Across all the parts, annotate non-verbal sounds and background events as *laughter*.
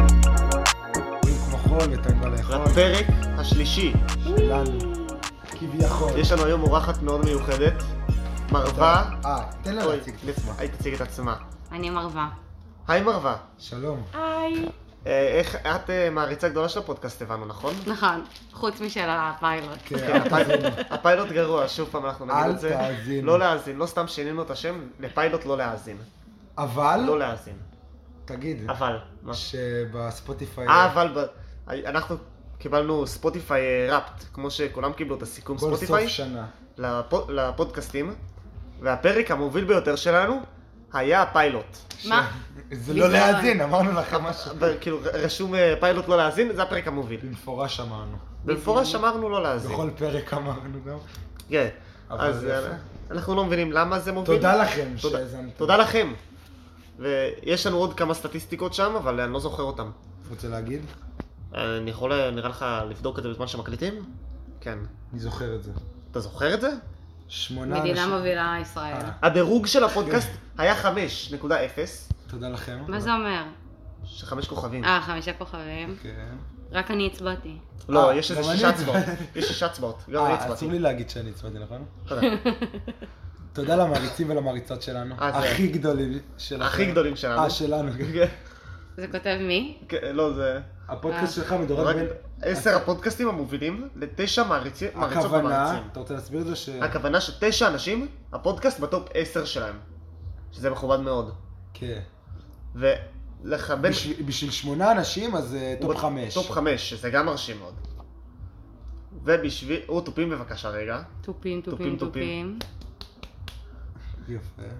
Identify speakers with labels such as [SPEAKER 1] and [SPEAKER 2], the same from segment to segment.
[SPEAKER 1] אומרים כמו חול ותן לה לאכול.
[SPEAKER 2] לפרק השלישי.
[SPEAKER 1] שלנו. כביכול.
[SPEAKER 2] יש לנו היום אורחת מאוד מיוחדת, מרווה.
[SPEAKER 1] אה, תן לה
[SPEAKER 2] אוי,
[SPEAKER 1] להציג את עצמה.
[SPEAKER 2] היי, תציג את עצמה.
[SPEAKER 3] אני מרווה.
[SPEAKER 2] היי מרווה.
[SPEAKER 1] שלום.
[SPEAKER 3] היי.
[SPEAKER 2] אה, איך, את אה, מעריצה גדולה של הפודקאסט הבנו,
[SPEAKER 1] *laughs*
[SPEAKER 2] נכון?
[SPEAKER 3] נכון, חוץ משל הפיילוט.
[SPEAKER 1] כן,
[SPEAKER 2] *laughs* כן,
[SPEAKER 1] אל תאזינו.
[SPEAKER 2] הפיילוט גרוע, שוב פעם אנחנו נגיד
[SPEAKER 1] אל
[SPEAKER 2] את זה.
[SPEAKER 1] תאזינו.
[SPEAKER 2] לא להאזין, לא סתם שינינו את השם, לפיילוט לא להאזין.
[SPEAKER 1] אבל,
[SPEAKER 2] לא להאזין.
[SPEAKER 1] תגיד,
[SPEAKER 2] אבל, מה?
[SPEAKER 1] שבספוטיפיי...
[SPEAKER 2] אה, אבל ב- אנחנו קיבלנו ספוטיפיי ראפט, כמו שכולם קיבלו את הסיכום
[SPEAKER 1] כל סוף
[SPEAKER 2] ספוטיפיי,
[SPEAKER 1] שנה.
[SPEAKER 2] לפו- לפודקאסטים, והפרק המוביל ביותר שלנו היה הפיילוט.
[SPEAKER 3] מה?
[SPEAKER 1] זה לא
[SPEAKER 3] בדיוק.
[SPEAKER 1] להאזין, אמרנו לכם משהו.
[SPEAKER 2] ב- כאילו רשום אה, פיילוט לא להאזין, זה הפרק המוביל.
[SPEAKER 1] במפורש אמרנו.
[SPEAKER 2] במפורש אמרנו לא להאזין.
[SPEAKER 1] בכל פרק אמרנו גם.
[SPEAKER 2] כן.
[SPEAKER 1] אבל
[SPEAKER 2] אז
[SPEAKER 1] זה
[SPEAKER 2] אה,
[SPEAKER 1] יפה.
[SPEAKER 2] אנחנו לא מבינים למה זה מוביל.
[SPEAKER 1] תודה לכם
[SPEAKER 2] תודה-
[SPEAKER 1] שהאזנתם.
[SPEAKER 2] תודה לכם. ויש לנו עוד כמה סטטיסטיקות שם, אבל אני לא זוכר אותן.
[SPEAKER 1] רוצה להגיד?
[SPEAKER 2] אני יכול, אה, נראה לך, לבדוק את זה בזמן שמקליטים? כן.
[SPEAKER 1] אני זוכר את זה.
[SPEAKER 2] אתה זוכר את זה?
[SPEAKER 1] שמונה
[SPEAKER 3] מדינה
[SPEAKER 1] אנשים-
[SPEAKER 3] מובילה ישראל.
[SPEAKER 1] אה,
[SPEAKER 2] הדירוג של הפודקאסט
[SPEAKER 1] כן.
[SPEAKER 2] היה 5.0,
[SPEAKER 1] תודה לכם.
[SPEAKER 3] מה זה אומר?
[SPEAKER 2] ש- חמש כוכבים.
[SPEAKER 3] אה, חמישה כוכבים.
[SPEAKER 1] כן.
[SPEAKER 3] רק אני הצבעתי.
[SPEAKER 2] לא,
[SPEAKER 1] אה,
[SPEAKER 2] יש איזה
[SPEAKER 1] גם אני
[SPEAKER 2] שישה
[SPEAKER 1] הצבעתי.
[SPEAKER 2] אצבעות. יש שישה אצבעות. גם אני
[SPEAKER 1] אה, אסור
[SPEAKER 2] הצבעתי.
[SPEAKER 1] לי להגיד שאני הצבעתי, נכון?
[SPEAKER 2] תודה.
[SPEAKER 1] תודה למעריצים ולמעריצות שלנו.
[SPEAKER 2] אה, זה-
[SPEAKER 1] הכי גדולים שלכם.
[SPEAKER 2] הכי גדולים שלנו.
[SPEAKER 1] אה, שלנו. כן.
[SPEAKER 3] זה כותב מי?
[SPEAKER 2] כן, לא, זה...
[SPEAKER 1] הפודקאסט
[SPEAKER 3] אה.
[SPEAKER 1] שלך מדורג
[SPEAKER 2] רק
[SPEAKER 1] בין...
[SPEAKER 2] עשר הפודקאסטים המובילים לתשע מעריצי- מעריצות
[SPEAKER 1] הכוונה, כן.
[SPEAKER 2] ומעריצים. אה,
[SPEAKER 1] אתה רוצה להסביר את זה? ש...
[SPEAKER 2] הכוונה שתשע אנשים, הפודקאסט בטופ עשר שלהם. שזה מכובד מאוד.
[SPEAKER 1] כן.
[SPEAKER 2] ולכבד...
[SPEAKER 1] בשביל- בשביל שמונה אנשים, אז אה,
[SPEAKER 2] הוא
[SPEAKER 1] טופ
[SPEAKER 2] ב-
[SPEAKER 1] חמש.
[SPEAKER 2] טופ חמש, שזה גם מרשים מאוד. ובשביל... או תופים בבקשה רגע.
[SPEAKER 3] תופים,
[SPEAKER 2] תופים,
[SPEAKER 3] תופים,
[SPEAKER 2] תופים.
[SPEAKER 3] תופים.
[SPEAKER 1] יפה.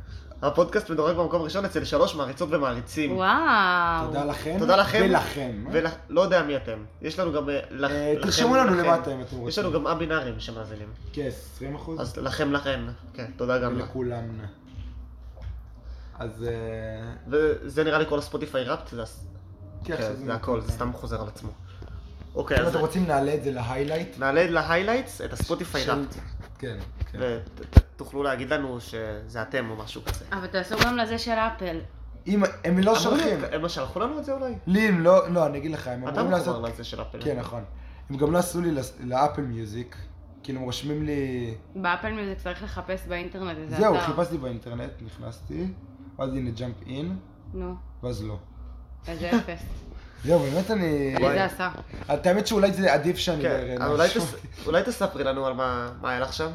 [SPEAKER 2] הפודקאסט מדורג במקום ראשון אצל שלוש מעריצות ומעריצים.
[SPEAKER 3] וואו.
[SPEAKER 1] תודה לכם.
[SPEAKER 2] אה, תודה לכם.
[SPEAKER 1] ולכם.
[SPEAKER 2] ולא לא יודע מי אתם. יש לנו גם... אה, לכ-
[SPEAKER 1] אה,
[SPEAKER 2] לכם,
[SPEAKER 1] תרשמו לנו
[SPEAKER 2] לכם.
[SPEAKER 1] למטה אם אתם רוצים.
[SPEAKER 2] יש לנו גם א-בינארים שמאזינים.
[SPEAKER 1] כן, 20 אחוז.
[SPEAKER 2] אז לכם לכם. כן, תודה גם לך.
[SPEAKER 1] ולכולם. אז... אה,
[SPEAKER 2] וזה נראה לי כל הספוטיפיי ראפט, זה הס-
[SPEAKER 1] כן,
[SPEAKER 2] כן,
[SPEAKER 1] עכשיו
[SPEAKER 2] זה הכל, זה
[SPEAKER 1] מכולם.
[SPEAKER 2] סתם חוזר על עצמו. אוקיי,
[SPEAKER 1] אם
[SPEAKER 2] אז
[SPEAKER 1] אתם רוצים נעלה את זה להיילייט.
[SPEAKER 2] נעלה להיילייטס את הספוטיפיי
[SPEAKER 1] של-
[SPEAKER 2] ראפט,
[SPEAKER 1] כן. כן. אה,
[SPEAKER 2] ותוכלו להגיד לנו שזה אתם או משהו כזה.
[SPEAKER 3] אבל תעשו גם לזה של אפל.
[SPEAKER 1] אם הם לא
[SPEAKER 2] אמרו לי,
[SPEAKER 1] שולחים.
[SPEAKER 2] הם לא שלחו לנו את זה אולי?
[SPEAKER 1] לי הם לא, לא, אני אגיד לך, הם
[SPEAKER 2] אתה
[SPEAKER 1] אמורים
[SPEAKER 2] מחובר
[SPEAKER 1] לעשות...
[SPEAKER 2] לזה של אפל.
[SPEAKER 1] כן, נכון. הם גם לא עשו לי לס- לאפל מיוזיק. כאילו, הם רושמים לי...
[SPEAKER 3] באפל מיוזיק צריך לחפש באינטרנט איזה
[SPEAKER 1] זהו, חיפשתי באינטרנט, נכנסתי, ואז הנה ג'אמפ אין,
[SPEAKER 3] נו,
[SPEAKER 1] ואז לא. *laughs*
[SPEAKER 3] איזה אפס.
[SPEAKER 1] זהו, באמת אני... אה,
[SPEAKER 3] לי זה עשה.
[SPEAKER 1] את האמת שאולי זה עדיף שאני לא אראה
[SPEAKER 2] כן, אז אולי
[SPEAKER 1] משהו.
[SPEAKER 2] תס- אולי תספרי לנו על מה מה היה לך שם?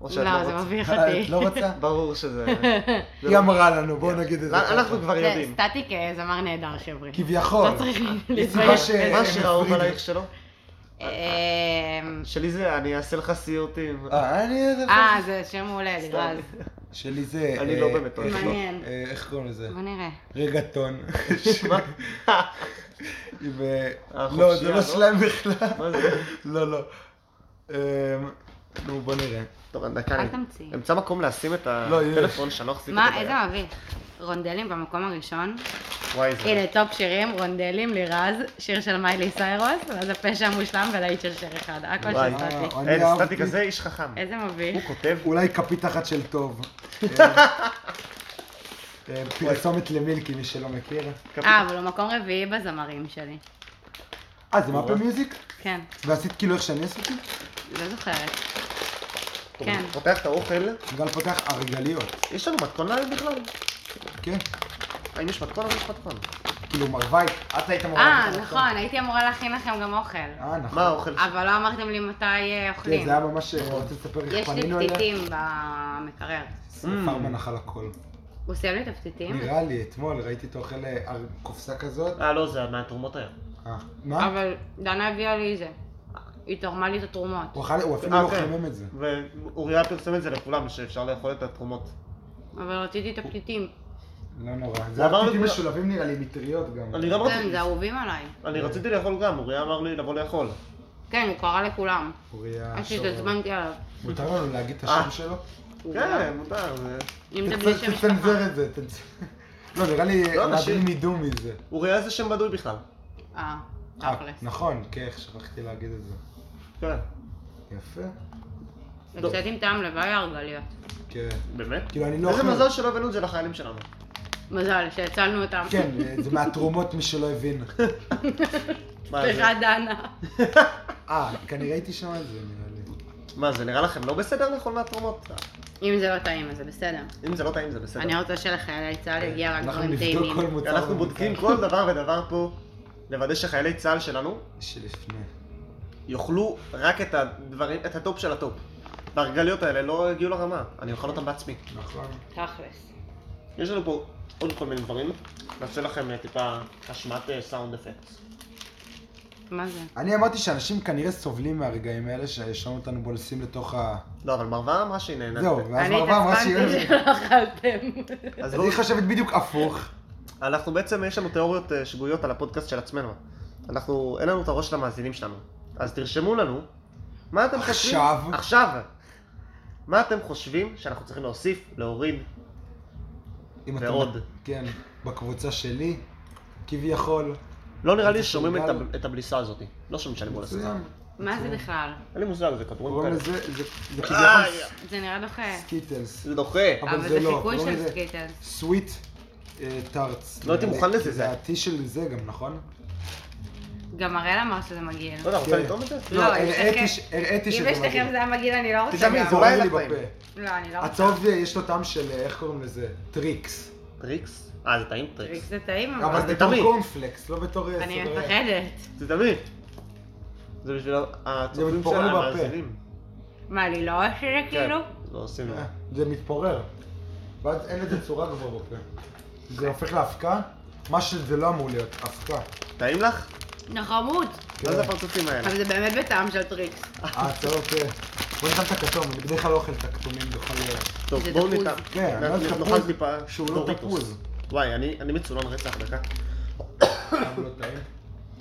[SPEAKER 2] או שאת
[SPEAKER 3] לא, זה
[SPEAKER 2] רוצה?
[SPEAKER 1] *laughs*
[SPEAKER 3] מביך
[SPEAKER 1] אה, את
[SPEAKER 3] *laughs* אותי.
[SPEAKER 1] לא
[SPEAKER 2] *laughs*
[SPEAKER 1] רוצה?
[SPEAKER 2] ברור שזה... זה
[SPEAKER 1] *laughs* היא
[SPEAKER 2] לא-
[SPEAKER 1] אמרה לנו, בואו נגיד את זה. ככה.
[SPEAKER 2] אנחנו כבר
[SPEAKER 3] זה
[SPEAKER 2] יודעים.
[SPEAKER 3] סטטיק אה, זמר נהדר, חבר'ה.
[SPEAKER 1] כביכול.
[SPEAKER 3] לא צריך
[SPEAKER 1] יש
[SPEAKER 3] להתבייש.
[SPEAKER 1] סיבה ש...
[SPEAKER 2] מה השיר האהוב עלייך שלו?
[SPEAKER 3] אמ,
[SPEAKER 2] שלי זה אני אעשה לך סיוטים.
[SPEAKER 1] אה, אני...
[SPEAKER 3] אה, זה שם מעולה, לירז.
[SPEAKER 1] שלי זה...
[SPEAKER 2] אני
[SPEAKER 1] אה,
[SPEAKER 2] לא באמת אוהב.
[SPEAKER 1] איך-
[SPEAKER 3] מעניין.
[SPEAKER 1] אה, איך קוראים לזה?
[SPEAKER 3] בוא נראה.
[SPEAKER 2] *laughs*
[SPEAKER 1] רגטון.
[SPEAKER 2] *laughs*
[SPEAKER 1] *laughs*
[SPEAKER 2] מה?
[SPEAKER 1] עם,
[SPEAKER 2] החופשייה,
[SPEAKER 1] אה, לא, זה
[SPEAKER 2] לא?
[SPEAKER 1] לא שלהם בכלל.
[SPEAKER 2] מה זה?
[SPEAKER 1] לא, לא. אמ, נו, בוא נראה.
[SPEAKER 2] טוב, דקה.
[SPEAKER 3] אל
[SPEAKER 2] אני-
[SPEAKER 3] תמציא.
[SPEAKER 2] אמצא מקום לשים את
[SPEAKER 1] לא, יש.
[SPEAKER 2] הטלפון שאני לא אחזיק אותו.
[SPEAKER 3] מה,
[SPEAKER 2] ביד.
[SPEAKER 3] איזה מביך. רונדלים במקום הראשון.
[SPEAKER 2] וואי, זה...
[SPEAKER 3] הנה, טופ שירים, רונדלים, לירז, שיר של מיילי סיירוס, ואז הפשע המושלם ולהיט של שיר אחד. הכל
[SPEAKER 2] וואי.
[SPEAKER 3] של סטטיק.
[SPEAKER 1] אני
[SPEAKER 2] אין,
[SPEAKER 1] אהבתי.
[SPEAKER 2] סטטיק הזה איש חכם.
[SPEAKER 3] איזה
[SPEAKER 2] הוא
[SPEAKER 3] מביך.
[SPEAKER 2] כותב...
[SPEAKER 1] אולי כפית אחת של
[SPEAKER 2] *laughs*
[SPEAKER 1] טוב. אמ, אמ, פרסומת למילקי, מי שלא מכיר.
[SPEAKER 3] אה, אבל הוא מקום רביעי בזמרים שלי.
[SPEAKER 1] אה, זה
[SPEAKER 2] אוקיי.
[SPEAKER 1] מאפל מיוזיק?
[SPEAKER 3] כן,
[SPEAKER 1] ועשית כאילו איך שאני עשיתי?
[SPEAKER 3] לא זוכרת.
[SPEAKER 2] טוב,
[SPEAKER 3] כן.
[SPEAKER 2] פותח את האוכל.
[SPEAKER 1] גל פותח ארגליות.
[SPEAKER 2] יש לנו מתכון לילה בכלל?
[SPEAKER 1] כן.
[SPEAKER 2] האם יש מתכון או לא יש מתכון?
[SPEAKER 1] נכון.
[SPEAKER 2] כאילו
[SPEAKER 1] מרווי, את היית אמורה...
[SPEAKER 3] אה,
[SPEAKER 1] להכין
[SPEAKER 3] נכון, הייתי אמורה להכין לכם גם אוכל.
[SPEAKER 1] אה, נכון.
[SPEAKER 2] מה האוכל? ש-
[SPEAKER 3] אבל לא אמרתם לי מתי אה,
[SPEAKER 1] כן,
[SPEAKER 3] אוכלים.
[SPEAKER 1] זה היה ממש... רוצה לספר איך
[SPEAKER 3] יש לי
[SPEAKER 1] פנינו אליה?
[SPEAKER 3] פתיתים במקרר.
[SPEAKER 2] Mm.
[SPEAKER 1] פרמן אכל הכל.
[SPEAKER 3] הוא סיים לי את הפתיתים?
[SPEAKER 1] נראה לי, אתמול ראיתי אותו אוכל אה, קופסה כזאת.
[SPEAKER 2] אה, לא, זה מהתרומות היה.
[SPEAKER 1] אה, מה?
[SPEAKER 3] אבל דנה הביאה לי זה. היא תרמה לי את התרומות.
[SPEAKER 1] הוא אכל- הוא אפילו
[SPEAKER 2] אה,
[SPEAKER 1] לא
[SPEAKER 2] כן.
[SPEAKER 1] חמם את זה.
[SPEAKER 2] ואוריה פרסם את זה לכולם, שאפשר לאכול את התרומות.
[SPEAKER 3] אבל רציתי את הפתיתים.
[SPEAKER 1] לא נורא.
[SPEAKER 2] הוא
[SPEAKER 1] זה
[SPEAKER 2] אמר
[SPEAKER 1] היה
[SPEAKER 2] לי
[SPEAKER 1] פתיתים
[SPEAKER 2] כולם-
[SPEAKER 1] משולבים נראה לי, מטריות גם.
[SPEAKER 2] אני גם
[SPEAKER 3] כן,
[SPEAKER 2] רציתי...
[SPEAKER 3] זה אהובים עליי.
[SPEAKER 1] אה.
[SPEAKER 2] אני רציתי לאכול גם, אוריה אמר לי לבוא לאכול.
[SPEAKER 3] כן, הוא קרא לכולם.
[SPEAKER 1] אוריה
[SPEAKER 3] רק
[SPEAKER 1] שור.
[SPEAKER 3] שהתעצבנתי עליו.
[SPEAKER 1] מותר לנו להגיד את
[SPEAKER 2] אה.
[SPEAKER 1] השם שלו?
[SPEAKER 2] כן, מותר, זה...
[SPEAKER 3] אם זה בלי
[SPEAKER 1] תצ-
[SPEAKER 3] שם משפחה.
[SPEAKER 1] תצנזר את זה. תצ- לא, נראה לי
[SPEAKER 2] לא, אנשים-
[SPEAKER 1] המאזינים ידעו מזה.
[SPEAKER 2] אוריה זה שם בדוי בכלל.
[SPEAKER 3] אה,
[SPEAKER 1] אה,
[SPEAKER 3] תכלס.
[SPEAKER 1] נכון, כן, שכחתי להגיד את זה.
[SPEAKER 2] כן.
[SPEAKER 1] יפה. נכון.
[SPEAKER 2] טוב.
[SPEAKER 3] וקצת עם טעם לוואי הרגליות.
[SPEAKER 1] כן.
[SPEAKER 2] באמת?
[SPEAKER 1] כאילו, אני לא
[SPEAKER 2] איזה
[SPEAKER 1] אוכל-
[SPEAKER 2] מזל שלא הבאנו את זה לחיילים שלנו.
[SPEAKER 3] מזל שהצלנו אותם. *laughs*
[SPEAKER 1] כן, זה מהתרומות מי שלא הבין.
[SPEAKER 2] מה זה?
[SPEAKER 3] סליחה, דנה.
[SPEAKER 1] אה, כנראה הייתי שם את זה, נראה לי.
[SPEAKER 2] מה זה נראה לכם לא בסדר לאכול מהתרומות?
[SPEAKER 3] אם זה לא טעים, אז זה בסדר.
[SPEAKER 2] אם זה לא טעים זה בסדר.
[SPEAKER 3] אני רוצה שלחיילי צה"ל יגיע רק
[SPEAKER 1] אה, אנחנו
[SPEAKER 3] דברים
[SPEAKER 1] נבדוק
[SPEAKER 3] טעימים.
[SPEAKER 1] כל מוצר.
[SPEAKER 2] אנחנו בודקים כל דבר ודבר פה, לוודא שחיילי צה"ל שלנו
[SPEAKER 1] שלפני.
[SPEAKER 2] יאכלו רק את הדברים, את הטופ של הטופ. והרגליות האלה לא הגיעו לרמה, אני אוכל אותם בעצמי.
[SPEAKER 1] נכון.
[SPEAKER 3] תכלס.
[SPEAKER 2] יש לנו פה עוד כל מיני דברים, נעשה לכם אה, טיפה השמעת אה, סאונד אפקט.
[SPEAKER 3] מה זה?
[SPEAKER 1] אני אמרתי שאנשים כנראה סובלים מהרגעים האלה שהשארנו אותנו בולסים לתוך ה...
[SPEAKER 2] לא, אבל מרווה אמרה שהיא נהנית.
[SPEAKER 1] זהו, ואז
[SPEAKER 3] אני
[SPEAKER 1] מרווה אמרה
[SPEAKER 3] התעצבנתי
[SPEAKER 1] שהיא...
[SPEAKER 3] שלא אכלתם.
[SPEAKER 2] אז לא-
[SPEAKER 1] אז
[SPEAKER 2] בואו,
[SPEAKER 1] היא חושבת בדיוק הפוך.
[SPEAKER 2] אנחנו בעצם, יש לנו תיאוריות אה, שגויות על הפודקאסט של עצמנו. אנחנו, אין לנו את הראש של המאזינים שלנו. אז תרשמו לנו, מה אתם חושבים?
[SPEAKER 1] עכשיו.
[SPEAKER 2] עכשיו. מה אתם חושבים שאנחנו צריכים להוסיף, להוריד?
[SPEAKER 1] אם אתם-
[SPEAKER 2] ועוד.
[SPEAKER 1] כן, בקבוצה שלי, כביכול.
[SPEAKER 2] לא נראה לי
[SPEAKER 1] זה
[SPEAKER 2] ששומעים את
[SPEAKER 1] מסוגל.
[SPEAKER 2] ה- את הבליסה הזאת. לא שומעים שאני בולס.
[SPEAKER 1] מצוין.
[SPEAKER 3] מה זה
[SPEAKER 1] מצוין.
[SPEAKER 3] בכלל?
[SPEAKER 2] אין לי מושג, זה כדורים
[SPEAKER 1] קוראים
[SPEAKER 2] כאלה.
[SPEAKER 1] לזה, זה זה
[SPEAKER 2] איי,
[SPEAKER 1] כביכול
[SPEAKER 3] זה נראה דוחה.
[SPEAKER 2] אה.
[SPEAKER 1] סקיטלס.
[SPEAKER 2] זה דוחה.
[SPEAKER 3] אבל
[SPEAKER 1] לא,
[SPEAKER 3] זה חיקוי של סקיטלס.
[SPEAKER 1] סוויט אה, טארטס.
[SPEAKER 2] לא הייתי מוכן לזה, זה-
[SPEAKER 1] זה ה-T של זה גם, נכון?
[SPEAKER 3] לא, גם הראל אמר שזה מגעיל.
[SPEAKER 2] לא יודע, רוצה
[SPEAKER 1] כן.
[SPEAKER 2] לטעום את זה?
[SPEAKER 3] לא,
[SPEAKER 1] לא,
[SPEAKER 3] אם
[SPEAKER 1] הראיתי
[SPEAKER 3] שניכם-
[SPEAKER 1] ש- הראיתי
[SPEAKER 3] אם
[SPEAKER 1] שזה
[SPEAKER 3] לשניכם
[SPEAKER 1] מגעיל.
[SPEAKER 3] זה היה מגעיל, אני לא רוצה
[SPEAKER 2] תשמעי,
[SPEAKER 3] גם.
[SPEAKER 2] זה
[SPEAKER 1] זה
[SPEAKER 2] אולי
[SPEAKER 1] עולה לי
[SPEAKER 2] לחיים.
[SPEAKER 1] בפה.
[SPEAKER 3] לא, אני לא רוצה.
[SPEAKER 1] הצהוב אה, יש לו טעם של, אה, איך קוראים לזה? טריקס.
[SPEAKER 2] טריקס? אה, זה טעים
[SPEAKER 3] טריק
[SPEAKER 2] טריקס.
[SPEAKER 3] זה טעים,
[SPEAKER 1] אבל
[SPEAKER 3] אבל
[SPEAKER 1] זה בתור
[SPEAKER 2] תמיד.
[SPEAKER 1] קורנפלקס, לא בתור אה,
[SPEAKER 3] אני
[SPEAKER 1] סדרי.
[SPEAKER 3] מפחדת.
[SPEAKER 2] זה תמיד. זה בשביל הצופים של
[SPEAKER 1] מתפורר לי בפה.
[SPEAKER 2] המאזינים.
[SPEAKER 3] מה, לי לא אוהב שזה
[SPEAKER 2] כן,
[SPEAKER 3] כאילו?
[SPEAKER 2] לא עושים את זה.
[SPEAKER 1] אה, זה מתפורר. ואז אין לזה צורה כבר בפה. זה הופך לאבקה? מה שזה לא אמור להיות, אבקה.
[SPEAKER 2] טעים לך?
[SPEAKER 3] נחמות.
[SPEAKER 1] כן.
[SPEAKER 2] מה זה הפרצופים האלה?
[SPEAKER 3] אבל זה באמת בטעם של טריקס.
[SPEAKER 1] ההצעות, אה, בוא נטעם את הכתום, אני בדרך כלל לא אוכל את הכתומים בכל יום.
[SPEAKER 2] טוב,
[SPEAKER 3] זה
[SPEAKER 2] בואו
[SPEAKER 3] תפוז.
[SPEAKER 2] ניתן.
[SPEAKER 1] כן, אני אוהב
[SPEAKER 2] נאכל
[SPEAKER 1] תפוז
[SPEAKER 2] טיפה
[SPEAKER 1] שהוא לא
[SPEAKER 2] דוריטוס.
[SPEAKER 1] תפוז.
[SPEAKER 2] וואי, אני אני מצונן רצח, דקה.
[SPEAKER 1] אבל לא טעים.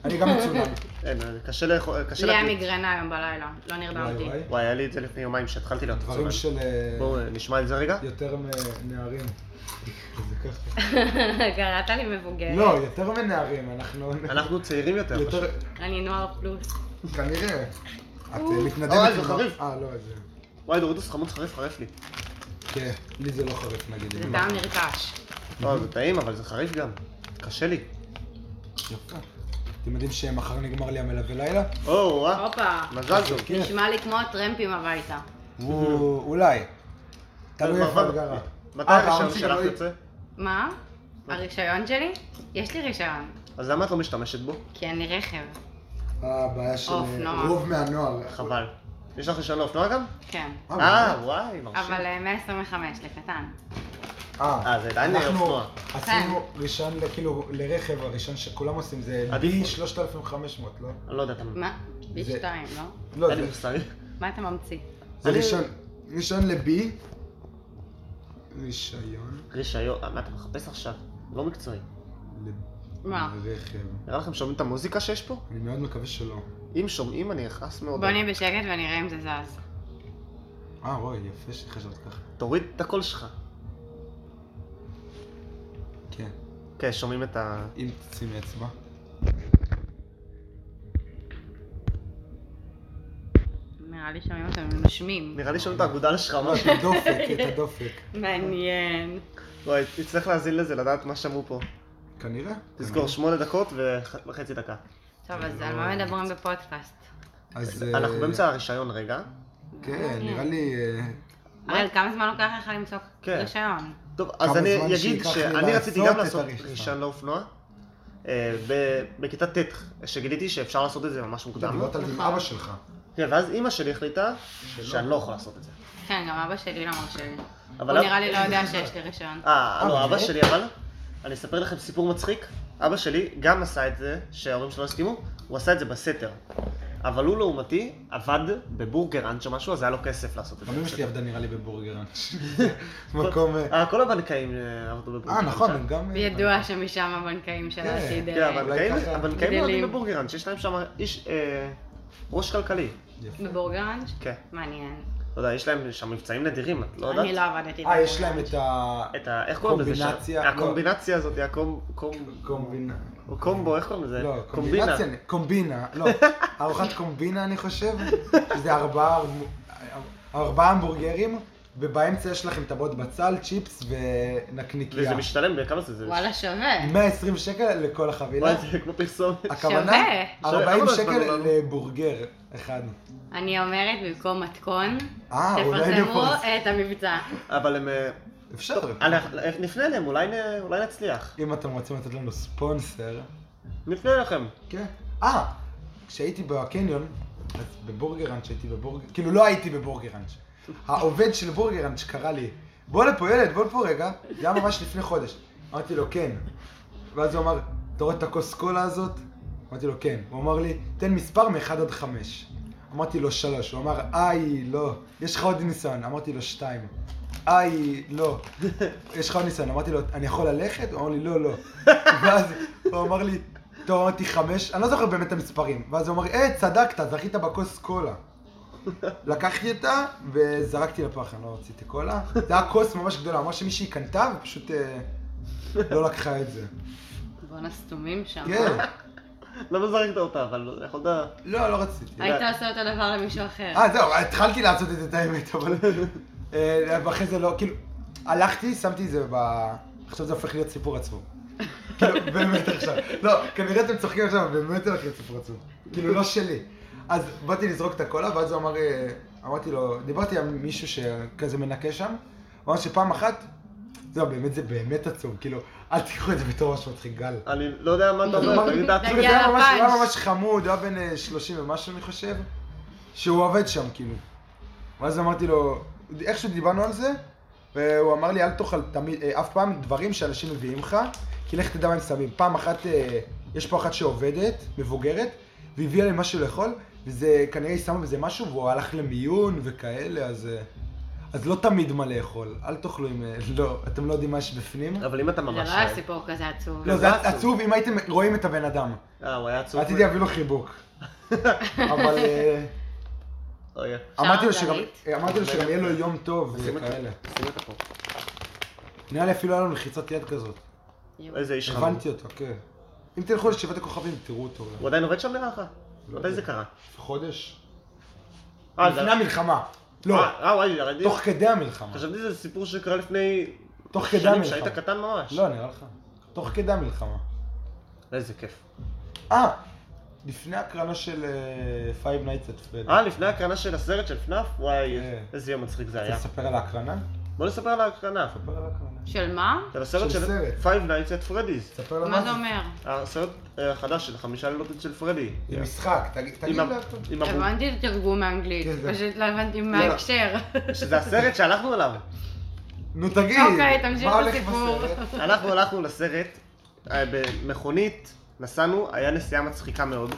[SPEAKER 1] אני גם
[SPEAKER 3] *laughs*
[SPEAKER 1] מצונן.
[SPEAKER 2] אין, אה, קשה לאכול, קשה
[SPEAKER 3] לי היה
[SPEAKER 2] להקליט.
[SPEAKER 3] מיגרנה היום בלילה, לא
[SPEAKER 1] וואי
[SPEAKER 3] נרדמתי. *laughs*
[SPEAKER 1] וואי.
[SPEAKER 2] וואי, היה לי את זה לפני יומיים שהתחלתי להיות
[SPEAKER 1] דברים
[SPEAKER 2] מצונן.
[SPEAKER 1] של אה,
[SPEAKER 2] בואו אה, נשמע את זה רגע.
[SPEAKER 1] יותר מנערים. זה ככה.
[SPEAKER 3] קראת לי מבוגרת.
[SPEAKER 1] לא, יותר מנערים, אנחנו...
[SPEAKER 2] אנחנו צעירים יותר. פשוט.
[SPEAKER 1] יותר...
[SPEAKER 3] אני נוער פלוס.
[SPEAKER 1] כנראה. את אה, מתנדבת...
[SPEAKER 2] אוי,
[SPEAKER 1] עם
[SPEAKER 2] זה
[SPEAKER 1] ה-
[SPEAKER 2] חריף.
[SPEAKER 1] אה, לא, זה...
[SPEAKER 2] וואי, דוריטוס חמוץ חריף חריף לי.
[SPEAKER 1] כן, לי זה לא חריף נגיד.
[SPEAKER 3] זה
[SPEAKER 1] אם
[SPEAKER 3] טעם
[SPEAKER 1] לא.
[SPEAKER 3] נרכש.
[SPEAKER 2] לא, זה טעים, אבל זה חריף גם. קשה לי.
[SPEAKER 1] יפה. אתם יודעים שמחר נגמר לי המלווה לילה?
[SPEAKER 2] או, וואה.
[SPEAKER 3] הופה.
[SPEAKER 2] מזל טוב.
[SPEAKER 1] כן.
[SPEAKER 3] נשמע לי כמו הטרמפים הביתה.
[SPEAKER 1] הוא- אולי. תלוי איפה
[SPEAKER 2] מרבד,
[SPEAKER 1] את גרה.
[SPEAKER 2] מתי
[SPEAKER 1] אה,
[SPEAKER 2] הראשון
[SPEAKER 1] אמרתי,
[SPEAKER 2] שלך
[SPEAKER 1] אלוהים.
[SPEAKER 2] יוצא?
[SPEAKER 3] מה? הרישיון שלי? יש לי רישיון.
[SPEAKER 2] אז למה את לא משתמשת בו?
[SPEAKER 3] כי אני רכב.
[SPEAKER 1] אה, הבעיה של
[SPEAKER 3] אוף,
[SPEAKER 1] אה,
[SPEAKER 3] נורא.
[SPEAKER 1] רוב מהנוער.
[SPEAKER 2] חבל. יש לך רישיון לאופנוע גם?
[SPEAKER 3] כן.
[SPEAKER 1] אוקיי.
[SPEAKER 2] אה, וואי, מרשים.
[SPEAKER 3] אבל אה, 125 לקטן.
[SPEAKER 1] אה,
[SPEAKER 2] אה, זה עדיין
[SPEAKER 1] אנחנו
[SPEAKER 2] אופנוע.
[SPEAKER 1] עשינו ראשון, ל- כאילו, לרכב הראשון שכולם עושים זה
[SPEAKER 2] עדיף.
[SPEAKER 1] B3500, לא?
[SPEAKER 2] אני לא יודע, אתה...
[SPEAKER 3] מה? פי
[SPEAKER 1] זה-
[SPEAKER 3] שתיים, לא?
[SPEAKER 1] לא,
[SPEAKER 2] אין לי
[SPEAKER 1] זה-
[SPEAKER 2] מושג.
[SPEAKER 3] מה אתה ממציא?
[SPEAKER 1] זה
[SPEAKER 2] אני-
[SPEAKER 1] ראשון, ראשון ל-B. רישיון
[SPEAKER 2] רישיון, אה, מה אתה מחפש עכשיו? לא מקצועי.
[SPEAKER 3] מה?
[SPEAKER 1] לרכב.
[SPEAKER 2] נראה לכם שומעים את המוזיקה שיש פה?
[SPEAKER 1] אני מאוד מקווה שלא.
[SPEAKER 2] אם שומעים אני אכעס מאוד.
[SPEAKER 3] בוא נהיה בשקט ונראה אם זה זז.
[SPEAKER 1] אה, רוי, יפה שחשבת ככה.
[SPEAKER 2] תוריד את הקול שלך.
[SPEAKER 1] כן.
[SPEAKER 2] כן, שומעים את ה...
[SPEAKER 1] אם תשימי אצבע.
[SPEAKER 3] נראה לי שומעים אותם נושמים.
[SPEAKER 2] נראה לי שומעים את האגודה
[SPEAKER 1] לא,
[SPEAKER 2] לשכמה.
[SPEAKER 1] *laughs* את הדופק, את הדופק.
[SPEAKER 3] מעניין.
[SPEAKER 2] וואי, תצטרך להאזין לזה, לדעת מה שמעו פה.
[SPEAKER 1] אוקיי. כנראה.
[SPEAKER 2] תזכור, שמונה דקות וח- וחצי דקה.
[SPEAKER 3] טוב, אז על
[SPEAKER 1] אה,
[SPEAKER 3] מה מדברים בפודקאסט?
[SPEAKER 1] אז... אה,
[SPEAKER 2] אנחנו באמצע הרישיון רגע.
[SPEAKER 1] כן, נראה לי... אה,
[SPEAKER 3] אראל, כמה זמן לוקח לך למצוא
[SPEAKER 2] כן.
[SPEAKER 3] רישיון?
[SPEAKER 2] טוב, אז
[SPEAKER 1] כמה
[SPEAKER 2] אני
[SPEAKER 1] זמן
[SPEAKER 2] אגיד
[SPEAKER 1] שייקח לי
[SPEAKER 2] שאני
[SPEAKER 1] לעשות
[SPEAKER 2] רציתי
[SPEAKER 1] את
[SPEAKER 2] גם לעשות
[SPEAKER 1] הרישיון.
[SPEAKER 2] רישיון לאופנוע. אה, ב- בכיתה ט', שגיליתי שאפשר לעשות את זה ממש
[SPEAKER 1] אתה
[SPEAKER 2] מוקדם.
[SPEAKER 1] כן, דיברת על זה עם אבא שלך.
[SPEAKER 2] כן, ואז אימא שלי החליטה שאני לא יכול לעשות את זה.
[SPEAKER 3] כן, גם אבא שלי לא מרשה לי. הוא
[SPEAKER 2] אבל-
[SPEAKER 3] נראה לי לא יודע שיש לי רישיון.
[SPEAKER 2] אה, לא,
[SPEAKER 1] אה,
[SPEAKER 2] אבא
[SPEAKER 1] באמת?
[SPEAKER 2] שלי אבל, אני אספר לכם סיפור מצחיק. אבא שלי גם עשה את זה, שההורים שלו לא הסכימו, הוא עשה את זה בסתר. אבל הוא לעומתי עבד בבורגר אנץ' או משהו, אז היה לו כסף לעשות את זה.
[SPEAKER 1] גם אמא שלי עבדה נראה לי בבורגרן. *laughs* מקום... אה,
[SPEAKER 2] אה, כל הבנקאים אה, עבדו בבורגר
[SPEAKER 1] אה, נכון,
[SPEAKER 2] אנץ'.
[SPEAKER 1] הם גם...
[SPEAKER 3] ידוע שמשם הבנקאים של
[SPEAKER 1] כן,
[SPEAKER 3] העתיד.
[SPEAKER 2] כן,
[SPEAKER 3] אה,
[SPEAKER 2] הבנקאים-
[SPEAKER 1] אולי ככה.
[SPEAKER 2] הבנקאים
[SPEAKER 3] גדלים.
[SPEAKER 2] עובדים בבורגר אנץ', יש להם שם איש אה, ראש כלכלי.
[SPEAKER 1] יפה.
[SPEAKER 3] בבורגרנג'?
[SPEAKER 2] כן.
[SPEAKER 3] מעניין.
[SPEAKER 2] לא יודע, יש להם שם מבצעים נדירים, את לא יודעת?
[SPEAKER 3] אני לא עבדתי.
[SPEAKER 1] אה,
[SPEAKER 3] בבורג
[SPEAKER 1] יש להם את ה...
[SPEAKER 2] את ה... איך קוראים לזה? שם?
[SPEAKER 1] קומבינציה,
[SPEAKER 2] הקומבינציה הזאת, הקומ... קומ-
[SPEAKER 1] קומבינה.
[SPEAKER 2] או קומבו, איך קוראים לזה?
[SPEAKER 1] לא,
[SPEAKER 2] קומבינה.
[SPEAKER 1] קומבינציה, קומבינה, לא, ארוחת קומבינה אני חושב, שזה ארבעה, ארבעה המבורגרים, ובאמצע יש לכם טבעות בצל, צ'יפס ונקניקייה.
[SPEAKER 2] וזה משתלם, בכמה זה? זה
[SPEAKER 3] וואלה, שווה.
[SPEAKER 1] 120 שקל לכל החבילה.
[SPEAKER 2] וואי, זה כמו פרסומת.
[SPEAKER 1] *laughs* הכוונה, 40
[SPEAKER 3] שווה.
[SPEAKER 2] שווה, למה לא
[SPEAKER 1] שקל
[SPEAKER 2] הזמנו לנו?
[SPEAKER 1] לבורגר אחד.
[SPEAKER 3] אני אומרת, במקום מתכון,
[SPEAKER 1] אה, אולי
[SPEAKER 3] תפרסמו
[SPEAKER 1] נפרס.
[SPEAKER 3] את המבצע.
[SPEAKER 2] אבל הם... אה,
[SPEAKER 1] אפשר.
[SPEAKER 2] אנחנו- נפנה אליהם, אולי נ- אולי נצליח.
[SPEAKER 1] אם אתם רוצים לתת לנו ספונסר.
[SPEAKER 2] נפנה אליכם.
[SPEAKER 1] כן. אה, כשהייתי בקניון, אז בבורגראנץ' הייתי בבורגר... כאילו לא הייתי בבורגראנץ'. העובד של בורגראנץ' קרא לי, בוא לפה ילד, בוא לפה רגע. זה היה ממש לפני חודש. אמרתי לו, כן. ואז הוא אמר, אתה רואה את הכוס קולה הזאת? אמרתי לו, כן. הוא אמר לי, תן מספר מ-1 עד 5. אמרתי לו, 3. הוא אמר, איי, לא. יש לך עוד ניסיון. אמרתי לו, 2. איי, לא. יש לך עוד ניסיון. אמרתי לו, אני יכול ללכת? הוא אמר לי, לא, *laughs* לא. ואז הוא אמר לי, טוב, אמרתי חמש, אני לא זוכר באמת את המספרים. ואז הוא אמר, אה, צדקת, זכית בכוס קולה. לקחתי אותה וזרקתי לפח, אני לא רציתי קולה. זה היה כוס ממש גדולה, ממש מישהי קנתה ופשוט אה, לא לקחה את זה.
[SPEAKER 3] בואנה סתומים שם.
[SPEAKER 1] כן,
[SPEAKER 2] למה לא, זרקת אותה, אבל יכולת...
[SPEAKER 1] לא, לא רציתי.
[SPEAKER 3] היית עושה אותו דבר למישהו אחר.
[SPEAKER 1] אה, זהו, התחלתי לעשות את זה, את האמת, אבל... אה, ואחרי זה לא, כאילו, הלכתי, שמתי את זה ב... עכשיו זה הופך להיות סיפור עצוב. כאילו, באמת עכשיו. לא, כנראה אתם צוחקים עכשיו, אבל באמת זה הולך להיות סיפור עצוב. כאילו, לא שלי. אז באתי לזרוק את הקולה, ואז הוא אמר, אה, אמרתי לו, דיברתי עם מישהו שכזה מנקה שם, הוא אמר שפעם אחת, זהו, באמת, זה באמת עצוב, כאילו, אל תיקחו את זה בתור משהו מצחיק, גל.
[SPEAKER 2] אני לא יודע מה אתה אומר, תגיד דעתי.
[SPEAKER 1] כאילו, זה היה ממש- הוא היה
[SPEAKER 3] לפאנץ'.
[SPEAKER 1] ממש חמוד, הוא היה בן אה, 30 ומשהו אני חושב, שהוא עובד שם כאילו. ואז אמרתי לו, איכשהו דיברנו על זה, והוא אמר לי אל תאכל תמיד, אה, אף פעם דברים שאנשים מביאים לך, כי לך תדע מה הם שמים. פעם אחת, אה, יש פה אחת שעובדת, מבוגרת, והביאה לי משהו לאכול, וזה כנראה היא שמה בזה משהו, והוא הלך למיון וכאלה, אז... אה, אז לא תמיד מה לאכול, אל תאכלו אם... אה, לא, אתם לא יודעים מה יש בפנים.
[SPEAKER 2] אבל אם אתה
[SPEAKER 3] זה
[SPEAKER 2] ממש...
[SPEAKER 3] לא היה סיפור כזה עצוב.
[SPEAKER 1] לא,
[SPEAKER 2] זה
[SPEAKER 1] זה
[SPEAKER 2] עצוב.
[SPEAKER 1] עצוב אם הייתם רואים את הבן אדם.
[SPEAKER 2] אה, הוא היה עצוב.
[SPEAKER 1] רציתי להביא לו
[SPEAKER 3] *laughs*
[SPEAKER 1] חיבוק. אבל אה,
[SPEAKER 2] אוי,
[SPEAKER 1] אמרתי לו
[SPEAKER 3] שרית?
[SPEAKER 1] שגם- אה, אמרתי לו שגם יהיה לו יום טוב
[SPEAKER 2] שים את
[SPEAKER 1] וכאלה.
[SPEAKER 2] שים אותה פה.
[SPEAKER 1] נראה לי אפילו היה לנו לחיצת יד כזאת.
[SPEAKER 3] יואו.
[SPEAKER 2] איזה איש חמור.
[SPEAKER 1] הבנתי אותו, כן. אם תלכו לשבעת הכוכבים, תראו אותו. אולי.
[SPEAKER 2] הוא עדיין עובד שם נראה לך?
[SPEAKER 1] לא
[SPEAKER 2] מתי
[SPEAKER 1] יודע.
[SPEAKER 2] זה קרה?
[SPEAKER 1] חודש?
[SPEAKER 2] אה,
[SPEAKER 1] לפני
[SPEAKER 2] זה-
[SPEAKER 1] המלחמה. לא,
[SPEAKER 2] אה, אה, וואי, ירדי.
[SPEAKER 1] תוך כדי המלחמה.
[SPEAKER 2] חשבתי שזה סיפור שקרה לפני...
[SPEAKER 1] תוך כדי
[SPEAKER 2] שנים, שהיית
[SPEAKER 1] המלחמה.
[SPEAKER 2] קטן ממש.
[SPEAKER 1] לא, נראה לך. תוך כדי המלחמה.
[SPEAKER 2] איזה כיף.
[SPEAKER 1] אה, לפני הקרנה של אה, Five Nights at Freddy.
[SPEAKER 2] אה, לפני ההקרנה של הסרט של פנאף? וואי,
[SPEAKER 1] כן.
[SPEAKER 2] איזה יום מצחיק זה
[SPEAKER 1] אתה
[SPEAKER 2] היה.
[SPEAKER 1] תספר על ההקרנה?
[SPEAKER 2] בוא נספר על ההקרנה.
[SPEAKER 1] תספר על ההקרנה.
[SPEAKER 3] של מה?
[SPEAKER 2] של הסרט
[SPEAKER 1] של
[SPEAKER 2] של
[SPEAKER 1] סרט.
[SPEAKER 2] Five Nights at Freddy's.
[SPEAKER 1] תספר על
[SPEAKER 3] מה זה אומר?
[SPEAKER 2] הסרט אה, החדש של חמישה לילות של פרדי.
[SPEAKER 1] זה משחק, תגיד תגיד
[SPEAKER 2] עם ה-
[SPEAKER 1] לה אותו.
[SPEAKER 2] עם הבוב-
[SPEAKER 3] הבנתי את התרגום מאנגלית,
[SPEAKER 1] נכון. כן, זה-
[SPEAKER 3] פשוט לא הבנתי מה
[SPEAKER 2] לא.
[SPEAKER 1] *laughs*
[SPEAKER 3] ההקשר.
[SPEAKER 2] שזה הסרט שהלכנו אליו.
[SPEAKER 1] נו תגיד,
[SPEAKER 3] אוקיי, תמשיך
[SPEAKER 1] מה הולך
[SPEAKER 3] בסיפור.
[SPEAKER 1] בסרט?
[SPEAKER 2] אנחנו הלכנו לסרט אה, במכונית, נסענו, היה נסיעה מצחיקה מאוד.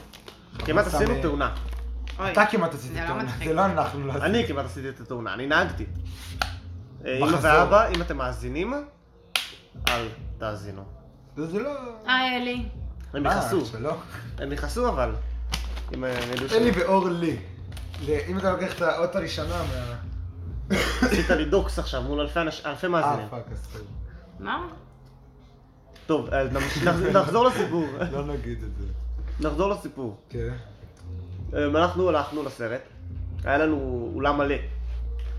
[SPEAKER 2] כמעט
[SPEAKER 1] סמי.
[SPEAKER 2] עשינו תאונה.
[SPEAKER 3] אוי,
[SPEAKER 1] אתה כמעט עשית
[SPEAKER 3] זה לא
[SPEAKER 1] תאונה,
[SPEAKER 3] מצחיק.
[SPEAKER 1] זה לא אנחנו, לא
[SPEAKER 2] אני כמעט עשיתי את התאונה, אני נהגתי. אה, אמא
[SPEAKER 1] בחזור.
[SPEAKER 2] ואבא, אם אתם מאזינים, אל תאזינו.
[SPEAKER 1] זה- זה לא...
[SPEAKER 3] אה, אלי.
[SPEAKER 2] הם
[SPEAKER 1] אה,
[SPEAKER 2] יכעסו,
[SPEAKER 1] שלא.
[SPEAKER 2] הם יכעסו אבל. אם אה, הם ידעו ש...
[SPEAKER 1] אלי ואורלי. ל- אם אתה לוקח את האות הראשונה מה...
[SPEAKER 2] עשית לי דוקס עכשיו מול אלפי אנש- אלפי מאזינים.
[SPEAKER 1] אה, פאק, אז טוב.
[SPEAKER 3] מה?
[SPEAKER 2] טוב, אז נמש- נח- נחזור לסיפור.
[SPEAKER 1] לא נגיד את זה.
[SPEAKER 2] נחזור לסיפור.
[SPEAKER 1] כן.
[SPEAKER 2] אמ, אנחנו הלכנו לסרט, היה לנו אולם מלא,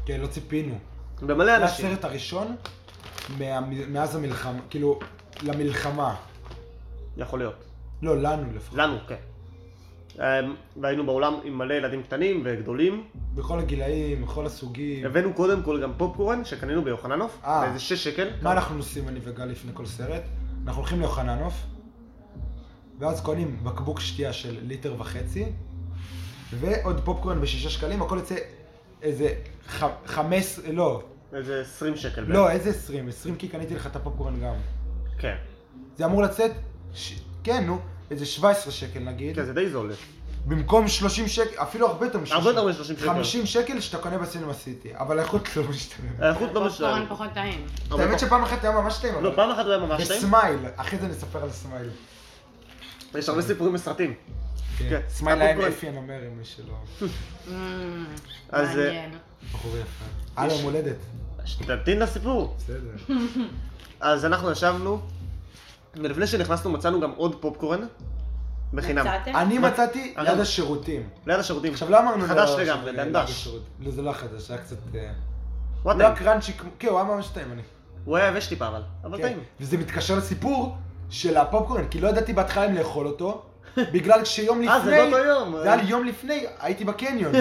[SPEAKER 1] כן, לא ציפינו.
[SPEAKER 2] במלא
[SPEAKER 1] זה
[SPEAKER 2] אנשים.
[SPEAKER 1] הסרט הראשון מה- מאז המלחמה, כאילו, למלחמה.
[SPEAKER 2] יכול להיות.
[SPEAKER 1] לא, לנו לפחות.
[SPEAKER 2] לנו, כן. אמ, והיינו באולם עם מלא ילדים קטנים וגדולים.
[SPEAKER 1] בכל הגילאים, בכל הסוגים.
[SPEAKER 2] הבאנו קודם כל גם פופקורן שקנינו ביוחננוף,
[SPEAKER 1] אה.
[SPEAKER 2] באיזה 6 שקל.
[SPEAKER 1] מה אנחנו עושים, אני וגל, לפני כל סרט? אנחנו הולכים ליוחננוף, ואז קונים בקבוק שתייה של ליטר וחצי, ועוד פופקורן בשישה שקלים, הכל יוצא איזה ח... חמש, לא,
[SPEAKER 2] איזה 20 שקל. בערך.
[SPEAKER 1] לא, איזה עשרים, עשרים כי קניתי לך את הפופקורן גם.
[SPEAKER 2] כן.
[SPEAKER 1] זה אמור לצאת, ש... כן, נו, איזה 17 שקל נגיד,
[SPEAKER 2] כן, זה די זול.
[SPEAKER 1] במקום 30 שקל, אפילו הרבה יותר מ-30
[SPEAKER 2] הרבה יותר מ-30 שקל.
[SPEAKER 1] 50 שקל שאתה קונה בסינמה סיטי, אבל האיכות לא משתנה.
[SPEAKER 2] האיכות לא
[SPEAKER 3] פופקורן
[SPEAKER 2] משתנה.
[SPEAKER 3] פחות טעים.
[SPEAKER 2] אבל
[SPEAKER 1] האמת
[SPEAKER 2] פה-
[SPEAKER 1] שפעם אחת היה ממש טעים,
[SPEAKER 2] לא,
[SPEAKER 1] אבל...
[SPEAKER 2] פעם אחת הוא היה ממש טעים.
[SPEAKER 1] וסמייל, אחרי זה נספר על סמייל.
[SPEAKER 2] יש הרבה סיפורים מסרטים.
[SPEAKER 1] כן.
[SPEAKER 2] כן.
[SPEAKER 1] סמייל עין
[SPEAKER 2] הפופקורן.
[SPEAKER 1] אפי הנמר, אם מי שלא...
[SPEAKER 3] אמ,
[SPEAKER 2] אז, אה,
[SPEAKER 3] מעניין.
[SPEAKER 1] בחור יפה. אה, יום הולדת.
[SPEAKER 2] שתמתין לסיפור.
[SPEAKER 1] בסדר.
[SPEAKER 2] אז אנחנו ישבנו, ולפני שנכנסנו מצאנו גם עוד פופקורן, בחינם.
[SPEAKER 4] מצאתם?
[SPEAKER 1] אני
[SPEAKER 2] מה-
[SPEAKER 1] מצאתי
[SPEAKER 2] אגב-
[SPEAKER 1] ליד השירותים.
[SPEAKER 2] ליד השירותים.
[SPEAKER 1] עכשיו, לא אמרנו...
[SPEAKER 2] חדש
[SPEAKER 1] לא-
[SPEAKER 2] לגמרי,
[SPEAKER 1] שזה-
[SPEAKER 2] דנדש.
[SPEAKER 1] לא, זה לא חדש, היה קצת... אה,
[SPEAKER 2] הוא
[SPEAKER 1] לא
[SPEAKER 2] היה טעים.
[SPEAKER 1] הקראנצ'י כמו... כן, הוא היה ממש טעים, אני...
[SPEAKER 2] הוא היה יבש טיפה אבל, אבל
[SPEAKER 1] כן.
[SPEAKER 2] לא טעים.
[SPEAKER 1] וזה מתקשר לסיפור של הפופקורן, כי לא ידעתי בהתחלה אם לאכול אותו,
[SPEAKER 2] *laughs*
[SPEAKER 1] בגלל שיום לפני...
[SPEAKER 2] אה, זה לא אותו יום.
[SPEAKER 1] זה היה לי יום לפני, הייתי
[SPEAKER 2] *laughs*
[SPEAKER 1] בקניון.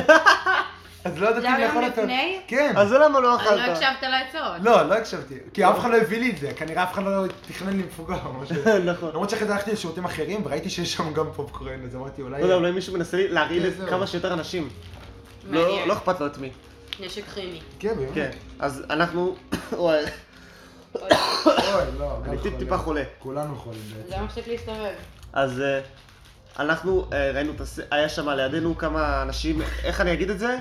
[SPEAKER 1] אז לא
[SPEAKER 3] זה
[SPEAKER 1] ידעתי אם
[SPEAKER 3] היה
[SPEAKER 1] לאכול
[SPEAKER 3] יום
[SPEAKER 1] אותו.
[SPEAKER 3] לפני?
[SPEAKER 1] כן.
[SPEAKER 2] אז זה למה לא
[SPEAKER 3] אני לא
[SPEAKER 2] אכלת?
[SPEAKER 3] הקשבת לעצות.
[SPEAKER 1] לא, לא הקשבתי, כי אף אחד לא הביא לי את זה, כנראה אף אחד לא תכנן לי מפוגר או משהו.
[SPEAKER 2] *laughs* נכון.
[SPEAKER 1] למרות שאחרי זה הלכתי לשירותים אחרים וראיתי שיש שם גם פופקורן, אז אמרתי אולי...
[SPEAKER 2] לא יודע, אולי מישהו מנסה להרעיל
[SPEAKER 1] כן,
[SPEAKER 2] את
[SPEAKER 1] זהו.
[SPEAKER 2] כמה שיותר אנשים. לא-
[SPEAKER 3] מעניין.
[SPEAKER 2] לא אכפת לו את מי.
[SPEAKER 3] נשק כימי.
[SPEAKER 1] כן, באמת.
[SPEAKER 2] כן. אז אנחנו... *coughs* וואי,
[SPEAKER 1] *coughs* אוי, לא. גל
[SPEAKER 2] אני טיפ-
[SPEAKER 1] חולה.
[SPEAKER 2] טיפה חולה.
[SPEAKER 1] כולנו חולים בעצם.
[SPEAKER 3] זה לא מפסיק להסתובב.
[SPEAKER 2] אז אה, אנחנו אה, ראינו את הס... היה שם לידינו כמה אנשים, איך אני אגיד את זה?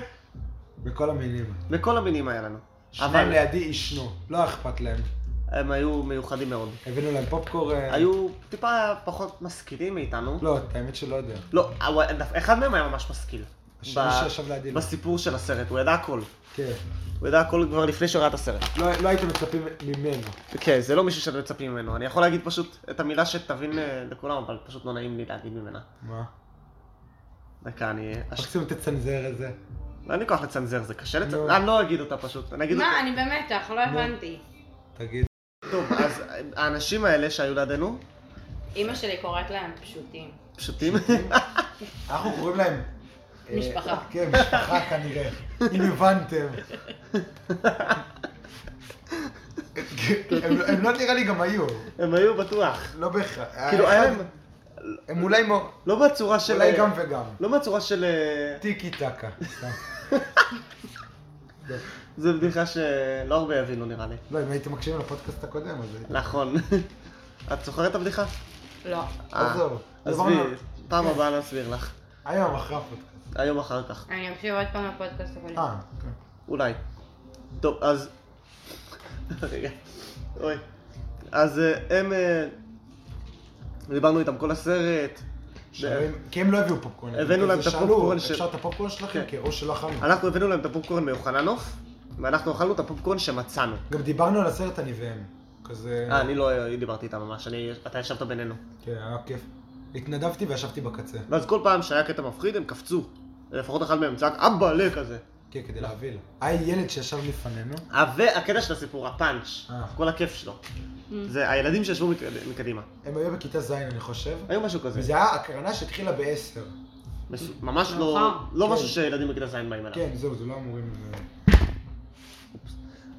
[SPEAKER 1] בכל המינים.
[SPEAKER 2] מכל המינים היה לנו.
[SPEAKER 1] שניים
[SPEAKER 2] אבל
[SPEAKER 1] לידי עישנו, לא אכפת להם.
[SPEAKER 2] הם היו מיוחדים מאוד.
[SPEAKER 1] הבאנו להם פופקורן.
[SPEAKER 2] היו טיפה פחות משכילים מאיתנו.
[SPEAKER 1] לא, את האמת שלא יודע.
[SPEAKER 2] לא, אבל דף- אחד מהם היה ממש משכיל.
[SPEAKER 1] השני
[SPEAKER 2] ב-
[SPEAKER 1] שישב לידי. לא.
[SPEAKER 2] בסיפור של הסרט, הוא ידע הכל.
[SPEAKER 1] כן.
[SPEAKER 2] הוא ידע הכל כבר לפני שהוא ראה את הסרט.
[SPEAKER 1] לא- לא הייתם מצפים ממנו.
[SPEAKER 2] כן, זה לא מישהו שאתם מצפים ממנו. אני יכול להגיד פשוט את המילה שתבין אה, לכולם, אבל פשוט לא נעים לי להגיד ממנה.
[SPEAKER 1] מה?
[SPEAKER 2] דקה, אני... אש-
[SPEAKER 1] מקסימום תצנזר את זה.
[SPEAKER 2] אין לי כוח לצנזר, זה קשה
[SPEAKER 1] לא.
[SPEAKER 2] לצנזר. אני לא אגיד אותה פשוט. אני אגיד אותה.
[SPEAKER 3] מה, אני במתח, לא הבנתי.
[SPEAKER 1] תגיד.
[SPEAKER 2] טוב, אז האנשים האלה שהיו לידינו,
[SPEAKER 3] אימא שלי קוראת להם פשוטים.
[SPEAKER 2] פשוטים, *laughs*
[SPEAKER 1] אנחנו קוראים להם... אה,
[SPEAKER 3] משפחה.
[SPEAKER 1] כן, משפחה כנראה. אם
[SPEAKER 2] *laughs*
[SPEAKER 1] הבנתם. הם- הם לא נראה לי גם היו.
[SPEAKER 2] הם היו בטוח.
[SPEAKER 1] לא בהכרח.
[SPEAKER 2] כאילו,
[SPEAKER 1] האחד-
[SPEAKER 2] היה להם,
[SPEAKER 1] הם אולי מו...
[SPEAKER 2] לא בצורה של...
[SPEAKER 1] אולי גם וגם.
[SPEAKER 2] לא בצורה של... אה,
[SPEAKER 1] טיקי טקה.
[SPEAKER 2] זה בדיחה שלא הרבה יבינו נראה לי.
[SPEAKER 1] לא, אם הייתם מקשיבים לפודקאסט הקודם, אז... הייתם-
[SPEAKER 2] נכון. *laughs* את זוכרת את הבדיחה?
[SPEAKER 3] לא.
[SPEAKER 2] אה,
[SPEAKER 1] עזוב. לא,
[SPEAKER 2] עזבי,
[SPEAKER 1] עברנו-
[SPEAKER 2] פעם הבאה נסביר לך.
[SPEAKER 1] היום, אחרי הפודקאסט.
[SPEAKER 2] היום אחר כך.
[SPEAKER 3] אני אקשיב עוד פעם לפודקאסט הקודם.
[SPEAKER 1] אה, כן.
[SPEAKER 2] אולי. טוב, אז... רגע. אוי. אז אה, הם... אה, דיברנו איתם כל הסרט.
[SPEAKER 1] שרים- כי הם לא הביאו פופקורן.
[SPEAKER 2] הבאנו להם את
[SPEAKER 1] שאלו,
[SPEAKER 2] הפופקורן ש-
[SPEAKER 1] אפשר את הפופקורן שלכם?
[SPEAKER 2] כן.
[SPEAKER 1] כן, או שלא אכלנו.
[SPEAKER 2] אנחנו הבאנו להם את הפופקורן מיוחננוף, ואנחנו אכלנו את הפופקורן שמצאנו.
[SPEAKER 1] גם דיברנו על הסרט אני והם. כזה...
[SPEAKER 2] אה, אני לא דיברתי איתם ממש, אני, אתה ישבת בינינו.
[SPEAKER 1] כן, היה כיף. התנדבתי וישבתי בקצה.
[SPEAKER 2] ואז כל פעם שהיה קטע מפחיד, הם קפצו. לפחות אחד מהם צעק, אבא, לה כזה.
[SPEAKER 1] כן, כדי להביא לה. היה ילד שישב לפנינו.
[SPEAKER 2] אה, והקטע של הסיפור, הפאנץ',
[SPEAKER 1] אה.
[SPEAKER 2] כל הכיף שלו.
[SPEAKER 3] Mm.
[SPEAKER 2] זה הילדים שישבו מקד- מקדימה.
[SPEAKER 1] הם היו בכיתה ז', אני חושב.
[SPEAKER 2] היו משהו כזה.
[SPEAKER 1] וזה היה הקרנה שהתחילה בעשר.
[SPEAKER 2] מס- ממש לא,
[SPEAKER 3] מאוחר.
[SPEAKER 2] לא
[SPEAKER 1] כן.
[SPEAKER 2] משהו שילדים בכיתה ז' באים אליו.
[SPEAKER 1] כן, זהו, זה לא אמורים...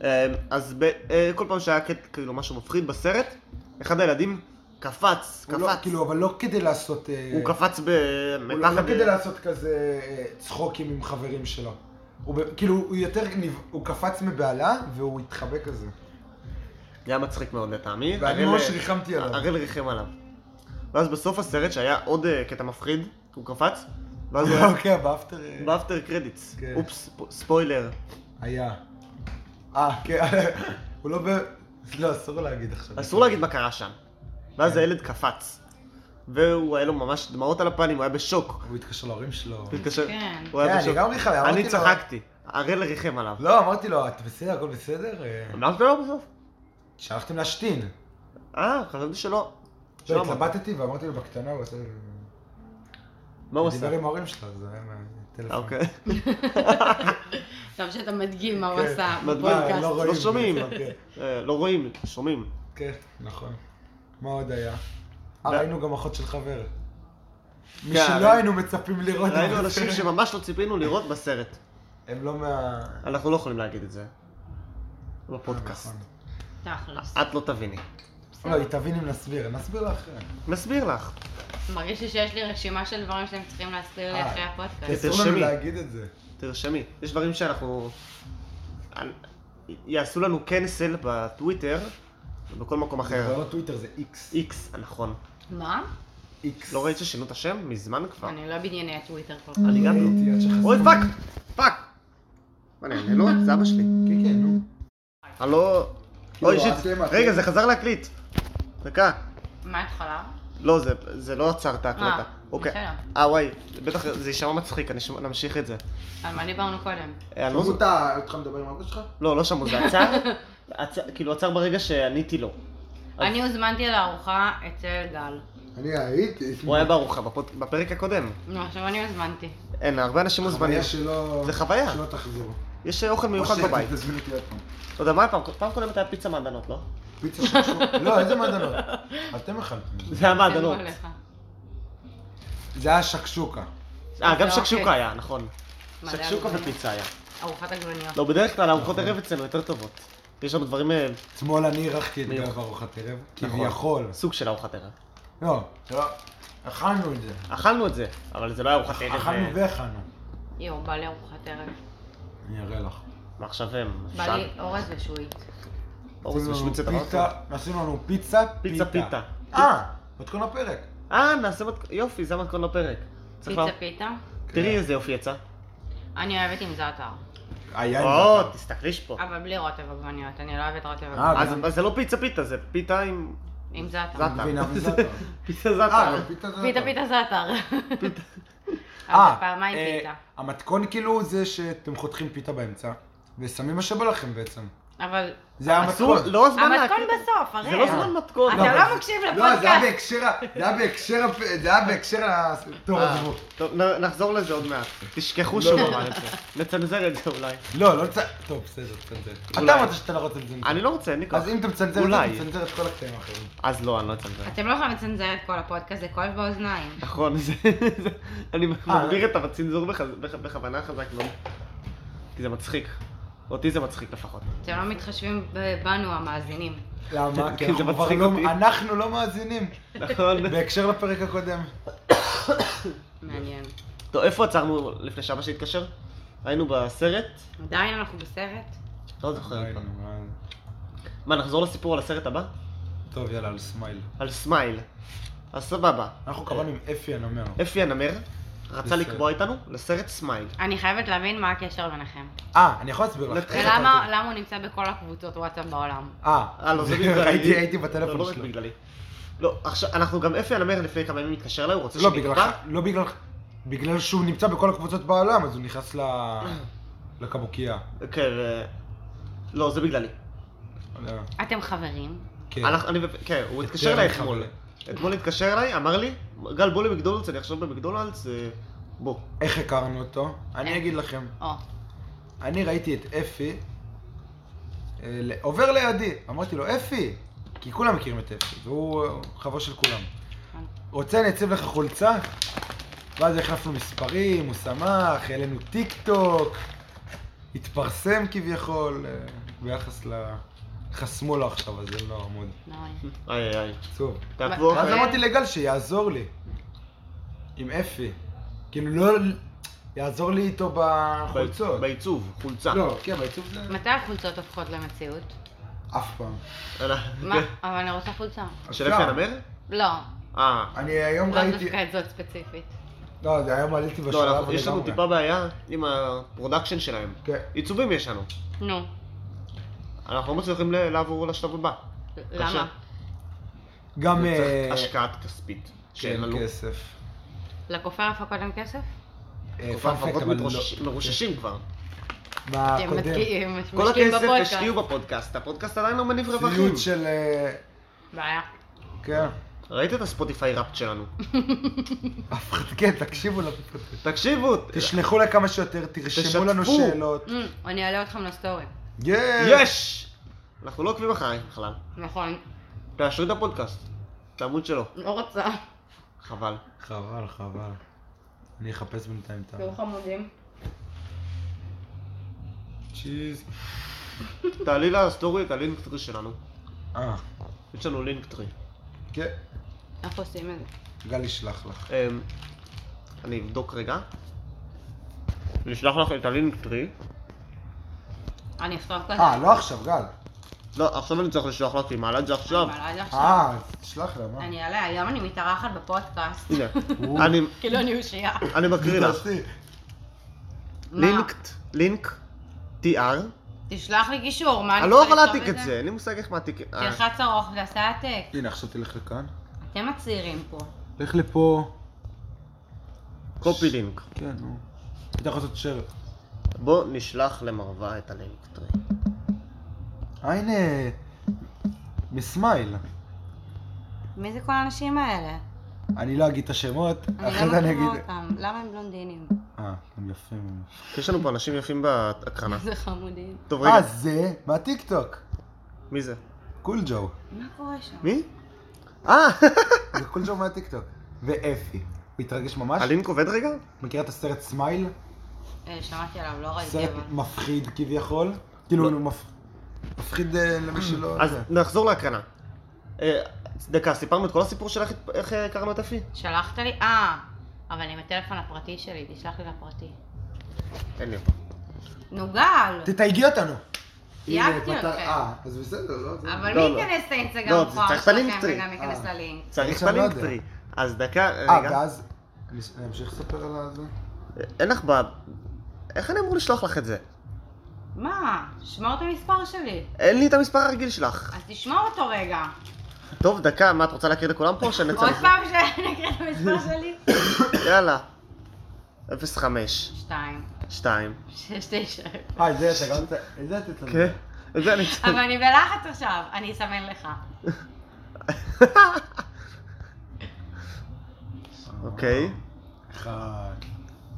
[SPEAKER 2] אמ, אז ב- אה, כל פעם שהיה קטע, כאילו משהו מפחיד בסרט, אחד הילדים קפץ,
[SPEAKER 1] הוא לא-
[SPEAKER 2] קפץ.
[SPEAKER 1] כאילו, אבל לא כדי לעשות... אה,
[SPEAKER 2] הוא קפץ ב...
[SPEAKER 1] הוא לא לא
[SPEAKER 2] מתחת ל-
[SPEAKER 1] כדי לעשות כזה אה, צחוקים עם חברים שלו. הוא ב- כאילו, הוא יותר... נב- הוא קפץ מבהלה, והוא התחבא כזה.
[SPEAKER 2] זה היה מצחיק מאוד לטעמי.
[SPEAKER 1] ואני
[SPEAKER 2] הראל- אה,
[SPEAKER 1] ממש ריחמתי עליו.
[SPEAKER 2] הראל ריחם עליו. ואז בסוף הסרט שהיה עוד אה, קטע מפחיד, הוא קפץ, ואז הוא היה
[SPEAKER 1] אוקיי, באפטר... אה,
[SPEAKER 2] באפטר קרדיטס.
[SPEAKER 1] כן.
[SPEAKER 2] אופס, ספו- ספוילר.
[SPEAKER 1] היה. אה, כן. *laughs* הוא לא ב... לא, אסור להגיד עכשיו.
[SPEAKER 2] אסור להגיד מה קרה שם.
[SPEAKER 1] כן.
[SPEAKER 2] ואז הילד קפץ. והוא היה לו ממש דמעות על הפנים, הוא היה בשוק.
[SPEAKER 1] הוא התקשר להורים שלו.
[SPEAKER 2] הוא התקשר-
[SPEAKER 3] כן.
[SPEAKER 2] הוא
[SPEAKER 1] כן,
[SPEAKER 2] היה
[SPEAKER 1] אני
[SPEAKER 2] בשוק.
[SPEAKER 1] גם ריחמתי. אמרתי
[SPEAKER 2] אני
[SPEAKER 1] לו-
[SPEAKER 2] צחקתי. הראל ריחם עליו.
[SPEAKER 1] לא, אמרתי לו, את בסדר, הכל בסדר? אה,
[SPEAKER 2] אמרת לו בסוף?
[SPEAKER 1] שלחתם להשתין.
[SPEAKER 2] אה, חשבתי שלא.
[SPEAKER 1] לא,
[SPEAKER 2] שלא אמרת.
[SPEAKER 1] התלבטתי ואמרתי לו בקטנה, הוא עשה...
[SPEAKER 2] מה הוא עושה?
[SPEAKER 1] דיבר עם ההורים שלו, זה היה
[SPEAKER 2] אה,
[SPEAKER 1] מהטלפון.
[SPEAKER 2] אוקיי.
[SPEAKER 3] עכשיו שאתה מדגים מה הוא
[SPEAKER 1] כן.
[SPEAKER 3] עשה
[SPEAKER 2] מה,
[SPEAKER 1] לא
[SPEAKER 3] בפודקאסט.
[SPEAKER 1] רואים.
[SPEAKER 2] לא שומעים.
[SPEAKER 1] אוקיי.
[SPEAKER 2] אה, לא רואים,
[SPEAKER 1] *laughs*
[SPEAKER 2] שומעים.
[SPEAKER 1] כן, נכון. מה עוד היה? אה,
[SPEAKER 2] לא.
[SPEAKER 1] ראינו גם אחות של חבר. מי
[SPEAKER 2] כן,
[SPEAKER 1] שלא
[SPEAKER 2] אבל-
[SPEAKER 1] היינו מצפים לראות.
[SPEAKER 2] ראינו
[SPEAKER 1] אבל-
[SPEAKER 2] אנשים שממש לא ציפינו לראות בסרט.
[SPEAKER 1] הם לא מה...
[SPEAKER 2] אנחנו לא יכולים להגיד את זה. בפודקאסט.
[SPEAKER 1] נכון.
[SPEAKER 3] תכלס.
[SPEAKER 2] את לא תביני.
[SPEAKER 1] לא, היא תבין אם נסביר, נסביר לה אחרי.
[SPEAKER 2] נסביר לך.
[SPEAKER 3] מרגיש לי שיש לי רשימה של דברים שאתם צריכים להסביר לי
[SPEAKER 1] אה.
[SPEAKER 3] אחרי
[SPEAKER 1] כי
[SPEAKER 3] הפודקאסט.
[SPEAKER 1] אסור לנו
[SPEAKER 2] תרשמי.
[SPEAKER 1] להגיד את זה.
[SPEAKER 2] תרשמי. יש דברים שאנחנו... אנ- יעשו לנו קנסל בטוויטר ובכל מקום
[SPEAKER 1] זה
[SPEAKER 2] אחר.
[SPEAKER 1] לא טוויטר, זה איקס.
[SPEAKER 2] איקס, נכון.
[SPEAKER 1] כן.
[SPEAKER 3] מה?
[SPEAKER 1] איקס.
[SPEAKER 2] לא ראית ששינו את השם? מזמן כבר.
[SPEAKER 3] אני לא בענייני הטוויטר כל כך.
[SPEAKER 1] אוקיי,
[SPEAKER 2] אני גם לא.
[SPEAKER 1] ראיתי עד שחזרתי.
[SPEAKER 2] אוי, פאק! פאק! מה, אני אענה לו? זה אבא שלי.
[SPEAKER 1] כן, כן, נו.
[SPEAKER 2] הלו... אוי, שיט.
[SPEAKER 1] לא, אתם- אתם-
[SPEAKER 2] רגע, זה חזר להקליט. דקה.
[SPEAKER 3] מה ההתחלה?
[SPEAKER 2] לא, זה, זה לא עצר את ההקלטה.
[SPEAKER 3] אה,
[SPEAKER 2] אוקיי.
[SPEAKER 3] בסדר.
[SPEAKER 2] אה, וואי, בטח זה יישמע מצחיק, אני שמ- נמשיך את זה.
[SPEAKER 3] על מה דיברנו קודם?
[SPEAKER 2] אה, אני לא
[SPEAKER 1] שמעו
[SPEAKER 2] זוכר-
[SPEAKER 1] את ה- אותך מדבר עם אבא שלך?
[SPEAKER 2] לא, לא
[SPEAKER 3] *laughs*
[SPEAKER 2] שמעו, זה עצר, עצר- כאילו עצר ברגע שעניתי לו. אז-
[SPEAKER 3] אני הוזמנתי לארוחה אצל גל.
[SPEAKER 1] אני הייתי.
[SPEAKER 2] הוא היה בארוחה בפוד- בפרק הקודם.
[SPEAKER 3] נו, עכשיו אני הוזמנתי.
[SPEAKER 1] אה,
[SPEAKER 2] אין, הרבה אנשים מוזמנים.
[SPEAKER 1] חוויה שלא...
[SPEAKER 2] זה חוויה.
[SPEAKER 1] שלא תחזור.
[SPEAKER 2] יש אה, אוכל מיוחד
[SPEAKER 1] או
[SPEAKER 2] בבית.
[SPEAKER 1] שתזמין אותי עוד פעם.
[SPEAKER 2] אתה יודע מה, פעם- פעם קודמת היה פיצה מעדנות, לא?
[SPEAKER 3] כן,
[SPEAKER 1] פיצה שקשור. לא, איזה מעדנות. אתם אכלתם.
[SPEAKER 2] זה היה מעדנות.
[SPEAKER 3] תנו עליך.
[SPEAKER 1] זה היה שקשוקה.
[SPEAKER 2] אה, גם
[SPEAKER 3] זה
[SPEAKER 2] שקשוקה
[SPEAKER 3] אוקיי.
[SPEAKER 2] היה, נכון.
[SPEAKER 3] מה, זה
[SPEAKER 2] שקשוקה
[SPEAKER 3] עגבניות?
[SPEAKER 2] ופיצה היה.
[SPEAKER 3] ארוחת עגבניות.
[SPEAKER 2] לא, בדרך כלל ארוחות
[SPEAKER 1] נכון.
[SPEAKER 2] ערב אצלנו יותר טובות. יש שם דברים, אה,
[SPEAKER 1] אתמול אני אירחתי את
[SPEAKER 2] מיוחד.
[SPEAKER 1] גב ארוחת ערב,
[SPEAKER 2] נכון.
[SPEAKER 1] כביכול.
[SPEAKER 2] סוג של ארוחת ערב.
[SPEAKER 1] לא, לא, אכלנו את זה.
[SPEAKER 2] אכלנו את זה, אבל זה לא היה ארוחת ערב.
[SPEAKER 1] אכלנו
[SPEAKER 2] אה,
[SPEAKER 1] ואכלנו.
[SPEAKER 3] יואו, בא לי ארוחת ערב.
[SPEAKER 1] אני אראה לך.
[SPEAKER 2] ועכשיו הם...
[SPEAKER 3] בא לי אורז ושועית.
[SPEAKER 2] אורז
[SPEAKER 1] עשינו לנו
[SPEAKER 2] ושמיצת
[SPEAKER 1] פיצה,
[SPEAKER 2] ארוחת.
[SPEAKER 1] עשינו לנו פיצה
[SPEAKER 2] פיצה פיתה.
[SPEAKER 1] אה, מתכון הפרק.
[SPEAKER 2] אה, נעשה מתכון, יופי, זה המתכון לפרק. צריך
[SPEAKER 3] פיצה
[SPEAKER 2] לה-
[SPEAKER 3] פיתה.
[SPEAKER 2] תראי איזה יופי יצא.
[SPEAKER 3] אני אוהבת עם זעתר.
[SPEAKER 1] היה עם
[SPEAKER 2] או,
[SPEAKER 1] זה.
[SPEAKER 2] תסתכלי שפה.
[SPEAKER 3] אבל בלי רוטב עגבניות, אני לא אוהבת רוטב
[SPEAKER 1] אה,
[SPEAKER 3] עגבניות.
[SPEAKER 2] אז
[SPEAKER 1] גם-
[SPEAKER 2] אז זה לא פיצה פיתה, זה פיתה עם...
[SPEAKER 3] עם זעתר.
[SPEAKER 2] זעתר.
[SPEAKER 1] גבינה
[SPEAKER 2] *laughs*
[SPEAKER 1] וזה.
[SPEAKER 2] פיצה
[SPEAKER 1] אה,
[SPEAKER 2] זאטה.
[SPEAKER 1] גם פיתה זה.
[SPEAKER 3] פיתה פיתה זעתר.
[SPEAKER 1] אה,
[SPEAKER 3] אבל פעמיים
[SPEAKER 1] אה,
[SPEAKER 3] פיתה.
[SPEAKER 1] המתכון כאילו זה שאתם חותכים פיתה באמצע, ושמים מה שבא לכם בעצם.
[SPEAKER 3] אבל
[SPEAKER 1] זה היה
[SPEAKER 2] אסור,
[SPEAKER 1] המתכון.
[SPEAKER 2] לא הזמן
[SPEAKER 3] המתכון
[SPEAKER 2] להקליט.
[SPEAKER 3] בסוף, הרי.
[SPEAKER 2] זה לא זמן
[SPEAKER 1] אה.
[SPEAKER 2] מתכון.
[SPEAKER 3] אתה
[SPEAKER 1] אבל-
[SPEAKER 3] לא מקשיב
[SPEAKER 1] לא, זה היה
[SPEAKER 3] לפודקאסט.
[SPEAKER 1] בהקשר, ה- זה היה בהקשר, הפ- זה היה בהקשר, ה- טוב,
[SPEAKER 2] אה,
[SPEAKER 1] עזבו.
[SPEAKER 2] טוב, נ- נחזור לזה עוד מעט. תשכחו
[SPEAKER 1] לא.
[SPEAKER 2] שהוא אמר את זה. נצנזר את זה אולי.
[SPEAKER 1] לא, לא לצ... טוב, בסדר, תצנזר.
[SPEAKER 2] אולי.
[SPEAKER 1] אתה אמרת שאתה לא רוצה לצנזר.
[SPEAKER 2] אני לא רוצה, אין לי כוח.
[SPEAKER 1] אז אם אתה מצנזר,
[SPEAKER 2] אולי.
[SPEAKER 1] אתה מצנזר את כל הקטעים האחרים.
[SPEAKER 2] אז לא, אני לא אצנזר.
[SPEAKER 3] אתם לא יכולים לצנזר את כל הפודקאסט, זה קול באוזניים.
[SPEAKER 2] נכון, זה... זה- אני
[SPEAKER 1] אה,
[SPEAKER 2] מגביר את הצנזור בכ- בכ- בכוונה חזק מאוד. כי זה מצחיק. אותי זה מצחיק לפחות.
[SPEAKER 3] אתם לא מתחשבים בנו המאזינים.
[SPEAKER 1] למה? כי
[SPEAKER 2] כי כן, זה
[SPEAKER 1] אנחנו כבר
[SPEAKER 2] מצחיק אותי.
[SPEAKER 1] לא, אנחנו לא
[SPEAKER 2] *laughs*
[SPEAKER 1] מאזינים. *laughs*
[SPEAKER 2] נכון.
[SPEAKER 1] בהקשר לפרק הקודם.
[SPEAKER 3] מעניין.
[SPEAKER 2] טוב, איפה עצרנו לפני שאבא שלי התקשר? היינו בסרט?
[SPEAKER 3] עדיין אנחנו בסרט?
[SPEAKER 2] לא זוכר.
[SPEAKER 1] ראינו, מה-
[SPEAKER 2] מה, נחזור לסיפור על הסרט הבא?
[SPEAKER 1] טוב, יאללה, על סמייל.
[SPEAKER 2] על סמייל. אז סבבה.
[SPEAKER 1] אנחנו קבענו עם אפי הנמר.
[SPEAKER 2] אפי הנמר רצה
[SPEAKER 1] בסדר.
[SPEAKER 2] לקבוע איתנו לסרט סמייל.
[SPEAKER 3] אני חייבת להבין מה הקשר ביניכם.
[SPEAKER 1] אה, אני יכול להסביר לך.
[SPEAKER 2] נתחיל. איך
[SPEAKER 3] ולמה למה הוא נמצא בכל הקבוצות וואטסאפ בעולם?
[SPEAKER 1] אה, *laughs*
[SPEAKER 2] אה, לא, זה
[SPEAKER 1] זה-
[SPEAKER 2] בגללי.
[SPEAKER 1] ראיתי, הייתי
[SPEAKER 2] לא, לא
[SPEAKER 1] בטלפון
[SPEAKER 2] רק
[SPEAKER 1] שלו.
[SPEAKER 2] בגללי. לא, עכשיו, אנחנו גם אפי הנמר לפני כמה ימים התקשר אליי, הוא רוצה
[SPEAKER 1] לא,
[SPEAKER 2] שנקבע.
[SPEAKER 1] בגללך, לא בגללך. בגלל שהוא נמצא בכל הקבוצות בעולם, אז הוא נכנס ל...
[SPEAKER 2] *coughs*
[SPEAKER 1] לקבוקייה.
[SPEAKER 2] כן, ו- לא, זה בגללי.
[SPEAKER 1] לא,
[SPEAKER 3] אתם חברים?
[SPEAKER 1] כן.
[SPEAKER 2] אה. אנחנו- אני ו- כן, הוא התקשר
[SPEAKER 1] יותר
[SPEAKER 2] אליי
[SPEAKER 1] מחבר.
[SPEAKER 2] אתמול. אתמול התקשר אליי, אמר לי, גל בוא למקדונלדס, אני עכשיו במקדונלדס, אה, בוא.
[SPEAKER 1] איך הכרנו אותו?
[SPEAKER 2] אה.
[SPEAKER 1] אני אגיד לכם.
[SPEAKER 3] או,
[SPEAKER 1] אני ראיתי את אפי אה, ל- עובר לידי. אמרתי לו, אפי! כי כולם מכירים את אפי, והוא אה, חבר של כולם. רוצה אני אציב לך חולצה? ואז החלפנו מספרים, הוא שמח, העלינו טיק טוק, התפרסם כביכול, אה, ביחס ל... חסמו לו עכשיו, אז אין לו עמוד.
[SPEAKER 3] נוי.
[SPEAKER 2] איי איי איי.
[SPEAKER 1] עצוב.
[SPEAKER 2] תעקבו
[SPEAKER 1] ואז
[SPEAKER 2] אחרי.
[SPEAKER 1] אמרתי לגל שיעזור לי, עם אפי. כאילו, לא... יעזור לי איתו בחולצות.
[SPEAKER 2] בעיצוב, חולצה.
[SPEAKER 1] לא, כן, בעיצוב זה...
[SPEAKER 3] מתי החולצות הופכות למציאות?
[SPEAKER 1] אף פעם.
[SPEAKER 2] אלא-
[SPEAKER 3] מה? אבל אני רוצה חולצה.
[SPEAKER 2] אה, *laughs* של
[SPEAKER 1] אפשר.
[SPEAKER 2] אפי הנמר?
[SPEAKER 3] לא,
[SPEAKER 2] אה.
[SPEAKER 1] אני היום
[SPEAKER 3] לא
[SPEAKER 1] ראיתי...
[SPEAKER 3] דווקא את זאת ספציפית.
[SPEAKER 1] לא, זה היום עליתי בשלב
[SPEAKER 2] לא, אנחנו- יש לנו
[SPEAKER 1] לגמרי.
[SPEAKER 2] טיפה בעיה עם הפרודקשן שלהם.
[SPEAKER 1] כן.
[SPEAKER 2] עיצובים יש לנו.
[SPEAKER 3] נו,
[SPEAKER 2] אנחנו לא מצליחים ל- לעבור לשלב הבא.
[SPEAKER 3] למה?
[SPEAKER 1] גם...
[SPEAKER 2] זה צריך
[SPEAKER 1] אה,
[SPEAKER 2] השקעת כספית. שאין
[SPEAKER 1] כן,
[SPEAKER 2] לנו.
[SPEAKER 1] כסף.
[SPEAKER 3] לכופר הפקות אין כסף?
[SPEAKER 1] אה,
[SPEAKER 2] כבר
[SPEAKER 1] fun fact,
[SPEAKER 2] פחות
[SPEAKER 1] אבל לא.
[SPEAKER 2] מתרוששים- מרוששים כבר.
[SPEAKER 3] כי הם
[SPEAKER 1] בקודם.
[SPEAKER 3] כן, מתקיעים, הם
[SPEAKER 2] כל
[SPEAKER 3] משקיעים
[SPEAKER 2] הכסף
[SPEAKER 3] בפודקאסט.
[SPEAKER 2] השקיעו בפודקאסט, הפודקאסט עדיין לא מניב רווחים.
[SPEAKER 1] ציוד של... אה,
[SPEAKER 3] בעיה.
[SPEAKER 1] כן.
[SPEAKER 2] ראית את הספוטיפיי ראפט שלנו.
[SPEAKER 1] אף אחד, כן, תקשיבו לפודקאסט.
[SPEAKER 2] תקשיבו,
[SPEAKER 1] תשלחו לה כמה שיותר, תרשמו
[SPEAKER 2] תשתפו.
[SPEAKER 1] לנו שאלות.
[SPEAKER 3] אמ, אני אעלה אתכם לסטורי.
[SPEAKER 1] יש!
[SPEAKER 2] יש! אנחנו לא עוקבים אחריי בכלל.
[SPEAKER 3] נכון,
[SPEAKER 2] תאשרו את הפודקאסט, את העמוד שלו.
[SPEAKER 3] לא רוצה.
[SPEAKER 2] חבל.
[SPEAKER 1] חבל, חבל. אני אחפש בינתיים את ה...
[SPEAKER 3] תראו חמודים.
[SPEAKER 1] צ'יז.
[SPEAKER 2] תעלי לסטורי את הלינק טרי שלנו.
[SPEAKER 1] אה,
[SPEAKER 2] יש לנו לינק טרי.
[SPEAKER 1] כן.
[SPEAKER 3] אנחנו עושים את זה.
[SPEAKER 1] גל ישלח לך.
[SPEAKER 2] אמ, אני אבדוק רגע. אני אשלח לך את הלינק טרי.
[SPEAKER 3] אני אכתוב כזה.
[SPEAKER 1] אה, לא עכשיו, גל.
[SPEAKER 2] לא, עכשיו אני צריך לשלוח לך, היא מעלה את זה עכשיו.
[SPEAKER 3] אני מעלה את זה עכשיו.
[SPEAKER 1] אה, אז תשלח לה, מה?
[SPEAKER 3] אני אעלה, היום אני מתארחת
[SPEAKER 2] *laughs*
[SPEAKER 3] בפודקאסט.
[SPEAKER 2] הנה,
[SPEAKER 1] או.
[SPEAKER 2] אני-
[SPEAKER 3] כאילו אני אושייה.
[SPEAKER 2] אני מקריא לך.
[SPEAKER 1] תעשי.
[SPEAKER 3] *laughs* מה?
[SPEAKER 2] לינקט, לינק, TR.
[SPEAKER 3] תשלח לי קישור, מה
[SPEAKER 2] אני
[SPEAKER 3] אני
[SPEAKER 2] לא
[SPEAKER 3] צריכה
[SPEAKER 2] יכול
[SPEAKER 3] לכתוב
[SPEAKER 2] להעתיק את זה, אין לי מושג איך מעתיק. אה,
[SPEAKER 3] תלחץ ארוך, תעשה העתק.
[SPEAKER 1] הנה, עכשיו תלך לכאן.
[SPEAKER 3] אתם הצעירים פה.
[SPEAKER 1] לך לפה.
[SPEAKER 2] קופי לינק.
[SPEAKER 1] כן, נו. אתה יכול לעשות שרף.
[SPEAKER 2] בוא נשלח למרווה את הלינק טרי.
[SPEAKER 1] אה, הנה... מסמייל.
[SPEAKER 3] מי זה כל האנשים האלה?
[SPEAKER 1] אני לא אגיד את השמות,
[SPEAKER 3] אני
[SPEAKER 1] אחרי זה
[SPEAKER 3] לא
[SPEAKER 1] אני
[SPEAKER 3] מכירה
[SPEAKER 1] אגיד...
[SPEAKER 3] אותם. למה הם בלונדינים?
[SPEAKER 1] אה, הם יפים.
[SPEAKER 2] יש לנו פה אנשים יפים
[SPEAKER 3] *laughs*
[SPEAKER 2] בהקרנה.
[SPEAKER 3] איזה חמודים.
[SPEAKER 2] טוב
[SPEAKER 1] אה,
[SPEAKER 2] רגע,
[SPEAKER 1] זה מהטיקטוק.
[SPEAKER 2] מי זה?
[SPEAKER 1] קול ג'ו.
[SPEAKER 3] מה קורה שם?
[SPEAKER 2] מי? אה,
[SPEAKER 1] זה קול ג'ו מהטיקטוק. ואפי. הוא התרגש ממש.
[SPEAKER 2] הלינק עובד רגע?
[SPEAKER 1] מכירה את הסרט סמייל?
[SPEAKER 3] אה, שמעתי עליו, לא ראיתי
[SPEAKER 1] סרט
[SPEAKER 3] אבל.
[SPEAKER 1] מפחיד כביכול. כאילו, הוא מפ- מפחיד אה,
[SPEAKER 2] *clears throat*
[SPEAKER 1] למי שלא...
[SPEAKER 2] לא. אז נחזור להקרנה. אה, דקה, סיפרנו את כל הסיפור שלך, איך- איך אה, הכרנו את אפי?
[SPEAKER 3] שלחת לי? אה, אבל עם הטלפון הפרטי שלי, תשלח לי לפרטי.
[SPEAKER 2] אין לי אותו.
[SPEAKER 3] נו גל!
[SPEAKER 1] תתייגי אותנו.
[SPEAKER 3] תייגתי
[SPEAKER 1] הנה, פתר-
[SPEAKER 3] אתכם.
[SPEAKER 1] אה, אז בסדר, לא... זה-
[SPEAKER 3] אוקיי. אבל
[SPEAKER 2] לא,
[SPEAKER 3] מי
[SPEAKER 2] לא.
[SPEAKER 3] ייכנס לאינסטגרם
[SPEAKER 2] לא,
[SPEAKER 3] פה
[SPEAKER 2] צריך את
[SPEAKER 3] שלכם
[SPEAKER 2] הלינקטרי.
[SPEAKER 3] וגם ייכנס
[SPEAKER 1] אה.
[SPEAKER 3] ללינק?
[SPEAKER 2] צריך את
[SPEAKER 1] עכשיו לא
[SPEAKER 2] הלינק
[SPEAKER 1] יודע.
[SPEAKER 2] טרי. אז דקה,
[SPEAKER 1] אה,
[SPEAKER 2] רגע.
[SPEAKER 1] ואז... אני אני אמשיך לספר על ה... זה?
[SPEAKER 2] אין לך ב... איך אני אמור לשלוח לך את זה?
[SPEAKER 3] מה? שמור את המספר שלי.
[SPEAKER 2] אין לי את המספר הרגיל שלך.
[SPEAKER 3] אז תשמור אותו רגע.
[SPEAKER 2] טוב, דקה, מה, את רוצה להקריא לכולם פה או שנצא
[SPEAKER 3] עוד
[SPEAKER 2] מזה?
[SPEAKER 3] פעם שנקריא את המספר
[SPEAKER 2] *laughs*
[SPEAKER 3] שלי?
[SPEAKER 2] יאללה. 05,
[SPEAKER 3] שתיים.
[SPEAKER 2] 2.
[SPEAKER 3] שש, תשע.
[SPEAKER 1] אה, את זה אתה גם... את זה אתה תמיד.
[SPEAKER 2] כן. זה אני
[SPEAKER 3] אבל אני בלחץ עכשיו, אני אסמן לך.
[SPEAKER 2] אוקיי.
[SPEAKER 1] אחד.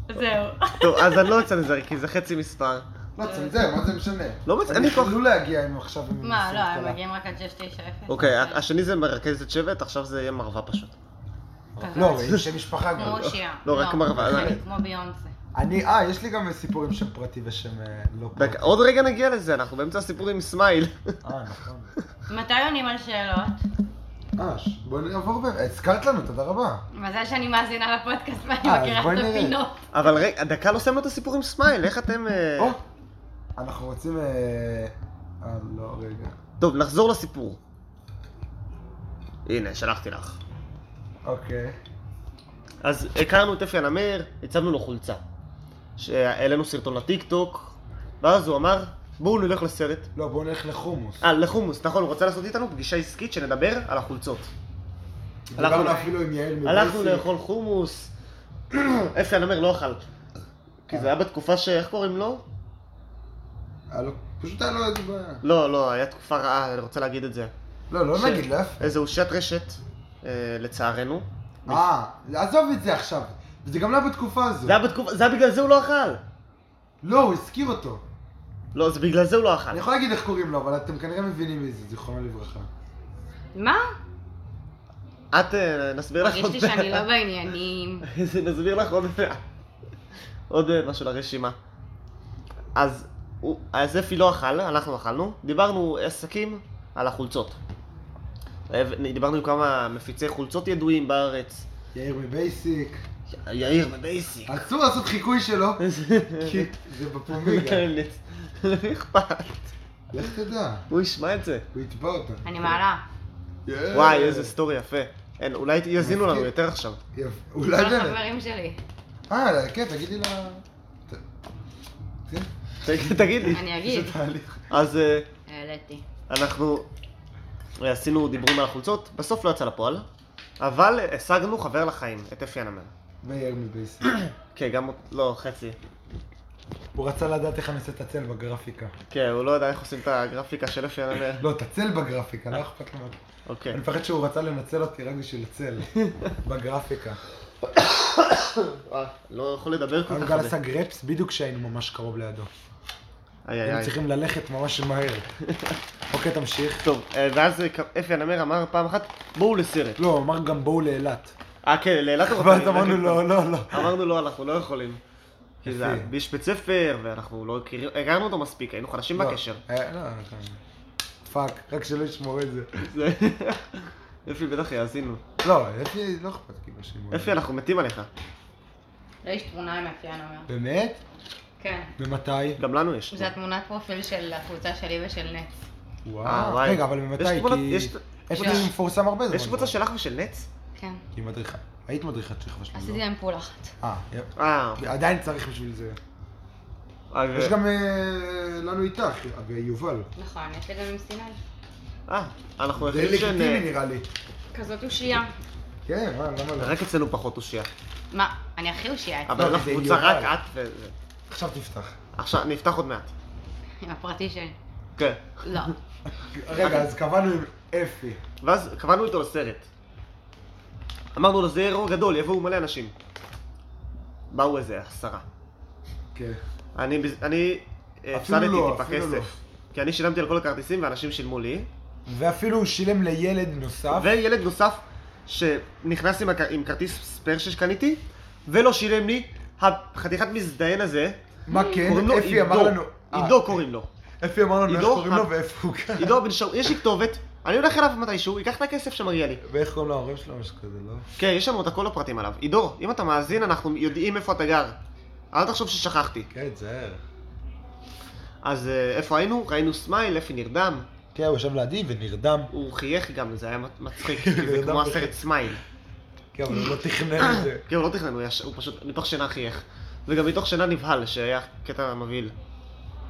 [SPEAKER 3] זהו.
[SPEAKER 2] *laughs* טוב, אז אני לא אצנזר, כי זה חצי מספר.
[SPEAKER 1] לא, צנזר, מה זה משנה?
[SPEAKER 2] לא מצ- אין לי כוח.
[SPEAKER 1] הם יכלו להגיע אם עכשיו... הם
[SPEAKER 3] מה,
[SPEAKER 1] מנסים
[SPEAKER 3] לא, הם
[SPEAKER 1] קלה.
[SPEAKER 3] מגיעים רק עד שש, תשע, אפס.
[SPEAKER 2] אוקיי, ה- השני זה מרכזת שבט, עכשיו זה יהיה מרווה פשוט.
[SPEAKER 1] לא, עם שם משפחה גם.
[SPEAKER 3] כמו שיעה.
[SPEAKER 2] לא, רק מרווה,
[SPEAKER 3] אחי,
[SPEAKER 2] לא.
[SPEAKER 3] כמו ביונסה.
[SPEAKER 1] אני, אה, יש לי גם סיפור עם שם פרטי ושם אה, לא פרטי.
[SPEAKER 2] דק- עוד רגע נגיע לזה, אנחנו באמצע הסיפור עם סמייל.
[SPEAKER 1] אה, נכון.
[SPEAKER 3] מתי עונים על שאלות?
[SPEAKER 1] אה, ש- בואי נעבור ב... הזכרת לנו, תודה רבה.
[SPEAKER 3] מזל שאני מאזינה לפודקאסט ואני
[SPEAKER 1] אה, אז
[SPEAKER 3] מכירה
[SPEAKER 1] בואי
[SPEAKER 3] את
[SPEAKER 1] נראה.
[SPEAKER 3] הפינות.
[SPEAKER 2] אבל רגע, דקה לא סיימנו את הסיפור עם סמייל, איך אתם... אה,
[SPEAKER 1] או, אנחנו רוצים... אה, אה, לא, רגע.
[SPEAKER 2] טוב, נחזור לסיפור. הנה, שלחתי לך.
[SPEAKER 1] אוקיי.
[SPEAKER 2] אז הכרנו את אפי הנמר, הצבנו לו חולצה. שהעלינו סרטון לטיקטוק, ואז הוא אמר, בואו נלך לסרט.
[SPEAKER 1] לא, בואו נלך לחומוס.
[SPEAKER 2] אה, לחומוס, נכון, הוא רוצה לעשות איתנו פגישה עסקית שנדבר על החולצות.
[SPEAKER 1] דיברנו
[SPEAKER 2] הלכנו-
[SPEAKER 1] אפילו עם יעל מבייסי.
[SPEAKER 2] הלכנו לאכול חומוס, *clears throat* אפי הנמר לא אכל. כי זה היה בתקופה ש... איך קוראים לו?
[SPEAKER 1] אה, לא, פשוט היה לו איזה בעיה.
[SPEAKER 2] לא, לא, היה תקופה רעה, אני רוצה להגיד את זה.
[SPEAKER 1] לא, לא
[SPEAKER 2] ש-
[SPEAKER 1] נגיד, לא יפה.
[SPEAKER 2] איזה אושיית רשת, אה, לצערנו.
[SPEAKER 1] אה, עזוב את זה עכשיו. זה גם לא היה בתקופה הזו.
[SPEAKER 2] זה היה בתקופה, זה היה בגלל זה הוא לא אכל.
[SPEAKER 1] לא, הוא הזכיר אותו.
[SPEAKER 2] לא, זה בגלל זה הוא לא אכל.
[SPEAKER 1] אני יכול להגיד איך קוראים לו, אבל אתם כנראה מבינים מי זה, זיכרונו לברכה.
[SPEAKER 3] מה?
[SPEAKER 2] את, אה, נסביר לך
[SPEAKER 3] מרגיש לי
[SPEAKER 2] *laughs*
[SPEAKER 3] שאני לא בעניינים.
[SPEAKER 2] אז נסביר לך עוד, עוד אה, משהו לרשימה. אז, הוא- אז אפי לא אכל, אנחנו אכלנו, דיברנו עסקים על החולצות. אה, דיברנו עם כמה מפיצי חולצות ידועים בארץ.
[SPEAKER 1] יאיר מבייסיק.
[SPEAKER 2] יאיר
[SPEAKER 3] *laughs*
[SPEAKER 2] ובייסיק.
[SPEAKER 1] אסור לעשות חיקוי שלו,
[SPEAKER 2] *laughs*
[SPEAKER 1] כי זה בפומבי
[SPEAKER 2] כן.
[SPEAKER 1] גם.
[SPEAKER 2] למי לא אכפת?
[SPEAKER 1] לך תדע,
[SPEAKER 2] הוא ישמע את זה.
[SPEAKER 1] הוא יתבע אותה.
[SPEAKER 3] אני מעלה.
[SPEAKER 1] יאי.
[SPEAKER 2] וואי, איזה סטורי יפה. אין, אולי יאזינו לנו
[SPEAKER 1] מסכים.
[SPEAKER 2] יותר עכשיו. *laughs*
[SPEAKER 1] יפ-
[SPEAKER 3] כל
[SPEAKER 1] אולי באמת. *laughs*
[SPEAKER 3] החברים שלי.
[SPEAKER 1] אה, כן, תגידי לה... ת- כן,
[SPEAKER 2] ת- תגיד לי.
[SPEAKER 3] אני אגיד.
[SPEAKER 1] זה תהליך.
[SPEAKER 2] אז אה,
[SPEAKER 3] העליתי.
[SPEAKER 2] אנחנו אה, עשינו דיבורים על החולצות, בסוף לא יצא לפועל, אבל השגנו חבר לחיים, את אפי הנמר.
[SPEAKER 1] ויאיר מבייסיק.
[SPEAKER 2] כן, גם, לא, חצי.
[SPEAKER 1] הוא רצה לדעת איך אני עושה את הצל בגרפיקה.
[SPEAKER 2] כן, הוא לא יודע איך עושים את הגרפיקה של אפי *laughs* הנמר.
[SPEAKER 1] לא, את הצל בגרפיקה, לא אכפת לו.
[SPEAKER 2] אוקיי.
[SPEAKER 1] אני מפחד שהוא רצה לנצל אותי רק בשביל הצל בגרפיקה.
[SPEAKER 2] אה, לא יכול לדבר כל
[SPEAKER 1] היום
[SPEAKER 2] כך
[SPEAKER 1] גל
[SPEAKER 2] הרבה.
[SPEAKER 1] עשה גרפס בדיוק כשהיינו ממש קרוב לידו.
[SPEAKER 2] איי, איי,
[SPEAKER 1] היינו
[SPEAKER 2] איי.
[SPEAKER 1] צריכים ללכת ממש
[SPEAKER 2] *laughs*
[SPEAKER 1] מהר. אוקיי, תמשיך.
[SPEAKER 2] טוב, אה, ואז אה, כ- אפי הנמר אמר פעם אחת, בואו לסרט.
[SPEAKER 1] לא, הוא אמר גם בואו לאילת.
[SPEAKER 2] אה, כן, לאילת הוא רוצה
[SPEAKER 1] ואז
[SPEAKER 2] להגיד.
[SPEAKER 1] אמרנו לא, לא, לא.
[SPEAKER 2] אמרנו לא, אנחנו לא יכולים. כי זה
[SPEAKER 1] יפה.
[SPEAKER 2] היה איש בית ספר, ואנחנו לא הכירים- הכרנו אותו מספיק, היינו חדשים
[SPEAKER 1] לא,
[SPEAKER 2] בקשר. *laughs*
[SPEAKER 1] אה, לא, אתה- פאק, רק שלא ישמעו את זה.
[SPEAKER 2] זה- אפי בטח יאזינו.
[SPEAKER 1] לא, אפי לא אכפת כאילו שישמעו את
[SPEAKER 2] אפי,
[SPEAKER 1] זה.
[SPEAKER 2] אנחנו מתים עליך.
[SPEAKER 3] לא יש תמונה עם אפיין אומר.
[SPEAKER 1] באמת?
[SPEAKER 3] כן.
[SPEAKER 1] ומתי?
[SPEAKER 2] גם לנו יש.
[SPEAKER 3] זו התמונת פרופיל של הקבוצה שלי ושל נץ.
[SPEAKER 1] וואו.
[SPEAKER 2] אה, וואי.
[SPEAKER 1] רגע, אבל ממתי?
[SPEAKER 2] יש תמונות-
[SPEAKER 1] כי... לא,
[SPEAKER 2] יש-
[SPEAKER 1] יש
[SPEAKER 3] יש-
[SPEAKER 1] זה מפורסם הרבה זמן.
[SPEAKER 2] יש קבוצה
[SPEAKER 1] כבר.
[SPEAKER 2] שלך ושל נץ?
[SPEAKER 3] כן.
[SPEAKER 1] כי היא מדריכה. היית מדריכת שכבה שלנו.
[SPEAKER 3] עשיתי
[SPEAKER 1] לא?
[SPEAKER 3] להם פעולה אחת.
[SPEAKER 1] אה, יפ.
[SPEAKER 2] אה,
[SPEAKER 1] עדיין צריך בשביל זה.
[SPEAKER 2] אה, ו-
[SPEAKER 1] יש גם אה, לנו איתך, ויובל.
[SPEAKER 3] נכון, יש לי גם עם סיני.
[SPEAKER 2] אה, אנחנו
[SPEAKER 1] זה
[SPEAKER 2] היחידים שהן...
[SPEAKER 1] לגיטימי
[SPEAKER 2] אה,
[SPEAKER 1] נראה לי.
[SPEAKER 3] כזאת אושייה.
[SPEAKER 1] כן, מה, למה לא?
[SPEAKER 2] רק אצלנו פחות אושייה.
[SPEAKER 3] מה, אני הכי אושייה אצלי,
[SPEAKER 2] אבל
[SPEAKER 1] לא,
[SPEAKER 2] אנחנו
[SPEAKER 1] זה
[SPEAKER 2] קבוצה
[SPEAKER 1] יובל.
[SPEAKER 2] רק את וזה.
[SPEAKER 1] עכשיו תפתח.
[SPEAKER 2] עכשיו, נפתח עוד מעט.
[SPEAKER 3] עם הפרטי ש...
[SPEAKER 1] *laughs*
[SPEAKER 2] כן.
[SPEAKER 3] לא.
[SPEAKER 1] רגע, אז קבענו עם אפי.
[SPEAKER 2] ואז קבענו איתו לסרט. אמרנו לו, זה יהיה אירוע גדול, יבואו מלא אנשים. באו איזה עשרה.
[SPEAKER 1] כן.
[SPEAKER 2] אני, בז- אני אה,
[SPEAKER 1] אפילו
[SPEAKER 2] הפסדתי
[SPEAKER 1] לא,
[SPEAKER 2] טיפה
[SPEAKER 1] אפילו
[SPEAKER 2] כסף. כי אני שילמתי על כל הכרטיסים ואנשים שילמו לי.
[SPEAKER 1] ואפילו הוא שילם לילד נוסף.
[SPEAKER 2] וילד נוסף שנכנס עם, הכ... עם כרטיס ספייר שקניתי, ולא שילם לי, החתיכת מזדיין הזה,
[SPEAKER 1] מה כן?
[SPEAKER 2] קוראים לו
[SPEAKER 1] אפי אמר
[SPEAKER 2] עידו.
[SPEAKER 1] לנו... אה,
[SPEAKER 2] עידו קוראים לו.
[SPEAKER 1] אפי אמר לנו איך
[SPEAKER 2] עידו?
[SPEAKER 1] קוראים
[SPEAKER 2] אה.
[SPEAKER 1] לו ואיפה הוא כאן.
[SPEAKER 2] עידו בן שאול, יש לי כתובת, אני הולך אליו מתישהו, ייקח את הכסף שמגיע לי.
[SPEAKER 1] ואיך קוראים לו ההורים שלו? משהו כזה, לא?
[SPEAKER 2] כן, יש לנו את הכל הפרטים עליו. עידו, אם אתה מאזין, אנחנו יודעים איפה אתה גר. אל תחשוב ששכחתי.
[SPEAKER 1] כן, תזהר.
[SPEAKER 2] אז אה, איפה היינו? ראינו סמייל, אפי נרדם.
[SPEAKER 1] כן, הוא יושב לידי ונרדם.
[SPEAKER 2] הוא חייך גם, זה היה
[SPEAKER 1] *laughs*
[SPEAKER 2] מצחיק, כי זה
[SPEAKER 1] נרדם
[SPEAKER 2] כמו
[SPEAKER 1] בחייך.
[SPEAKER 2] הסרט סמייל.
[SPEAKER 1] כן, אבל הוא לא תכנן את זה.
[SPEAKER 2] כן, הוא לא תכנן, הוא, יש... הוא פשוט מתוך שינה חייך. וגם מתוך שינה נבהל, שהיה קטע מבהיל.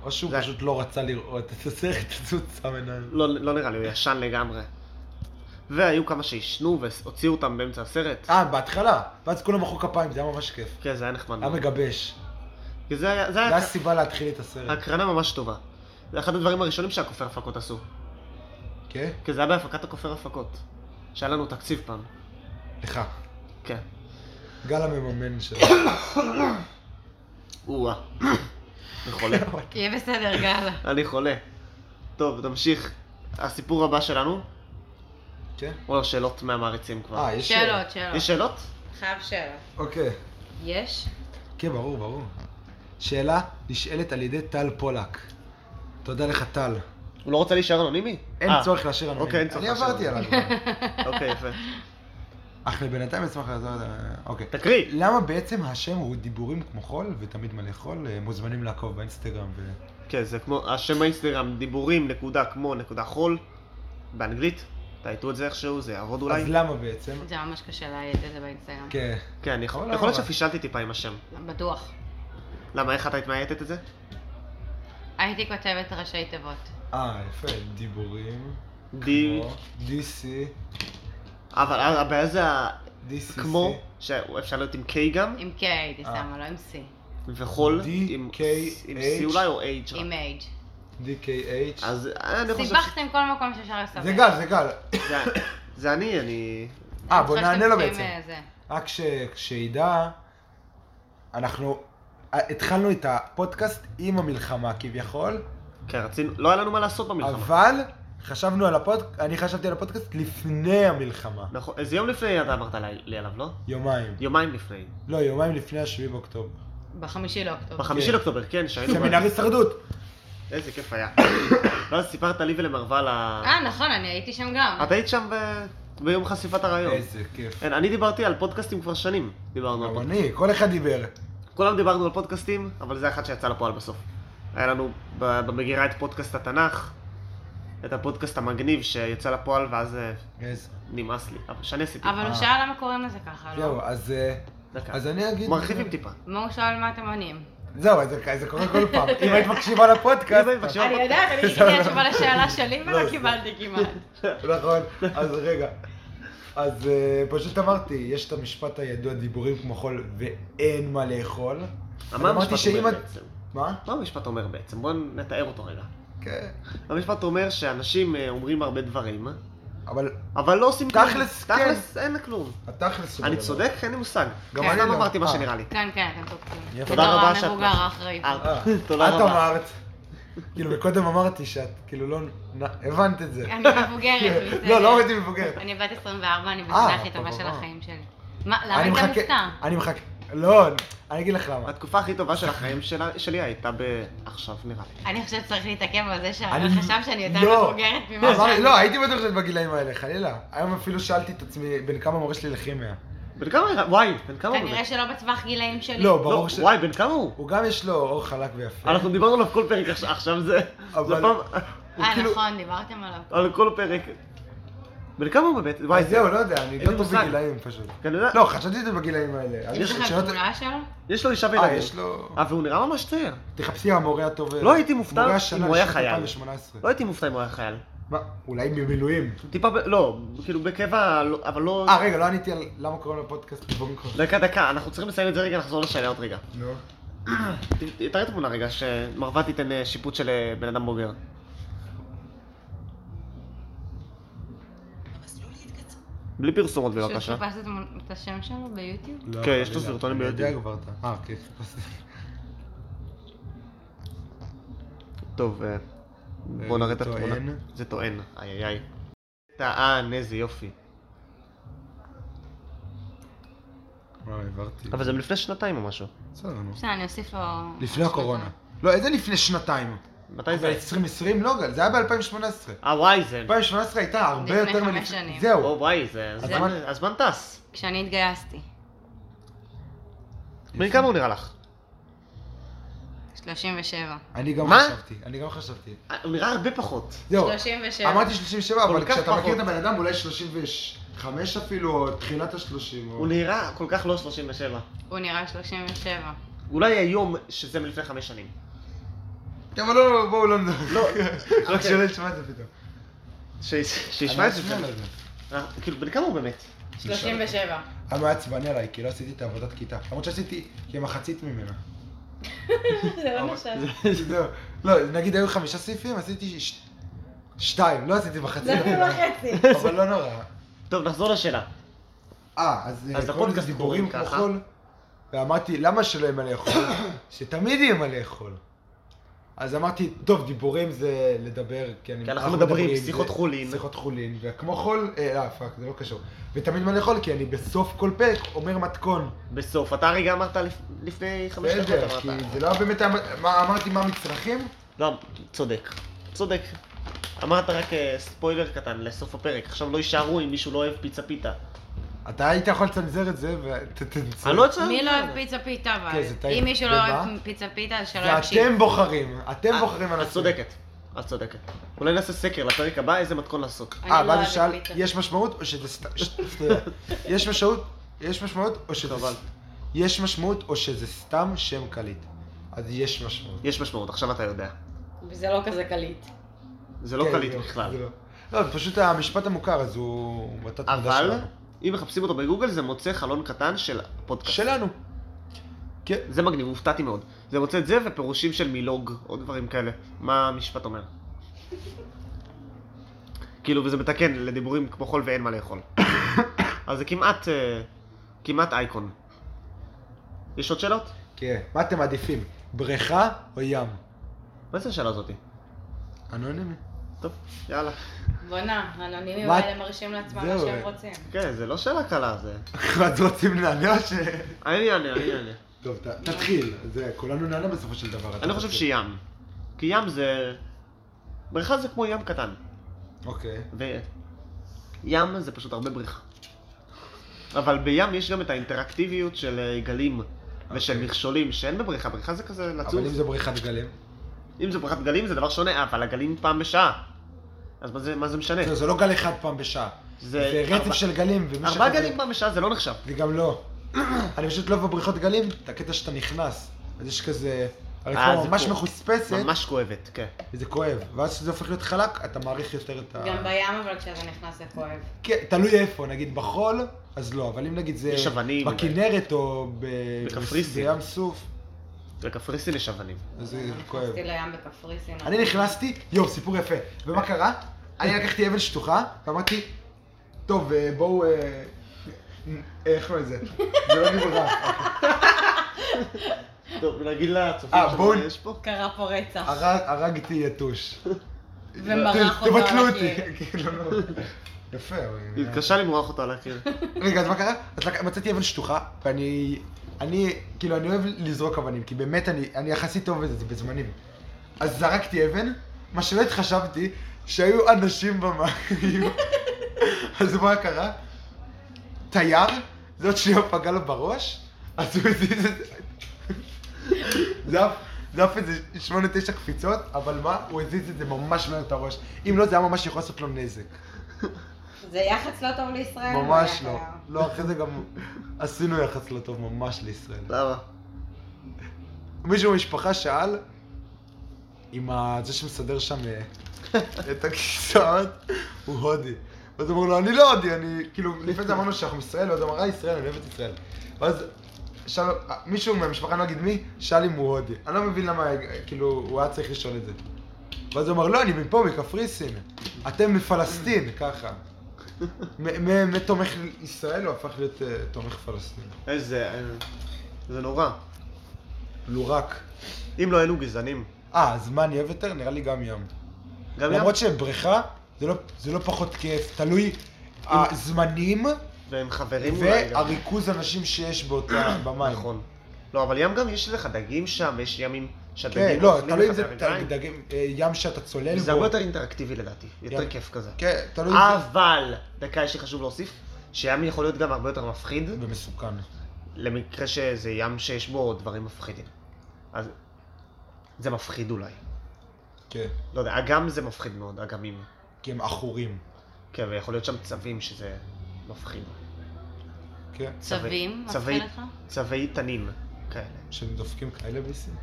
[SPEAKER 1] או שהוא
[SPEAKER 2] *coughs* זה-
[SPEAKER 1] פשוט לא רצה לראות את הסרט, אז הוא צם עיניים.
[SPEAKER 2] לא, לא נראה לי, הוא ישן לגמרי. והיו כמה שעישנו והוציאו אותם באמצע הסרט.
[SPEAKER 1] אה, בהתחלה. ואז כולם מחאו כפיים, זה היה ממש כיף.
[SPEAKER 2] כן, זה היה נחמד.
[SPEAKER 1] היה
[SPEAKER 2] מאוד.
[SPEAKER 1] מגבש.
[SPEAKER 2] כי זה היה, זה
[SPEAKER 1] זה היה
[SPEAKER 2] היה
[SPEAKER 1] סיבה להתחיל את הסרט.
[SPEAKER 2] הקרנה ממש טובה. זה אחד הדברים הראשונים שהכופר הפקות עשו.
[SPEAKER 1] כן?
[SPEAKER 2] כי זה היה בהפקת הכופר הפקות. שהיה לנו תקציב פעם.
[SPEAKER 1] לך.
[SPEAKER 2] כן.
[SPEAKER 1] גל המממן שלו.
[SPEAKER 2] או-אה. אני *laughs* חולה.
[SPEAKER 3] יהיה בסדר, גל.
[SPEAKER 2] אני חולה. טוב, תמשיך. הסיפור הבא שלנו, *coughs*
[SPEAKER 1] כן?
[SPEAKER 2] או לא, שאלות מהמעריצים כבר.
[SPEAKER 1] אה, יש...
[SPEAKER 3] שאלות, שאלות.
[SPEAKER 2] יש שאלות?
[SPEAKER 3] חייב שאלות.
[SPEAKER 1] אוקיי.
[SPEAKER 3] יש?
[SPEAKER 1] כן, ברור, ברור. שאלה נשאלת על ידי טל פולק. תודה לך, טל.
[SPEAKER 2] הוא לא רוצה להישאר אנונימי?
[SPEAKER 1] אין
[SPEAKER 2] אה,
[SPEAKER 1] צורך להשאיר אנונימי.
[SPEAKER 2] אוקיי, אין צורך
[SPEAKER 1] אני
[SPEAKER 2] להשאיר
[SPEAKER 1] עברתי עליו.
[SPEAKER 2] *laughs*
[SPEAKER 1] כבר.
[SPEAKER 2] אוקיי, יפה.
[SPEAKER 1] אך לבינתיים אשמח לעזור. אה, אוקיי.
[SPEAKER 2] תקריא.
[SPEAKER 1] למה בעצם השם הוא דיבורים כמו חול ותמיד מלא חול? אה, מוזמנים לעקוב באינסטגרם ו...
[SPEAKER 2] כן, זה כמו, השם האינסטגרם, דיבורים, נקודה כמו, נקודה חול, באנגלית. תעייתו את זה איכשהו, זה יעבוד אולי.
[SPEAKER 1] אז לא- למה בעצם?
[SPEAKER 3] זה ממש קשה להעיד את זה באינסטגרם.
[SPEAKER 1] כן.
[SPEAKER 2] כן, אני יכול
[SPEAKER 1] לא,
[SPEAKER 2] יכול להיות
[SPEAKER 1] אבל-
[SPEAKER 2] שפישלתי טיפה עם השם.
[SPEAKER 1] כן.
[SPEAKER 3] בטוח.
[SPEAKER 2] למה, איך את היית מאייתת את זה?
[SPEAKER 3] הייתי כותבת ראשי תיבות.
[SPEAKER 1] אה, יפה, דיבורים.
[SPEAKER 2] די...
[SPEAKER 1] כמו DC.
[SPEAKER 2] אבל הבעיה זה ה-
[SPEAKER 1] DCC.
[SPEAKER 2] כמו, שאפשר להיות עם K גם,
[SPEAKER 3] עם K הייתי
[SPEAKER 1] אה.
[SPEAKER 3] שמה, לא עם C.
[SPEAKER 2] וחול,
[SPEAKER 1] D,
[SPEAKER 2] עם
[SPEAKER 1] K,
[SPEAKER 2] עם C
[SPEAKER 1] H.
[SPEAKER 2] אולי, או H.
[SPEAKER 3] עם H.
[SPEAKER 1] DKH.
[SPEAKER 2] אז אה, אני חושב ש...
[SPEAKER 3] סיבכתם כל מקום שאפשר לסבך.
[SPEAKER 1] זה גל, זה גל.
[SPEAKER 2] זה- זה אני, אני...
[SPEAKER 1] אה, בוא
[SPEAKER 3] אני חושבת
[SPEAKER 1] נענה לו
[SPEAKER 3] שאתם
[SPEAKER 1] בעצם.
[SPEAKER 3] צריכים, אה, זה.
[SPEAKER 1] רק ש- שידע, אנחנו התחלנו את הפודקאסט עם המלחמה כביכול,
[SPEAKER 2] כן, רצינו, לא היה לנו מה לעשות במלחמה.
[SPEAKER 1] אבל חשבנו על הפודקאסט, אני חשבתי על הפודקאסט לפני המלחמה.
[SPEAKER 2] נכון, איזה יום לפני אתה אמרת לי לי עליו, לא?
[SPEAKER 1] יומיים.
[SPEAKER 2] יומיים לפני.
[SPEAKER 1] לא, יומיים לפני השביעי באוקטובר.
[SPEAKER 3] בחמישי לאוקטובר.
[SPEAKER 2] בחמישי
[SPEAKER 1] כן.
[SPEAKER 2] לאוקטובר, כן, שהיינו...
[SPEAKER 1] סמינר
[SPEAKER 2] ב-
[SPEAKER 1] הישרדות.
[SPEAKER 2] איזה כיף היה. *coughs* ואז סיפרת לי ולמרוול ה...
[SPEAKER 3] אה, נכון, אני הייתי שם גם.
[SPEAKER 2] את היית שם ב- ביום חשיפת הרעיון.
[SPEAKER 1] איזה נכון. כיף.
[SPEAKER 2] כן, אני דיברתי על פודקאסטים כבר שנים. דיברנו על
[SPEAKER 1] גם
[SPEAKER 2] פודקאסטים.
[SPEAKER 1] אני, כל אחד דיבר.
[SPEAKER 2] כולם דיברנו על פודקאסטים, אבל זה אחד שיצא לפועל בסוף. היה לנו ב- במגירה את פודקאסט התנ"ך, את הפודקאסט המגניב שיצא לפועל ואז אה,
[SPEAKER 1] איזה.
[SPEAKER 2] נמאס לי. אבל שאני עשיתי.
[SPEAKER 3] אבל הוא
[SPEAKER 1] אה.
[SPEAKER 3] שאל למה קוראים לזה ככה,
[SPEAKER 1] זהו,
[SPEAKER 3] לא?
[SPEAKER 1] אז אה,
[SPEAKER 2] דקה.
[SPEAKER 1] אז אני אגיד...
[SPEAKER 2] מרחיבים טיפה.
[SPEAKER 3] מה הוא שואל מה אתם עונים?
[SPEAKER 1] זהו, אז זה זה קורה כל פעם. אם היית מקשיבה לפודקאסט...
[SPEAKER 2] אם היית מקשיבה-
[SPEAKER 3] אני יודעת,
[SPEAKER 1] *laughs*
[SPEAKER 3] אני חיכיתי לתשובה לשאלה שלי
[SPEAKER 1] לא,
[SPEAKER 3] ולא
[SPEAKER 1] זה-
[SPEAKER 3] קיבלתי כמעט.
[SPEAKER 1] *laughs* נכון, אז רגע. אז אה, פשוט אמרתי, יש את המשפט הידוע, דיבורים כמו חול ואין מה לאכול.
[SPEAKER 2] מה המשפט
[SPEAKER 1] אמרתי שאם
[SPEAKER 2] אומר
[SPEAKER 1] את...
[SPEAKER 2] בעצם?
[SPEAKER 1] מה?
[SPEAKER 2] מה המשפט אומר בעצם? בואו נתאר אותו רגע.
[SPEAKER 1] כן.
[SPEAKER 2] המשפט אומר שאנשים אה, אומרים הרבה דברים,
[SPEAKER 1] אבל
[SPEAKER 2] אבל לא עושים כלום.
[SPEAKER 1] תכלס, כן.
[SPEAKER 2] תכלס, אין כלום.
[SPEAKER 1] התכלס הוא
[SPEAKER 2] אני
[SPEAKER 1] דבר.
[SPEAKER 2] צודק? אין לי מושג.
[SPEAKER 1] גם
[SPEAKER 3] כן,
[SPEAKER 1] אני
[SPEAKER 2] סתם
[SPEAKER 1] לא.
[SPEAKER 2] אמרתי מה
[SPEAKER 1] אה,
[SPEAKER 2] שנראה לי.
[SPEAKER 3] כן, כן, אתם צודקים.
[SPEAKER 2] תודה
[SPEAKER 3] בתור
[SPEAKER 2] רבה שאת-
[SPEAKER 3] המבוגר האחראי.
[SPEAKER 2] אה,
[SPEAKER 1] אה,
[SPEAKER 2] *laughs* תודה
[SPEAKER 1] את
[SPEAKER 2] רבה.
[SPEAKER 1] אמרת. כאילו, מקודם אמרתי שאת, כאילו, לא... נ- הבנת את *laughs* זה.
[SPEAKER 3] אני מבוגרת, בסדר.
[SPEAKER 1] לא, לא אמרתי מבוגרת.
[SPEAKER 3] אני בת 24, אני
[SPEAKER 1] אה,
[SPEAKER 3] בשנה הכי טובה
[SPEAKER 1] אבל
[SPEAKER 3] של
[SPEAKER 1] מה?
[SPEAKER 3] החיים שלי. מה,
[SPEAKER 1] אני
[SPEAKER 3] למה אתה
[SPEAKER 1] מחכה-
[SPEAKER 3] מופתע?
[SPEAKER 1] אני מחכה... לא, אני אגיד לך למה.
[SPEAKER 2] התקופה הכי טובה של החיים שלה- שלי הייתה ב... עכשיו נראה לי.
[SPEAKER 3] אני חושבת שצריך להתעכב על זה שאני
[SPEAKER 1] אני-
[SPEAKER 3] חשב שאני יותר
[SPEAKER 1] לא.
[SPEAKER 3] מבוגרת ממה
[SPEAKER 1] אמר-
[SPEAKER 3] שאני.
[SPEAKER 1] לא, הייתי בטוח שאת בגילאים האלה, חלילה. היום אפילו שאלתי את עצמי, בן כמה מורה שלי לכימיה.
[SPEAKER 2] בן כמה היה? וואי, בן כמה הוא?
[SPEAKER 3] כנראה שלא בטווח גילאים שלי.
[SPEAKER 1] לא,
[SPEAKER 2] לא,
[SPEAKER 1] ברור ש...
[SPEAKER 2] וואי, בן כמה הוא?
[SPEAKER 1] הוא גם יש לו אור חלק ויפה.
[SPEAKER 2] אנחנו דיברנו עליו כל פרק עכשיו- עכשיו זה...
[SPEAKER 1] אבל-
[SPEAKER 2] זה פעם...
[SPEAKER 1] הוא
[SPEAKER 3] אה,
[SPEAKER 1] כאילו-
[SPEAKER 3] נכון, דיברתם עליו.
[SPEAKER 2] על כל פרק. בן כמה הוא באמת? וואי, כן,
[SPEAKER 1] אז זהו, לא יודע, אני
[SPEAKER 2] אין
[SPEAKER 1] לא
[SPEAKER 2] לי
[SPEAKER 1] טוב
[SPEAKER 2] מושג.
[SPEAKER 1] בגילאים פשוט.
[SPEAKER 2] כנראה...
[SPEAKER 1] לא, חשבתי שזה בגילאים האלה. אז
[SPEAKER 3] יש
[SPEAKER 1] יש
[SPEAKER 3] לך
[SPEAKER 1] שאלות-
[SPEAKER 3] תמונה שלו?
[SPEAKER 2] יש לו אישה
[SPEAKER 1] אה,
[SPEAKER 2] וילדים.
[SPEAKER 1] יש לו...
[SPEAKER 2] אה, והוא נראה ממש צעיר.
[SPEAKER 1] תחפשי המורה הטוב.
[SPEAKER 2] לא הייתי מופתע
[SPEAKER 1] מורה
[SPEAKER 2] אם
[SPEAKER 1] השנה
[SPEAKER 2] הוא היה
[SPEAKER 1] לשנת
[SPEAKER 2] חייל.
[SPEAKER 1] 2018.
[SPEAKER 2] לא הייתי מופתע אם הוא היה חייל.
[SPEAKER 1] מה, אולי במילואים.
[SPEAKER 2] טיפה, ב... לא, כאילו בקבע, לא- אבל לא...
[SPEAKER 1] אה, רגע, לא עניתי על למה קוראים לפודקאסט בבונג קול.
[SPEAKER 2] דקה, דקה, אנחנו צריכים לסיים את זה רגע, נחזור לשאלה עוד רגע.
[SPEAKER 1] נו.
[SPEAKER 2] ת- תראה תמונה רגע, שמרווה תיתן אה, שיפוט של אה, בן אדם בוגר. בלי פרסומות בבקשה.
[SPEAKER 3] שהוא חיפש את מ- את השם שלו ביוטיוב?
[SPEAKER 1] לא,
[SPEAKER 2] כן, יש לו
[SPEAKER 1] חלילה.
[SPEAKER 2] סרטונים
[SPEAKER 1] אני יודע
[SPEAKER 2] ביוטיוב.
[SPEAKER 1] כבר את ה... אה, כן, חיפשתי.
[SPEAKER 2] טוב, אה, בוא נראה את
[SPEAKER 1] טוען.
[SPEAKER 2] התמונה. זה טוען, איי איי איי. טען, איזה יופי.
[SPEAKER 1] לא, העברתי.
[SPEAKER 2] אבל זה מלפני שנתיים או משהו.
[SPEAKER 1] בסדר, נו.
[SPEAKER 3] בסדר, אני אוסיף לו...
[SPEAKER 1] לפני הקורונה. לא, איזה לפני שנתיים?
[SPEAKER 2] מתי זה?
[SPEAKER 1] ב-2020? לא, גל, זה היה ב-2018.
[SPEAKER 2] אה וואי זה.
[SPEAKER 1] 2018 הייתה הרבה
[SPEAKER 3] לפני
[SPEAKER 1] יותר
[SPEAKER 3] חמש
[SPEAKER 1] מלפני-
[SPEAKER 3] שנים.
[SPEAKER 1] זהו.
[SPEAKER 2] או וואי זה.
[SPEAKER 1] זה-
[SPEAKER 2] הזמן- הזמן טס.
[SPEAKER 3] כשאני התגייסתי.
[SPEAKER 2] בן כמה הוא נראה לך?
[SPEAKER 3] 37.
[SPEAKER 1] אני גם
[SPEAKER 2] מה?
[SPEAKER 1] חשבתי, אני גם חשבתי.
[SPEAKER 2] אה, הוא נראה הרבה פחות.
[SPEAKER 1] זהו.
[SPEAKER 3] 37.
[SPEAKER 1] אמרתי 37, אבל
[SPEAKER 2] כל כך
[SPEAKER 1] כשאתה מכיר
[SPEAKER 2] פחות.
[SPEAKER 1] את הבן אדם אולי 35 אפילו, או תחילת ה-30. או-
[SPEAKER 2] הוא נראה כל כך לא 37.
[SPEAKER 3] הוא נראה 37.
[SPEAKER 2] אולי היום שזה מלפני חמש שנים.
[SPEAKER 1] *laughs* כן, אבל לא, לא, בואו לא נדבר.
[SPEAKER 2] לא,
[SPEAKER 1] רק
[SPEAKER 2] אוקיי.
[SPEAKER 1] שלא ישמע את זה פתאום.
[SPEAKER 2] ש- שישמע את זה.
[SPEAKER 1] אני מעצבן על
[SPEAKER 2] אה, כאילו, בן כמה הוא באמת?
[SPEAKER 3] 37.
[SPEAKER 1] היה מעצבני עליי, כי לא עשיתי את העבודת כיתה. למרות שעשיתי כמחצית *laughs* ממנה.
[SPEAKER 3] זה
[SPEAKER 1] אבל-
[SPEAKER 3] לא נחשב.
[SPEAKER 1] *laughs* זהו. לא, נגיד היו חמישה סעיפים, עשיתי ש- שתיים, לא עשיתי מחצית.
[SPEAKER 3] זה אפילו
[SPEAKER 1] אפילו.
[SPEAKER 3] וחצי.
[SPEAKER 1] אבל לא נורא.
[SPEAKER 2] טוב, נחזור לשאלה.
[SPEAKER 1] אה, אז
[SPEAKER 2] אז
[SPEAKER 1] קוראים לזה
[SPEAKER 2] לפודקאסט
[SPEAKER 1] דיבורים
[SPEAKER 2] קוראים
[SPEAKER 1] כמו
[SPEAKER 2] ככה.
[SPEAKER 1] חול. ואמרתי, למה שלא יהיה מה לאכול? *coughs* שתמיד יהיה מה לאכול. אז אמרתי, טוב, דיבורים זה לדבר, כי אני...
[SPEAKER 2] כי אנחנו מדברים, שיחות
[SPEAKER 1] זה-
[SPEAKER 2] חולין."
[SPEAKER 1] שיחות חולין, וכמו חול, אה, לא, פאק, זה לא קשור. ותמיד מה לאכול, כי אני בסוף כל פרק אומר מתכון.
[SPEAKER 2] בסוף, אתה הרגע אמרת לפ- לפני חמש דקות
[SPEAKER 1] בסדר, כי
[SPEAKER 2] אמרת.
[SPEAKER 1] זה לא באמת, היה- מה- אמרתי מה המצרכים,
[SPEAKER 2] לא, צודק. צודק. אמרת רק אה, ספוילר קטן לסוף הפרק. עכשיו לא יישארו אם מישהו לא אוהב פיצה פיתה.
[SPEAKER 1] אתה היית יכול לצנזר את זה, ותצנזר.
[SPEAKER 2] אני לא אצלם.
[SPEAKER 3] *laughs* מי לא אוהב פיצה פיתה אבל?
[SPEAKER 1] כן, זה טעים.
[SPEAKER 3] אם מישהו לא אוהב
[SPEAKER 1] ומה?
[SPEAKER 3] פיצה פיתה, אז שלא
[SPEAKER 1] זה
[SPEAKER 3] יקשיב.
[SPEAKER 1] אתם בוחרים, אתם בוחרים על
[SPEAKER 2] אה, את צודקת. את צודקת. אולי נעשה סקר לפרק הבא, איזה מתכון לעשות.
[SPEAKER 3] אני
[SPEAKER 1] אה,
[SPEAKER 3] לא
[SPEAKER 1] ואז הוא
[SPEAKER 3] אוהבת
[SPEAKER 1] שאל,
[SPEAKER 3] פיצה.
[SPEAKER 1] יש משמעות או שזה סתם... יש משמעות, יש משמעות או שזה...
[SPEAKER 2] חבל.
[SPEAKER 1] יש משמעות או שזה סתם שם קליט. אז יש משמעות.
[SPEAKER 2] יש משמעות, עכשיו אתה יודע.
[SPEAKER 3] וזה לא כזה קליט.
[SPEAKER 2] זה לא
[SPEAKER 1] כן,
[SPEAKER 2] קליט
[SPEAKER 1] זהו, זה
[SPEAKER 2] בכלל.
[SPEAKER 1] לא. לא, זה פשוט המשפט המוכר, אז הוא... הוא בתת מודע
[SPEAKER 2] אבל,
[SPEAKER 1] שלנו.
[SPEAKER 2] אם מחפשים אותו בגוגל, זה מוצא חלון קטן של פודקאסט.
[SPEAKER 1] שלנו. כן.
[SPEAKER 2] זה מגניב, הופתעתי מאוד. זה מוצא את זה ופירושים של מילוג, או דברים כאלה. מה המשפט אומר? כאילו, וזה מתקן לדיבורים כמו חול ואין מה לאכול. אז זה כמעט, אה, כמעט אייקון. יש עוד שאלות?
[SPEAKER 1] כן. מה אתם מעדיפים? בריכה או ים?
[SPEAKER 2] מה זה השאלה הזאתי?
[SPEAKER 1] אנונימי. *laughs*
[SPEAKER 2] טוב, יאללה.
[SPEAKER 3] בואנה, האנונימים
[SPEAKER 1] מה-
[SPEAKER 3] האלה מרשים לעצמם מה
[SPEAKER 1] זהו,
[SPEAKER 3] שהם
[SPEAKER 1] אה.
[SPEAKER 3] רוצים.
[SPEAKER 2] כן, זה לא שאלה קלה, זה...
[SPEAKER 1] אז רוצים לענה או ש...
[SPEAKER 2] אני אענה, אני אענה.
[SPEAKER 1] טוב, ת- תתחיל. זה, כולנו נענה בסופו של דבר. אתה
[SPEAKER 2] אני לא חושב
[SPEAKER 1] רוצה.
[SPEAKER 2] שים. כי ים זה... בריכה זה כמו ים קטן.
[SPEAKER 1] אוקיי.
[SPEAKER 2] וים זה פשוט הרבה בריחה. אבל בים יש גם את האינטראקטיביות של אה, גלים ושל
[SPEAKER 1] אוקיי.
[SPEAKER 2] מכשולים שאין בבריכה, בריכה זה כזה
[SPEAKER 1] אבל אם
[SPEAKER 2] לצוץ.
[SPEAKER 1] זה בריכת גלים?
[SPEAKER 2] אם זה בריכת גלים זה דבר שונה, אבל הגלים פעם בשעה. אז מה זה, מה זה משנה?
[SPEAKER 1] זה- זה לא גל אחד פעם בשעה. זה רצף
[SPEAKER 2] ארבע-
[SPEAKER 1] של גלים, ומי
[SPEAKER 2] ארבעה
[SPEAKER 1] שכזה-
[SPEAKER 2] גלים פעם בשעה זה לא נחשב.
[SPEAKER 1] זה גם לא. *clears throat* אני פשוט לא בבריכות גלים, את הקטע שאתה נכנס. אז יש כזה... הרצפה
[SPEAKER 2] אה, זה
[SPEAKER 1] ממש
[SPEAKER 2] פה.
[SPEAKER 1] מחוספסת,
[SPEAKER 2] ממש כואבת, כן.
[SPEAKER 1] וזה כואב. ואז כשזה הופך להיות חלק, אתה מעריך יותר את ה...
[SPEAKER 3] גם בים אבל כשאתה נכנס זה כואב.
[SPEAKER 1] כן, תלוי איפה, נגיד בחול, אז לא. אבל אם נגיד זה...
[SPEAKER 2] יש אבנים.
[SPEAKER 1] בכנרת או ב-
[SPEAKER 2] בקפריסין.
[SPEAKER 1] בים סוף,
[SPEAKER 2] לקפריסין יש אבנים.
[SPEAKER 1] אז זה כואב.
[SPEAKER 3] נכנסתי לים בקפריסין.
[SPEAKER 1] אני נכנסתי, יואו, סיפור יפה.
[SPEAKER 2] אה.
[SPEAKER 1] ומה קרה? אני לקחתי אבן שטוחה, ואמרתי, טוב, אה, בואו... אה, אה, איך קוראים לזה? זה לא
[SPEAKER 2] *laughs*
[SPEAKER 1] דיברה.
[SPEAKER 2] טוב, נגיד לצופים
[SPEAKER 1] אה, בואו-
[SPEAKER 2] שלנו, יש פה.
[SPEAKER 3] קרה פה רצח.
[SPEAKER 1] הרג- הרגתי יתוש.
[SPEAKER 3] ומרח אותו על
[SPEAKER 1] כן, תבטלו אותי. *laughs*
[SPEAKER 3] הקיר.
[SPEAKER 1] כאילו, לא. יפה,
[SPEAKER 2] היא
[SPEAKER 1] אבל...
[SPEAKER 2] התקשתה למרוח אותו על *laughs* הקיר.
[SPEAKER 1] רגע, אז מה קרה? אז לק- מצאתי אבן שטוחה, ואני... אני, כאילו, אני אוהב לזרוק אבנים, כי באמת אני, אני יחסית טוב בזה, זה בזמנים. אז זרקתי אבן, מה שלא התחשבתי, שהיו אנשים במים. *laughs* אז מה קרה? תייר, זאת שנייה פגע לו בראש, אז הוא הזיז את זה. זה אף- זה אף איזה שמונה, תשע קפיצות, אבל מה? הוא הזיז את זה ממש מהר את הראש. אם לא, זה היה ממש יכול לעשות לו נזק.
[SPEAKER 3] זה יח"צ לא טוב לישראל?
[SPEAKER 1] ממש
[SPEAKER 3] אבל
[SPEAKER 1] לא.
[SPEAKER 3] יקר.
[SPEAKER 1] לא, אחרי זה גם עשינו יחס לא טוב ממש לישראל.
[SPEAKER 2] למה?
[SPEAKER 1] מישהו במשפחה שאל, עם ה- זה שמסדר שם אה, את הכיסאות, הוא הודי. ואז הוא אומר לו, אני לא הודי, אני, כאילו, לפני זה אמרנו שאנחנו מישראל, ואז הוא אמר, אה, ישראל, אני אוהב את ישראל. ואז שאל, אה, מישהו מהמשפחה, אני לא אגיד מי, שאל אם הוא הודי. אני לא מבין למה, אה, כאילו, הוא היה צריך לשאול את זה. ואז הוא אמר, לא, אני מפה, מקפריסין. אתם מפלסטין, ככה. מ- מ- מתומך ישראל הוא הפך להיות אה, תומך פלסטין.
[SPEAKER 2] איזה... אה, זה נורא.
[SPEAKER 1] לורק.
[SPEAKER 2] אם לא היינו גזענים.
[SPEAKER 1] אה, אז מה אני אוהב יותר? נראה לי גם ים.
[SPEAKER 2] גם ים.
[SPEAKER 1] למרות שבריכה זה לא, זה לא פחות כיף, תלוי הזמנים
[SPEAKER 2] והם חברים אולי גם.
[SPEAKER 1] והריכוז אנשים שיש
[SPEAKER 2] *coughs*
[SPEAKER 1] באותה, במים.
[SPEAKER 2] נכון. לא, אבל ים גם יש לך דגים שם, ויש ימים
[SPEAKER 1] כן,
[SPEAKER 2] שהדגים...
[SPEAKER 1] לא,
[SPEAKER 2] אוכלים
[SPEAKER 1] תלוי
[SPEAKER 2] לך
[SPEAKER 1] אם זה
[SPEAKER 2] את הרגליים.
[SPEAKER 1] דגים- אה, ים שאתה צולל
[SPEAKER 2] זה הרבה
[SPEAKER 1] בו.
[SPEAKER 2] יותר אה, אינטראקטיבי לדעתי. יותר
[SPEAKER 1] ים.
[SPEAKER 2] כיף כזה.
[SPEAKER 1] כן, תלוי אם זה...
[SPEAKER 2] אבל, דקה יש לי חשוב להוסיף, שים יכול להיות גם הרבה יותר מפחיד,
[SPEAKER 1] ומסוכן.
[SPEAKER 2] למקרה שזה ים שיש בו דברים מפחידים. אז זה מפחיד אולי.
[SPEAKER 1] כן,
[SPEAKER 2] לא יודע, אגם זה מפחיד מאוד, אגמים.
[SPEAKER 1] כי הם עכורים.
[SPEAKER 2] כן, ויכול להיות שם צבים שזה מפחיד.
[SPEAKER 1] כן,
[SPEAKER 3] צבים?
[SPEAKER 2] צבי-
[SPEAKER 3] מפחיד אותך?
[SPEAKER 2] צווי תנין כאלה.
[SPEAKER 1] שהם דופקים כאלה ביסים.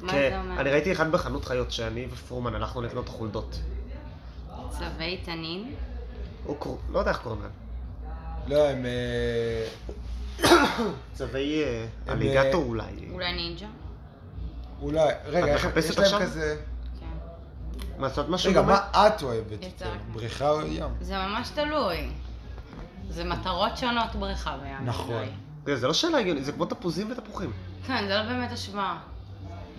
[SPEAKER 3] מה
[SPEAKER 2] כן,
[SPEAKER 3] זה אומר?
[SPEAKER 2] אני ראיתי אחד בחנות חיות שאני ופרומן הלכנו לקנות חולדות.
[SPEAKER 3] צבי תנין?
[SPEAKER 2] או קור... לא יודע איך קוראים להם.
[SPEAKER 1] לא, הם... אה,
[SPEAKER 2] צווי אה,
[SPEAKER 1] הם,
[SPEAKER 2] אליגטור
[SPEAKER 1] אה,
[SPEAKER 2] אולי.
[SPEAKER 3] אולי נינג'ה?
[SPEAKER 1] אולי... רגע, איך-
[SPEAKER 2] מחפשת
[SPEAKER 1] יש להם
[SPEAKER 2] עכשיו?
[SPEAKER 1] כזה...
[SPEAKER 3] כן.
[SPEAKER 2] לעשות משהו
[SPEAKER 1] רגע,
[SPEAKER 2] דומה?
[SPEAKER 1] מה את אוהבת
[SPEAKER 3] יצא
[SPEAKER 1] יותר?
[SPEAKER 3] רק מה.
[SPEAKER 1] בריכה או ים?
[SPEAKER 3] זה ממש תלוי. זה מטרות שונות בריכה בים.
[SPEAKER 1] נכון.
[SPEAKER 3] בעיניי.
[SPEAKER 2] זה- זה לא שאלה הגיונית, זה כמו תפוזים ותפוחים.
[SPEAKER 3] כן, זה לא באמת השוואה.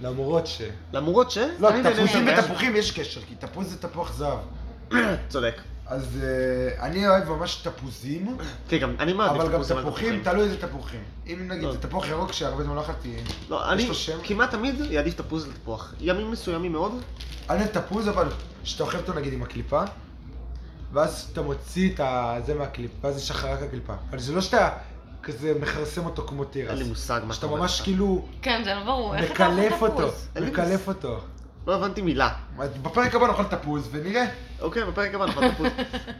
[SPEAKER 1] למרות ש...
[SPEAKER 2] למרות ש...
[SPEAKER 1] לא,
[SPEAKER 2] אני נהנה
[SPEAKER 1] תפוזים
[SPEAKER 2] מזה.
[SPEAKER 1] ותפוחים יש קשר, כי תפוז זה תפוח זהב.
[SPEAKER 2] *coughs* צודק.
[SPEAKER 1] אז אה, אני אוהב ממש תפוזים,
[SPEAKER 2] כן, גם אני מעדיף
[SPEAKER 1] אבל גם
[SPEAKER 2] תפוזים על
[SPEAKER 1] תפוחים, תלוי איזה תפוחים. אם נגיד
[SPEAKER 2] לא.
[SPEAKER 1] זה תפוח ירוק שהרבה זמן לא אכלתי,
[SPEAKER 2] לא, אני
[SPEAKER 1] לו שם?
[SPEAKER 2] כמעט תמיד אעדיף תפוז על תפוח. ימים מסוימים מאוד,
[SPEAKER 1] אני אוהב תפוז, אבל שאתה אוכל אותו נגיד עם הקליפה, ואז אתה מוציא את ה- זה מהקליפה, ואז יש לך רק הקליפה. אבל זה לא שאתה כזה מכרסם אותו כמו
[SPEAKER 2] אין
[SPEAKER 1] תירס.
[SPEAKER 2] לי מושג מה
[SPEAKER 1] שאתה
[SPEAKER 2] אומר
[SPEAKER 1] ממש
[SPEAKER 2] לך.
[SPEAKER 1] כאילו
[SPEAKER 3] כן, זה לא ברור. איך אתה אוכל
[SPEAKER 1] מקלף אותו,
[SPEAKER 3] תפוז?
[SPEAKER 2] אין לי
[SPEAKER 1] מקלף
[SPEAKER 2] מושג.
[SPEAKER 1] אותו.
[SPEAKER 2] לא הבנתי מילה.
[SPEAKER 1] אז בפרק הבא נאכל תפוז ונראה.
[SPEAKER 2] אוקיי, בפרק הבא נאכל תפוז.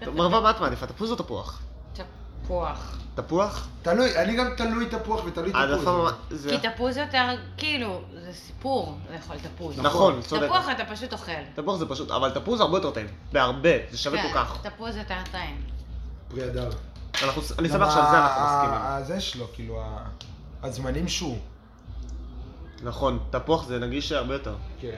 [SPEAKER 2] טוב, מרווה, מה את מעדיפה, תפוז או תפוח?
[SPEAKER 3] תפוח.
[SPEAKER 2] תפוח? תפוח?
[SPEAKER 1] תלוי, אני גם תלוי תפוח ותלוי תפוז.
[SPEAKER 2] העדפה ממש... אה, זה-
[SPEAKER 3] כי תפוז יותר, כאילו, זה סיפור לאכול תפוז.
[SPEAKER 2] נכון, צודק.
[SPEAKER 3] תפוח אתה פשוט אוכל.
[SPEAKER 2] תפוח זה פשוט, אבל תפוז הרבה יותר טעים. בהרבה, זה שווה כל כך.
[SPEAKER 3] כן, תפוז יותר טעים.
[SPEAKER 1] פרי הדר.
[SPEAKER 2] אנחנו- אני שמח שעל זה אנחנו מסכימים.
[SPEAKER 1] זה שלו, כאילו, ה- הזמנים שהוא.
[SPEAKER 2] נכון, תפוח זה נגיש הרבה יותר.
[SPEAKER 1] כן.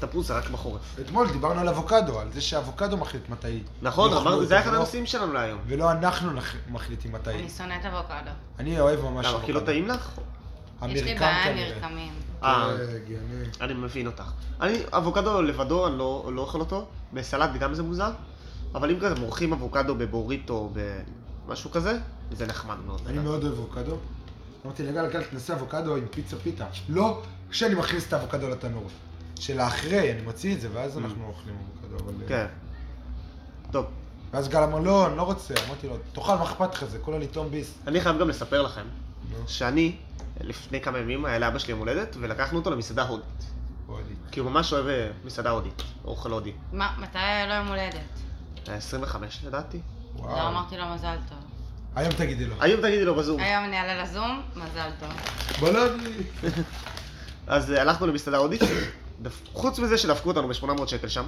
[SPEAKER 2] תפוז זה רק בחורף.
[SPEAKER 1] אתמול דיברנו על אבוקדו, על זה שאבוקדו מחליט מתי.
[SPEAKER 2] נכון,
[SPEAKER 1] יאכלו
[SPEAKER 2] אמרנו,
[SPEAKER 1] אותו,
[SPEAKER 2] זה היה אחד
[SPEAKER 1] ולא-
[SPEAKER 2] הנושאים שלנו להיום.
[SPEAKER 1] ולא אנחנו נח- מחליטים מתי.
[SPEAKER 3] אני שונאת אבוקדו.
[SPEAKER 1] אני אוהב ממש
[SPEAKER 2] למה, כי לא טעים לך?
[SPEAKER 3] יש לי בעיה עם מרקמים.
[SPEAKER 2] אה,
[SPEAKER 1] כן, הגיוני.
[SPEAKER 2] אני מבין אותך. אני, אבוקדו לבדו, אני לא, לא אוכל אותו. בסלט גם זה מוזר. אבל אם כזה מורחים אבוקדו בבוריטו או במשהו כזה, זה נחמד מאוד.
[SPEAKER 1] אני מאוד אוהב אבוקדו. אמרתי לגל גל, תנסה אבוקדו עם פיצה פיתה. לא כשאני מכניס את האבוקדו לתנור. שלאחרי, אני מוציא את זה, ואז
[SPEAKER 2] Mm.
[SPEAKER 1] אנחנו אוכלים אבוקדו. אבל- אה,
[SPEAKER 2] כן. טוב,
[SPEAKER 1] ואז גל אמר, לא, אני לא רוצה. אמרתי לו, תאכל, מה אכפת לך? זה כולה לטעום ביס. לא,
[SPEAKER 2] אני חייב גם לספר לכם
[SPEAKER 1] נו,
[SPEAKER 2] שאני, לפני כמה ימים, היה לאבא שלי יום הולדת, ולקחנו אותו למסעדה הודית.
[SPEAKER 1] בואי.
[SPEAKER 2] כי הוא ממש אוהב אה, מסעדה הודית, אוכל הודי.
[SPEAKER 3] מה, מתי היה לו יום הולדת?
[SPEAKER 2] היה 25 לדעתי.
[SPEAKER 1] וואו.
[SPEAKER 3] לא אמרתי לו מזל טוב.
[SPEAKER 1] היום תגידי לו.
[SPEAKER 2] היום תגידי לו בזום.
[SPEAKER 3] היום אני אעלה לזום, מזל טוב.
[SPEAKER 1] בלעדי.
[SPEAKER 2] אז אה, הלכנו למסעדה הודית, דפ- חוץ מזה שדפקו אותנו ב-800 שקל שם.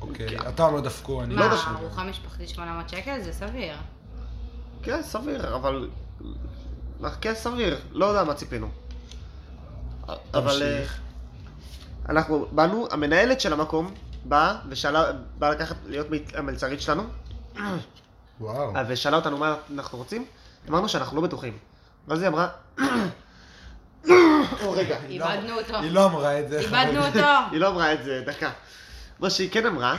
[SPEAKER 1] אוקיי,
[SPEAKER 2] כן.
[SPEAKER 1] אתה לא דפקו, אני לא
[SPEAKER 3] מה,
[SPEAKER 1] דפקו.
[SPEAKER 3] ארוחה משפחתית 800 שקל? זה סביר.
[SPEAKER 2] כן, סביר, אבל... כן, סביר, לא יודע מה ציפינו. אבל אה,
[SPEAKER 1] תמשיך.
[SPEAKER 2] אנחנו באנו, המנהלת של המקום באה ושאלה, באה לקחת, להיות מ- המלצרית שלנו,
[SPEAKER 1] וואו.
[SPEAKER 2] אה, ושאלה אותנו מה אנחנו רוצים, אמרנו שאנחנו לא בטוחים. ואז היא אמרה, אה, או רגע,
[SPEAKER 1] היא לא-
[SPEAKER 3] איבדנו אותו.
[SPEAKER 1] היא לא אמרה את זה.
[SPEAKER 3] איבדנו
[SPEAKER 1] חברים.
[SPEAKER 3] אותו.
[SPEAKER 2] היא לא אמרה את זה, דקה. מה שהיא כן אמרה,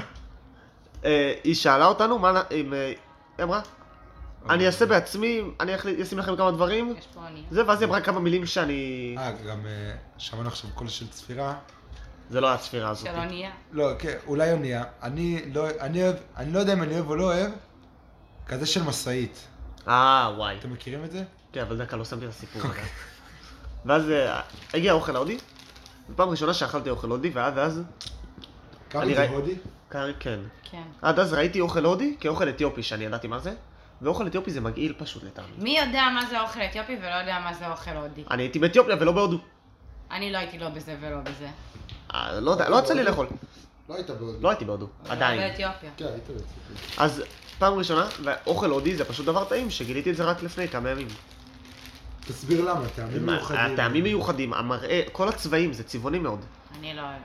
[SPEAKER 2] אה, היא שאלה אותנו מה, נ- אם, אה, היא אמרה, אני אעשה בעצמי, אני אחליט- אשים לכם כמה
[SPEAKER 1] לא-
[SPEAKER 2] דברים,
[SPEAKER 3] יש פה אונייה.
[SPEAKER 2] זה, ואז היא אמרה כמה מילים שאני...
[SPEAKER 1] אה, גם אה, שמענו עכשיו קול של צפירה.
[SPEAKER 2] זה לא הספירה הזאת.
[SPEAKER 3] של אונייה.
[SPEAKER 1] לא, כן, אולי אונייה. אני לא אני אוהב, אני לא יודע אם אני אוהב או לא אוהב, כזה של משאית.
[SPEAKER 2] אה, וואי.
[SPEAKER 1] אתם מכירים את זה?
[SPEAKER 2] כן, אבל דקה, לא שמתי את הסיפור. ואז אה, הגיע האוכל ההודי, ופעם ראשונה שאכלתי אוכל הודי, ועד אז,
[SPEAKER 1] כמה
[SPEAKER 2] אני
[SPEAKER 1] זה
[SPEAKER 2] ראי-
[SPEAKER 1] הודי?
[SPEAKER 2] קר- כן.
[SPEAKER 3] כן.
[SPEAKER 2] עד אז ראיתי אוכל הודי כאוכל אתיופי, שאני ידעתי מה זה, ואוכל אתיופי זה מגעיל פשוט לטעמי.
[SPEAKER 3] מי יודע מה זה אוכל אתיופי ולא יודע מה זה אוכל הודי?
[SPEAKER 2] אני הייתי באתיופיה ולא בהודו.
[SPEAKER 3] אני לא הייתי לא בזה ולא בזה.
[SPEAKER 2] אה, לא יודע, לא יצא לי לאכול.
[SPEAKER 4] לא היית בעוד.
[SPEAKER 2] לא הייתי בהודו,
[SPEAKER 3] אני
[SPEAKER 2] עדיין.
[SPEAKER 3] באתיופיה.
[SPEAKER 4] כן, היית בעצם.
[SPEAKER 2] אז פעם ראשונה, ואוכל הודי זה פשוט דבר טעים, שגיליתי את זה רק לפני כמה ימים.
[SPEAKER 1] תסביר למה, טעמים
[SPEAKER 2] מה,
[SPEAKER 1] מיוחדים.
[SPEAKER 2] הטעמים מיוחדים, המראה, כל הצבעים, זה צבעוני מאוד.
[SPEAKER 3] אני לא אוהבת.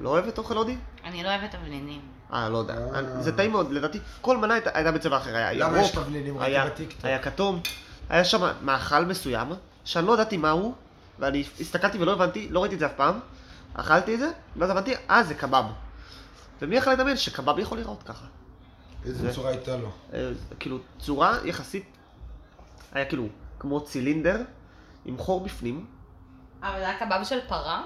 [SPEAKER 2] לא אוהבת אוכל הודי?
[SPEAKER 3] אני לא אוהבת תבלינים.
[SPEAKER 2] אה, לא יודע.
[SPEAKER 1] אה.
[SPEAKER 2] אני- זה טעים מאוד, לדעתי. כל מנה הייתה- הייתה בצבע אחר, היה
[SPEAKER 1] למה יש
[SPEAKER 2] ירוק,
[SPEAKER 1] תבלינים רק
[SPEAKER 2] היה-
[SPEAKER 1] בטיקטוק?
[SPEAKER 2] היה כתום, היה שם מאכל מסוים, שאני לא ידעתי מהו, ואני הסתכלתי ולא הבנתי, לא ראיתי את זה אף פעם, אכלתי את זה, ואז הבנתי, אה, זה קבב. ומי יכול לדמיין שקבב יכול להיראות ככה?
[SPEAKER 1] איזה
[SPEAKER 2] זה-
[SPEAKER 1] צורה הייתה לו?
[SPEAKER 2] אה, כאילו, צורה יחסית, היה כאילו כמו צילינדר, עם חור בפנים,
[SPEAKER 3] אבל זה היה קבב של פרה?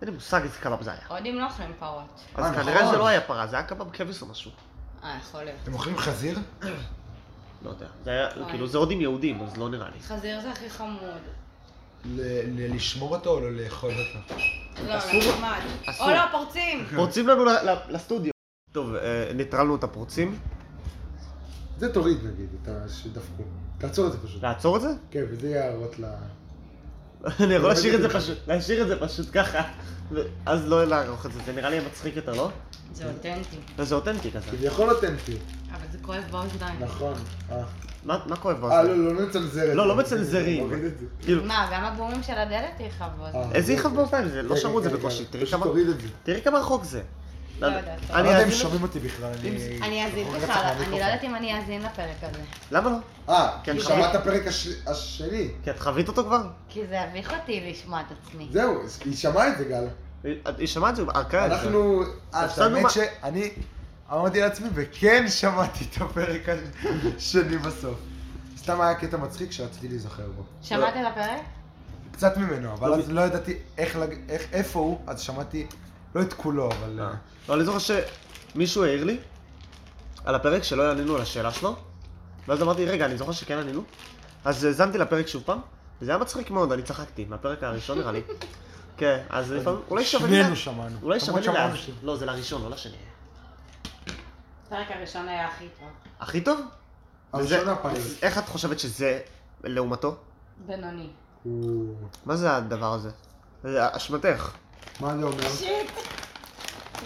[SPEAKER 2] אין לי מושג איזה קבב זה היה.
[SPEAKER 3] הודים לא אוכלים פרות.
[SPEAKER 2] אז
[SPEAKER 1] אה,
[SPEAKER 2] כנראה
[SPEAKER 1] נכון.
[SPEAKER 2] זה לא היה פרה, זה היה קבב כבש או משהו.
[SPEAKER 3] אה, יכול להיות.
[SPEAKER 1] אתם אוכלים חזיר?
[SPEAKER 2] לא יודע. זה היה,
[SPEAKER 3] וואי.
[SPEAKER 2] כאילו, זה הודים יהודים, אז לא נראה לי.
[SPEAKER 3] חזיר זה הכי חמוד.
[SPEAKER 1] ל- ל- לשמור אותו או לא לאכול אותו?
[SPEAKER 3] לא,
[SPEAKER 2] אסור.
[SPEAKER 3] נחמד.
[SPEAKER 2] אסור.
[SPEAKER 3] או לא, פורצים!
[SPEAKER 2] פורצים לנו ל- ל- לסטודיו. כן. טוב, אה, ניטרלנו את הפורצים.
[SPEAKER 4] זה תוריד נגיד, את ה- שדפקו. תעצור את זה פשוט.
[SPEAKER 2] לעצור את *laughs* זה?
[SPEAKER 4] כן, וזה יהיה הערות ל...
[SPEAKER 2] אני יכול להשאיר את זה פשוט, להשאיר את זה פשוט ככה. ו- אז לא לערוך את זה, זה נראה לי מצחיק יותר, לא?
[SPEAKER 3] זה אותנטי.
[SPEAKER 2] וזה אותנטי כזה.
[SPEAKER 4] כביכול אותנטי.
[SPEAKER 3] אבל זה כואב באוזניים.
[SPEAKER 4] נכון. אה,
[SPEAKER 2] מה מה כואב
[SPEAKER 4] אה, לא,
[SPEAKER 2] באוזניים?
[SPEAKER 4] לא נצנזר את זה.
[SPEAKER 2] לא, לא מצנזרים.
[SPEAKER 4] נוריד את זה.
[SPEAKER 2] כאילו,
[SPEAKER 3] מה, גם הבומים של הדלת יכאב באוזניים.
[SPEAKER 4] אה,
[SPEAKER 2] איזה
[SPEAKER 4] אוקיי.
[SPEAKER 2] יכאב באוזניים? זה- לא
[SPEAKER 4] רגע,
[SPEAKER 2] שמעו את זה
[SPEAKER 4] רגע,
[SPEAKER 2] בקושי.
[SPEAKER 4] רגע,
[SPEAKER 2] תראי
[SPEAKER 4] פשוט
[SPEAKER 2] כמה-
[SPEAKER 4] תוריד את זה.
[SPEAKER 2] תראי כמה רחוק זה.
[SPEAKER 3] לא יודעת.
[SPEAKER 2] אני
[SPEAKER 1] אני לא יודע אם
[SPEAKER 2] אאזין לו?
[SPEAKER 1] שומעים אותי בכלל, אני...
[SPEAKER 3] אני
[SPEAKER 4] אה,
[SPEAKER 3] אאזין
[SPEAKER 1] רצח
[SPEAKER 3] בכלל, אני
[SPEAKER 1] מהמיקרופון.
[SPEAKER 3] לא יודעת אם אני אאזין לפרק הזה.
[SPEAKER 2] למה לא?
[SPEAKER 4] אה,
[SPEAKER 2] כן,
[SPEAKER 4] כי
[SPEAKER 2] כן.
[SPEAKER 4] שמעת הפרק הש- השני.
[SPEAKER 2] כי את חווית אותו כבר?
[SPEAKER 3] כי זה הביך אותי לשמוע את עצמי.
[SPEAKER 4] זהו, היא שמעה את זה, גל.
[SPEAKER 2] היא- היא שמעה את זה, ארכה את כן, זה.
[SPEAKER 4] אנחנו...
[SPEAKER 1] אה,
[SPEAKER 2] הפסדנו
[SPEAKER 1] האמת
[SPEAKER 2] מה-
[SPEAKER 1] שאני אמרתי לעצמי, וכן שמעתי את הפרק השני בסוף. סתם היה קטע מצחיק שרציתי להיזכר בו.
[SPEAKER 3] שמעת את הפרק?
[SPEAKER 1] קצת ממנו, אבל
[SPEAKER 2] לא
[SPEAKER 1] אז לא ידעתי איך, לג- איך- איפה הוא, אז שמעתי, לא את כולו, אבל...
[SPEAKER 2] אה.
[SPEAKER 1] אה,
[SPEAKER 2] לא, אני זוכר שמישהו העיר לי על הפרק שלא ענינו על השאלה שלו, ואז אמרתי, רגע, אני זוכר שכן ענינו, אז האזנתי לפרק שוב פעם, וזה היה מצחיק מאוד, אני צחקתי, מהפרק הראשון נראה לי. כן, אז לפעמים, אולי שווה לי... לה-
[SPEAKER 1] שנינו שמענו.
[SPEAKER 2] אולי שווה
[SPEAKER 1] למרות
[SPEAKER 2] לי
[SPEAKER 1] שאמרנו
[SPEAKER 2] לה...
[SPEAKER 1] ש-
[SPEAKER 2] לא, זה לראשון, לא לשני.
[SPEAKER 3] הפרק הראשון היה הכי טוב.
[SPEAKER 2] הכי טוב?
[SPEAKER 4] הראשון
[SPEAKER 2] וזה-
[SPEAKER 4] הפיילוט.
[SPEAKER 2] איך את חושבת שזה לעומתו?
[SPEAKER 3] בינוני.
[SPEAKER 4] הוא...
[SPEAKER 2] מה זה הדבר הזה? זה אשמתך.
[SPEAKER 4] מה זה אומר?
[SPEAKER 3] שיט!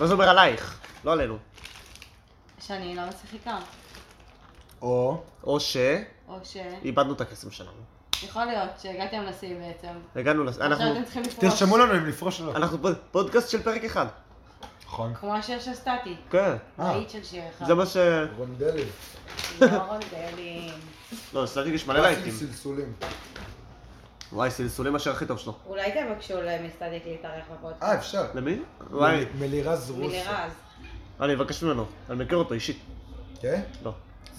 [SPEAKER 2] מה זה אומר עלייך? לא עלינו.
[SPEAKER 3] שאני לא מצחיקה.
[SPEAKER 1] או...
[SPEAKER 2] או שאיבדנו
[SPEAKER 3] או
[SPEAKER 2] את
[SPEAKER 3] ש...
[SPEAKER 2] הקסם שלנו.
[SPEAKER 3] יכול להיות שהגעתם לשיא בעצם.
[SPEAKER 2] הגענו לס...
[SPEAKER 3] עכשיו
[SPEAKER 2] אנחנו...
[SPEAKER 3] אתם צריכים לפרוש.
[SPEAKER 1] תרשמו לנו אם לפרוש או לא.
[SPEAKER 2] אנחנו פוד- פודקאסט של פרק אחד.
[SPEAKER 1] נכון.
[SPEAKER 3] כמו השיר של סטטי.
[SPEAKER 2] כן.
[SPEAKER 1] אה.
[SPEAKER 3] רהיט של שיר אחד.
[SPEAKER 2] זה מה ש...
[SPEAKER 4] רונדלים.
[SPEAKER 3] ירון דלי.
[SPEAKER 2] לא, סטטיק יש מלא
[SPEAKER 4] פסים
[SPEAKER 2] לייקים.
[SPEAKER 4] סלסולים.
[SPEAKER 2] וואי, סלסולים השיר הכי טוב שלו.
[SPEAKER 3] אולי תבקשו למסטדיק להתארח
[SPEAKER 4] אה,
[SPEAKER 3] בפודקאסט.
[SPEAKER 4] אפשר.
[SPEAKER 2] למי? וואי.
[SPEAKER 1] מ- מלירז רוס.
[SPEAKER 3] מלירז.
[SPEAKER 2] אני אבקש ממנו. אני מכיר אותו אישית.
[SPEAKER 1] כן?
[SPEAKER 2] לא.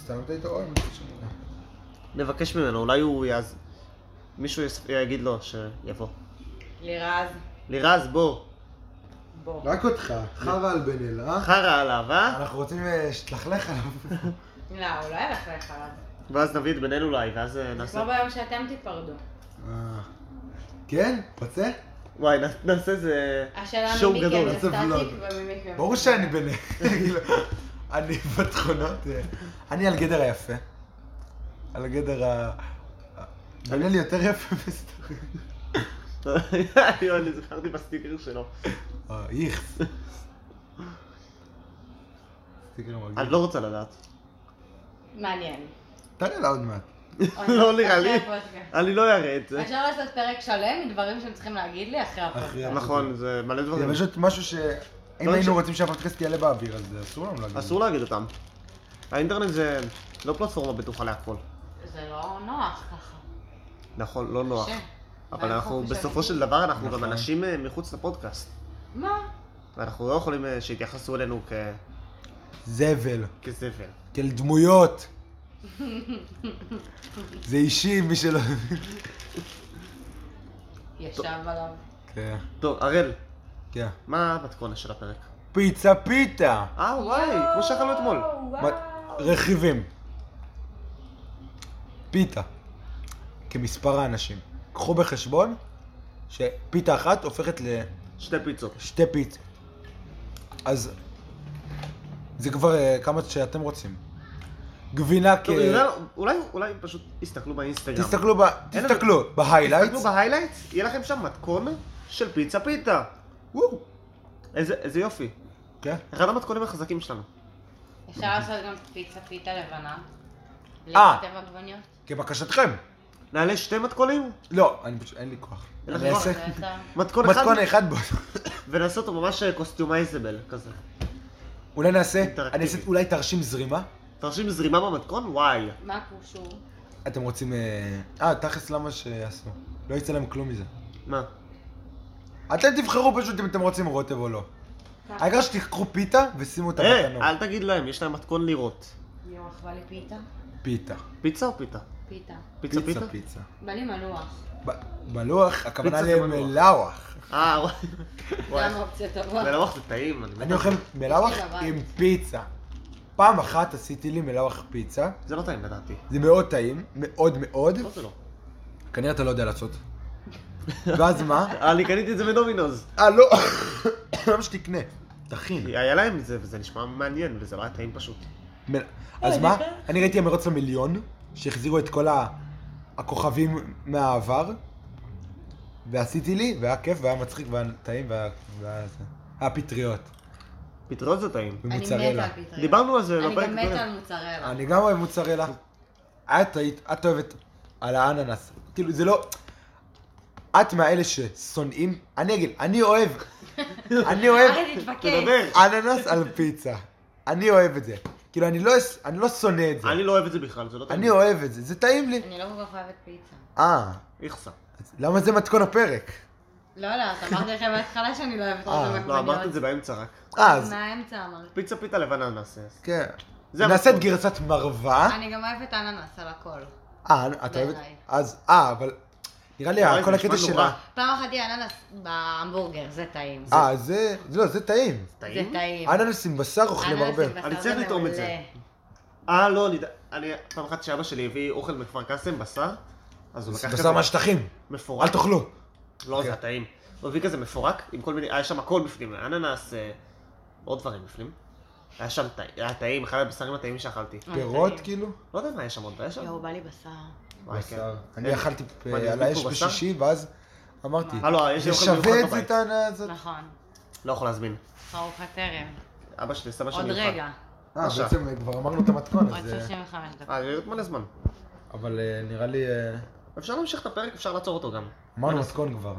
[SPEAKER 1] סתם אתה איתו אוי, מה זה שם?
[SPEAKER 2] נבקש ממנו, אולי הוא יעז... מישהו יס- יגיד לו שיבוא.
[SPEAKER 3] לירז.
[SPEAKER 2] לירז, בוא.
[SPEAKER 3] בוא.
[SPEAKER 1] לא-
[SPEAKER 4] רק אותך, חרא על בן אל, אה?
[SPEAKER 2] חרא עליו, אה?
[SPEAKER 1] אנחנו רוצים אה, שתלכלך עליו. *laughs*
[SPEAKER 3] לא, הוא לא ילך לך עליו.
[SPEAKER 2] ואז נביא את בינינו אולי, ואז אה,
[SPEAKER 3] זה כמו
[SPEAKER 2] נעשה...
[SPEAKER 3] ביום שאתם תיפרדו.
[SPEAKER 4] אה. כן? רוצה?
[SPEAKER 2] וואי, נ- נעשה איזה...
[SPEAKER 3] השאלה
[SPEAKER 2] שואו
[SPEAKER 3] ממי
[SPEAKER 2] גדול, לא.
[SPEAKER 3] כן
[SPEAKER 1] איזה
[SPEAKER 3] לסטטיק
[SPEAKER 1] ולוג.
[SPEAKER 3] וממי כן.
[SPEAKER 1] ברור שאני ביניהם. כאילו, אני בתכונות... אה, אני על גדר היפה. על גדר ה... ה- נראה לי יותר יפה מסתכל.
[SPEAKER 2] *laughs* יואי, אני זכרתי בסטיקר שלו.
[SPEAKER 1] אה, איכס. סטיקר
[SPEAKER 2] את
[SPEAKER 1] מרגיש.
[SPEAKER 2] לא רוצה לדעת. *laughs*
[SPEAKER 3] מעניין. אוקיי,
[SPEAKER 1] תראה לה עוד מעט.
[SPEAKER 2] לא נראה לי.
[SPEAKER 3] אחרי הפודקאסט.
[SPEAKER 2] אני לא אראה את זה.
[SPEAKER 3] אפשר לעשות פרק שלם מדברים שהם צריכים להגיד לי אחרי
[SPEAKER 1] אחרי
[SPEAKER 3] הפרק.
[SPEAKER 1] ה-
[SPEAKER 2] נכון, זה מלא
[SPEAKER 1] זה
[SPEAKER 2] דברים.
[SPEAKER 1] פשוט משהו ש... אם
[SPEAKER 2] לא
[SPEAKER 1] היינו
[SPEAKER 2] ש-
[SPEAKER 1] רוצים שהפודקאסט יעלה באוויר, אז אסור לנו להגיד.
[SPEAKER 2] אסור להגיד אותם. האינטרנט זה לא פלטפורמה בטוחה להכל.
[SPEAKER 3] זה לא נוח ככה.
[SPEAKER 2] נכון, לא נוח.
[SPEAKER 3] קשה.
[SPEAKER 2] אבל
[SPEAKER 3] מה,
[SPEAKER 2] אנחנו,
[SPEAKER 3] חופש
[SPEAKER 2] בסופו של
[SPEAKER 3] הדיבור?
[SPEAKER 2] דבר, אנחנו גם
[SPEAKER 1] נכון.
[SPEAKER 2] אנשים אה, מחוץ לפודקאסט.
[SPEAKER 3] מה?
[SPEAKER 2] ואנחנו לא יכולים אה, שיתייחסו אלינו כ-
[SPEAKER 1] זבל.
[SPEAKER 2] כזבל.
[SPEAKER 1] כאל דמויות. זה אישי, מי שלא...
[SPEAKER 3] ישב עליו.
[SPEAKER 1] כן,
[SPEAKER 2] טוב, הראל,
[SPEAKER 1] כן.
[SPEAKER 2] מה המתכונה של הפרק?
[SPEAKER 1] פיצה פיתה.
[SPEAKER 2] אה, וואי, כמו שאכלנו אתמול.
[SPEAKER 1] מה- רכיבים. פיתה. כמספר האנשים. קחו בחשבון שפיתה אחת הופכת לשתי
[SPEAKER 2] שתי פיצות.
[SPEAKER 1] פיצות. אז זה כבר אה, כמה שאתם רוצים. גבינה כ...
[SPEAKER 2] טוב, אולי- לא- אולי, אולי פשוט תסתכלו באינסטגרם.
[SPEAKER 1] אה, תסתכלו ב...
[SPEAKER 2] אין לנו-
[SPEAKER 1] תסתכלו בהיילייטס.
[SPEAKER 2] תסתכלו בהיילייטס, יהיה לכם שם מתכון של פיצה פיתה.
[SPEAKER 1] וואו.
[SPEAKER 2] איזה, איזה יופי.
[SPEAKER 1] כן?
[SPEAKER 2] אחד המתכונים החזקים שלנו.
[SPEAKER 3] אפשר לעשות גם פיצה פיתה לבנה.
[SPEAKER 1] אה.
[SPEAKER 3] לב עגבניות.
[SPEAKER 1] כבקשתכם.
[SPEAKER 2] נעלה שתי מתכונים,
[SPEAKER 1] לא, אני פשוט, אין לי כוח.
[SPEAKER 2] אין לך
[SPEAKER 1] אני
[SPEAKER 2] כוח,
[SPEAKER 1] אעשה
[SPEAKER 3] זה יותר.
[SPEAKER 2] מתכון אחד,
[SPEAKER 1] מתכון אחד בו.
[SPEAKER 2] ונעשה אותו ממש אה, קוסטיומייזבל כזה.
[SPEAKER 1] אולי נעשה,
[SPEAKER 2] אינטראקטיבי.
[SPEAKER 1] אני אעשה אולי תרשים זרימה.
[SPEAKER 2] תרשים זרימה במתכון? וואי.
[SPEAKER 3] מה קושור?
[SPEAKER 1] אתם רוצים... אה, אה, תכלס למה שיעשו? לא יצא להם כלום מזה.
[SPEAKER 2] מה?
[SPEAKER 1] אתם תבחרו פשוט אם אתם רוצים רוטב או לא. העיקר שתיקחו פיתה ושימו אוקיי. אותה
[SPEAKER 2] אה,
[SPEAKER 1] בתנור.
[SPEAKER 2] אל תגיד להם, יש להם מתכון לראות.
[SPEAKER 3] מלוח בא לי פיתה?
[SPEAKER 1] פיתה.
[SPEAKER 2] פיצה או פיתה?
[SPEAKER 3] פיתה.
[SPEAKER 2] פיצה פיתה?
[SPEAKER 1] פיצה.
[SPEAKER 3] בא לי מלוח.
[SPEAKER 1] ב- מלוח, הכוונה
[SPEAKER 2] פיצה זה מלוח.
[SPEAKER 1] למלאוח.
[SPEAKER 2] אה, וואי.
[SPEAKER 3] גם אופציה טובה.
[SPEAKER 2] מלוח זה לא- טעים. אני
[SPEAKER 1] אני
[SPEAKER 2] מת על
[SPEAKER 1] אוכל
[SPEAKER 2] זה.
[SPEAKER 1] מלאוח
[SPEAKER 3] יש לי בבית.
[SPEAKER 1] עם פיצה. פעם אחת עשיתי לי מלאוח פיצה,
[SPEAKER 2] זה לא טעים לדעתי.
[SPEAKER 1] זה מאוד טעים, מאוד מאוד.
[SPEAKER 2] לא זה לא.
[SPEAKER 1] כנראה אתה לא יודע
[SPEAKER 2] *laughs*
[SPEAKER 1] לעשות. ואז מה?
[SPEAKER 2] אה, אני קניתי את זה בדומינוז.
[SPEAKER 1] אה, לא. *coughs* למה שתקנה? תכין.
[SPEAKER 2] היה להם את זה, וזה נשמע מעניין, וזה לא היה טעים פשוט.
[SPEAKER 1] מ- אז מה? אני ראיתי המרוץ למיליון, שהחזירו את כל ה- הכוכבים מהעבר, ועשיתי לי, והיה כיף, והיה מצחיק, והיה טעים, והיה... והיה זה. היה פטריות,
[SPEAKER 2] פטריות זה טעים.
[SPEAKER 3] אני מתה
[SPEAKER 1] ומוצרלה.
[SPEAKER 3] על פטריה.
[SPEAKER 2] דיברנו על זה
[SPEAKER 3] אני
[SPEAKER 2] בפרק
[SPEAKER 3] גם מתה
[SPEAKER 2] הקודם.
[SPEAKER 3] על מוצרלה.
[SPEAKER 1] אני גם אוהב מוצרלה. את היית, את אוהבת על האננס. כאילו, זה לא... את מהאלה ששונאים, אני אגיד, אני אוהב,
[SPEAKER 3] *laughs*
[SPEAKER 1] אני אוהב
[SPEAKER 3] הרי תתווכח.
[SPEAKER 2] תדבר.
[SPEAKER 1] אננס על פיצה. אני אוהב את זה. כאילו, אני לא, אס- אני לא שונא את זה.
[SPEAKER 2] אני לא אוהב את זה בכלל, זה לא טעים.
[SPEAKER 1] אני אוהב את זה, זה טעים לי.
[SPEAKER 3] אני לא כל כך אוהבת פיצה.
[SPEAKER 1] אה,
[SPEAKER 2] איכסה. לא,
[SPEAKER 1] אז למה זה מתכון הפרק?
[SPEAKER 3] לא, לא, את אמרת לכם בהתחלה שאני לא אוהבת
[SPEAKER 1] אה,
[SPEAKER 3] רוטב
[SPEAKER 1] לא,
[SPEAKER 3] עגבניות.
[SPEAKER 2] לא, אמרת את זה באמצע רק.
[SPEAKER 1] אה, אז
[SPEAKER 3] מהאמצע אמרתי.
[SPEAKER 2] פיצה פיתה לבנה נעשה.
[SPEAKER 1] כן.
[SPEAKER 2] זה
[SPEAKER 1] נעשה את
[SPEAKER 2] המתכון.
[SPEAKER 1] גרסת מרווה.
[SPEAKER 3] אני גם אוהבת אננס על הכל.
[SPEAKER 1] אה, את אוהבת?
[SPEAKER 3] בעיניי.
[SPEAKER 1] אז, אה, אבל נראה לי
[SPEAKER 2] וואי, זה
[SPEAKER 1] כל
[SPEAKER 2] נשמע
[SPEAKER 1] הקטע שלה.
[SPEAKER 2] נורא.
[SPEAKER 3] פעם אחת היא אננס בהמבורגר, זה טעים.
[SPEAKER 1] אה, זה, לא, זה טעים.
[SPEAKER 3] זה
[SPEAKER 2] טעים?
[SPEAKER 3] טעים.
[SPEAKER 1] אננס עם בשר אוכלים
[SPEAKER 3] אננס עם
[SPEAKER 1] הרבה.
[SPEAKER 3] בשר
[SPEAKER 2] אני
[SPEAKER 3] זה
[SPEAKER 2] צריך לטעום את זה.
[SPEAKER 3] מעולה.
[SPEAKER 2] אה, לא, אני... אני... פעם אחת שאבא שלי הביא אוכל מכפר קאסם, בשר, אז הוא לקח כזה...
[SPEAKER 1] בשר מהשטחים,
[SPEAKER 2] מפורק.
[SPEAKER 1] אל
[SPEAKER 3] אה,
[SPEAKER 1] תאכלו.
[SPEAKER 2] לא,
[SPEAKER 1] כן.
[SPEAKER 2] זה הטעים. הוא הביא כזה מפורק, עם כל מיני... היה שם הכל בפנים, אננס, אה, עוד דברים בפנים. היה שם טעים, היה טעים, אחד הבשרים הטעים שאכלתי.
[SPEAKER 3] אה,
[SPEAKER 1] פירות,
[SPEAKER 3] טעים.
[SPEAKER 1] כאילו?
[SPEAKER 2] לא יודע מה היה שם עוד, היה שם?
[SPEAKER 3] יואו, בא לי בשר.
[SPEAKER 2] וואי, כן.
[SPEAKER 4] בשר.
[SPEAKER 1] אני אכלתי פ-
[SPEAKER 2] מה, אני
[SPEAKER 1] על
[SPEAKER 2] אזמין
[SPEAKER 1] האש
[SPEAKER 2] פה בשר?
[SPEAKER 1] בשישי, ואז אמרתי,
[SPEAKER 2] הלו, יש
[SPEAKER 1] זה
[SPEAKER 2] לי אוכל
[SPEAKER 1] שווה
[SPEAKER 2] מיוחד
[SPEAKER 1] את זה,
[SPEAKER 2] בבית.
[SPEAKER 1] את הענה הזאת?
[SPEAKER 3] נכון.
[SPEAKER 2] לא יכול להזמין.
[SPEAKER 3] ארוחת ערב.
[SPEAKER 2] אבא שלי, סבא שלי.
[SPEAKER 3] עוד
[SPEAKER 2] יאכל.
[SPEAKER 3] רגע.
[SPEAKER 1] אה,
[SPEAKER 2] בבקשה.
[SPEAKER 1] בעצם כבר אמרנו את המתכון,
[SPEAKER 3] עוד
[SPEAKER 1] אז... אה,
[SPEAKER 3] 35 דקות.
[SPEAKER 2] אה, יש מלא זמן.
[SPEAKER 1] אבל אה, נראה לי... אה,
[SPEAKER 2] אפשר להמשיך את הפרק, אפשר לעצור אותו גם.
[SPEAKER 1] אמרנו מתכון כבר.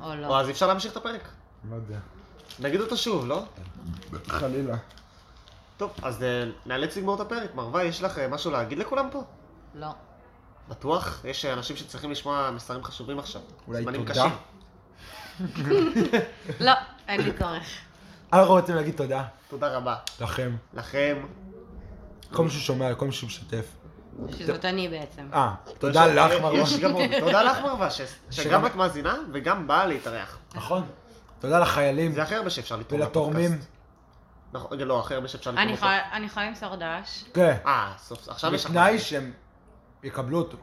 [SPEAKER 3] או
[SPEAKER 2] או,
[SPEAKER 3] לא.
[SPEAKER 2] אז אפשר להמשיך את הפרק.
[SPEAKER 1] לא יודע.
[SPEAKER 2] נגיד אותו שוב, לא?
[SPEAKER 1] חלילה.
[SPEAKER 2] טוב, אז אה, נאלץ לגמור את הפרק. מרווה, יש לך אה, משהו להגיד לכולם פה?
[SPEAKER 3] לא.
[SPEAKER 2] בטוח? יש אה, אנשים שצריכים לשמוע מסרים חשובים עכשיו.
[SPEAKER 1] אולי
[SPEAKER 2] זמנים
[SPEAKER 1] תודה?
[SPEAKER 2] קשים.
[SPEAKER 3] לא, אין לי צורך.
[SPEAKER 1] אנחנו אה, לא רוצים להגיד תודה
[SPEAKER 2] תודה רבה.
[SPEAKER 1] לכם,
[SPEAKER 2] לכם.
[SPEAKER 1] לכל מי ששומע, לכל מי שמשתף.
[SPEAKER 3] שזאת אני בעצם.
[SPEAKER 1] אה, תודה
[SPEAKER 2] יש-
[SPEAKER 1] לך, מרווה.
[SPEAKER 2] יש גם עוד. *laughs* תודה לך מרווה, ש-
[SPEAKER 1] שגם-
[SPEAKER 2] שגם את מאזינה וגם באה להתארח.
[SPEAKER 1] נכון. תודה לחיילים
[SPEAKER 2] זה הכי הרבה שאפשר לתרום
[SPEAKER 1] ולתורמים.
[SPEAKER 2] לפודקאסט. נכון, רגע, לא, הכי הרבה שאפשר לתרום
[SPEAKER 3] אני
[SPEAKER 2] לפודקאסט.
[SPEAKER 3] יכולה- אני יכולה למסור דש,
[SPEAKER 1] כן.
[SPEAKER 2] אה, סוף סוף. עכשיו יש...
[SPEAKER 1] בתנאי שהם יקבלו אותו.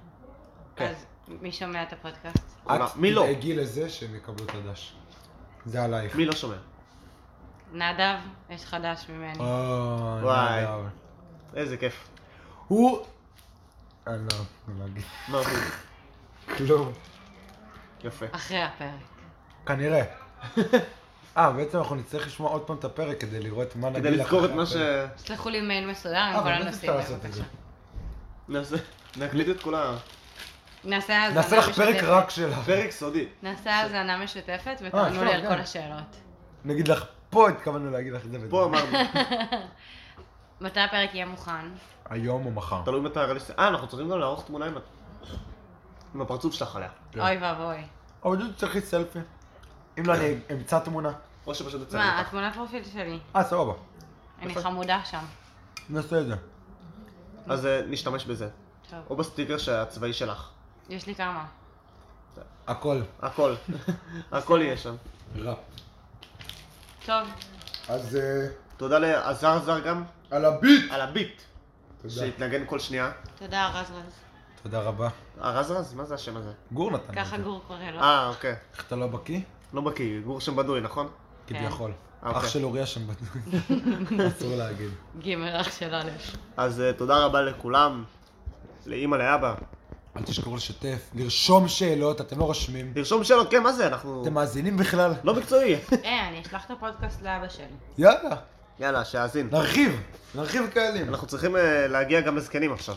[SPEAKER 2] כן.
[SPEAKER 3] אז מי שומע את הפודקאסט?
[SPEAKER 2] כולם. מי לא?
[SPEAKER 1] תדאגי לזה שהם יקבלו את הדש. זה עלייך.
[SPEAKER 2] מי לא שומע?
[SPEAKER 3] נדב, יש לך דש ממני.
[SPEAKER 1] אה. אוי,
[SPEAKER 2] לא? וואי.
[SPEAKER 1] נדב.
[SPEAKER 2] איזה כיף.
[SPEAKER 1] הוא... אה, לא, לא נגיד.
[SPEAKER 2] מה עושים?
[SPEAKER 1] כלום.
[SPEAKER 2] יפה.
[SPEAKER 3] אחרי הפרק.
[SPEAKER 1] כנראה. אה, בעצם אנחנו נצטרך לשמוע עוד פעם את הפרק כדי לראות מה נגיד
[SPEAKER 2] כדי
[SPEAKER 1] לך
[SPEAKER 2] לזכור את
[SPEAKER 1] אחרי
[SPEAKER 2] מה ש...
[SPEAKER 1] הפרק.
[SPEAKER 3] שלחו לי מייל מסודר
[SPEAKER 1] אה,
[SPEAKER 3] עם כל
[SPEAKER 1] אבל איך
[SPEAKER 3] הנושאים,
[SPEAKER 1] אפשר לעשות את זה?
[SPEAKER 3] בבקשה.
[SPEAKER 2] נעשה... נקליט את כל ה...
[SPEAKER 3] נעשה האזנה
[SPEAKER 1] נעשה לך פרק
[SPEAKER 3] משותפת.
[SPEAKER 1] רק שלך.
[SPEAKER 2] פרק סודי.
[SPEAKER 3] נעשה האזנה משותפת
[SPEAKER 1] אה,
[SPEAKER 3] ותענו
[SPEAKER 1] אפשר,
[SPEAKER 3] לי על
[SPEAKER 1] כן.
[SPEAKER 3] כל השאלות.
[SPEAKER 1] נגיד לך, פה התכוונו להגיד לך את זה. ואת
[SPEAKER 2] פה
[SPEAKER 1] זה.
[SPEAKER 2] אמרנו,
[SPEAKER 3] מתי הפרק יהיה מוכן?
[SPEAKER 1] היום או מחר.
[SPEAKER 2] תלוי מתי הרליסט. אה, אנחנו צריכים גם לערוך תמונה עם ה- עם הפרצוף שלך עליה.
[SPEAKER 1] כן.
[SPEAKER 3] אוי ואבוי.
[SPEAKER 1] לא- אבל זה תצטרכי סלפי. אם לא, אני אמצא תמונה.
[SPEAKER 2] או שפשוט
[SPEAKER 3] מה,
[SPEAKER 2] נציין אותך.
[SPEAKER 3] התמונת פרופיל שלי.
[SPEAKER 1] אה, סבבה.
[SPEAKER 3] אני
[SPEAKER 2] יפה.
[SPEAKER 3] חמודה שם.
[SPEAKER 1] נעשה את זה.
[SPEAKER 2] אז אה, נשתמש בזה.
[SPEAKER 3] טוב.
[SPEAKER 2] או בסטיקר שהצבאי שלך.
[SPEAKER 3] יש לי כמה.
[SPEAKER 1] הכל.
[SPEAKER 3] *laughs*
[SPEAKER 2] הכל. הכל יהיה שם.
[SPEAKER 1] רע.
[SPEAKER 3] טוב,
[SPEAKER 4] אז אה,
[SPEAKER 2] תודה לעזר זר גם
[SPEAKER 4] על הביט!
[SPEAKER 2] על הביט
[SPEAKER 4] תודה.
[SPEAKER 2] שהתנגן כל שנייה.
[SPEAKER 3] תודה רז רז.
[SPEAKER 1] תודה רבה.
[SPEAKER 2] הרז רז? מה זה השם הזה?
[SPEAKER 1] גור נתן. את
[SPEAKER 3] ככה
[SPEAKER 1] זה.
[SPEAKER 3] גור כן. קורא לו.
[SPEAKER 2] אה, אוקיי.
[SPEAKER 1] איך אתה לא בקיא?
[SPEAKER 2] לא בקיא, גור שם בדוי, נכון?
[SPEAKER 1] כביכול.
[SPEAKER 2] אה,
[SPEAKER 1] אח
[SPEAKER 2] אוקיי.
[SPEAKER 1] של אוריה שם
[SPEAKER 3] *laughs*
[SPEAKER 1] בטוח. אסור להגיד.
[SPEAKER 3] ג' אח של א'.
[SPEAKER 1] *laughs*
[SPEAKER 2] אז אה, תודה רבה לכולם, לאימא, לאבא,
[SPEAKER 1] אל תשכחו לשתף, לרשום שאלות, אתם לא רושמים.
[SPEAKER 2] תרשום שאלות, כן, מה זה, אנחנו...
[SPEAKER 1] אתם מאזינים בכלל?
[SPEAKER 2] לא מקצועי. *laughs*
[SPEAKER 3] אה, אני אשלח את הפודקאסט לאבא שלי.
[SPEAKER 1] יאללה,
[SPEAKER 2] יאללה, שיאזין.
[SPEAKER 1] נרחיב, נרחיב קהלים.
[SPEAKER 2] אנחנו צריכים אה, להגיע גם לזקנים עכשיו.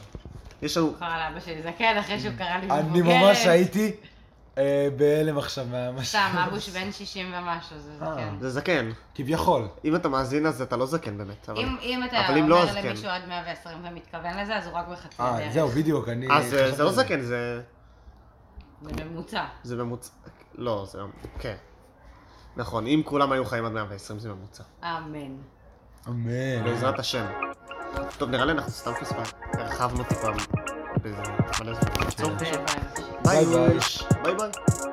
[SPEAKER 2] יש לנו...
[SPEAKER 3] הוא קרא לאבא שלי זקן אחרי שהוא קרא לי
[SPEAKER 1] אני ממש הייתי אה, בהלם עכשיו מה ש...
[SPEAKER 3] סתם, אבוש בן 60 ומשהו, זה
[SPEAKER 1] אה.
[SPEAKER 3] כן. זקן.
[SPEAKER 2] זה זקן.
[SPEAKER 1] כביכול.
[SPEAKER 2] אם אתה מאזין אז אתה לא זקן באמת. אבל-
[SPEAKER 3] אם אם אתה
[SPEAKER 2] אבל אם לא, אז
[SPEAKER 3] אומר
[SPEAKER 2] כן.
[SPEAKER 3] למישהו עד 120 ומתכוון לזה, אז הוא רק בחצי
[SPEAKER 1] אה,
[SPEAKER 3] דרך.
[SPEAKER 1] זהו, בדיוק, אני...
[SPEAKER 2] אז אה, זה לא
[SPEAKER 1] חשבתי-
[SPEAKER 2] זקן, זה...
[SPEAKER 3] בממוצע.
[SPEAKER 2] זה ממוצע... לא, זה... כן. נכון, אם כולם היו חיים עד 120 זה ממוצע.
[SPEAKER 3] אמן.
[SPEAKER 1] אמן.
[SPEAKER 2] בעזרת השם. טוב, נראה לי אנחנו סתם פספס. הרחבנו טיפה. בזה. אבל אז- טוב,
[SPEAKER 3] זה הבנתי.
[SPEAKER 2] ביי
[SPEAKER 1] ביי.
[SPEAKER 2] ביי. ביי ביי.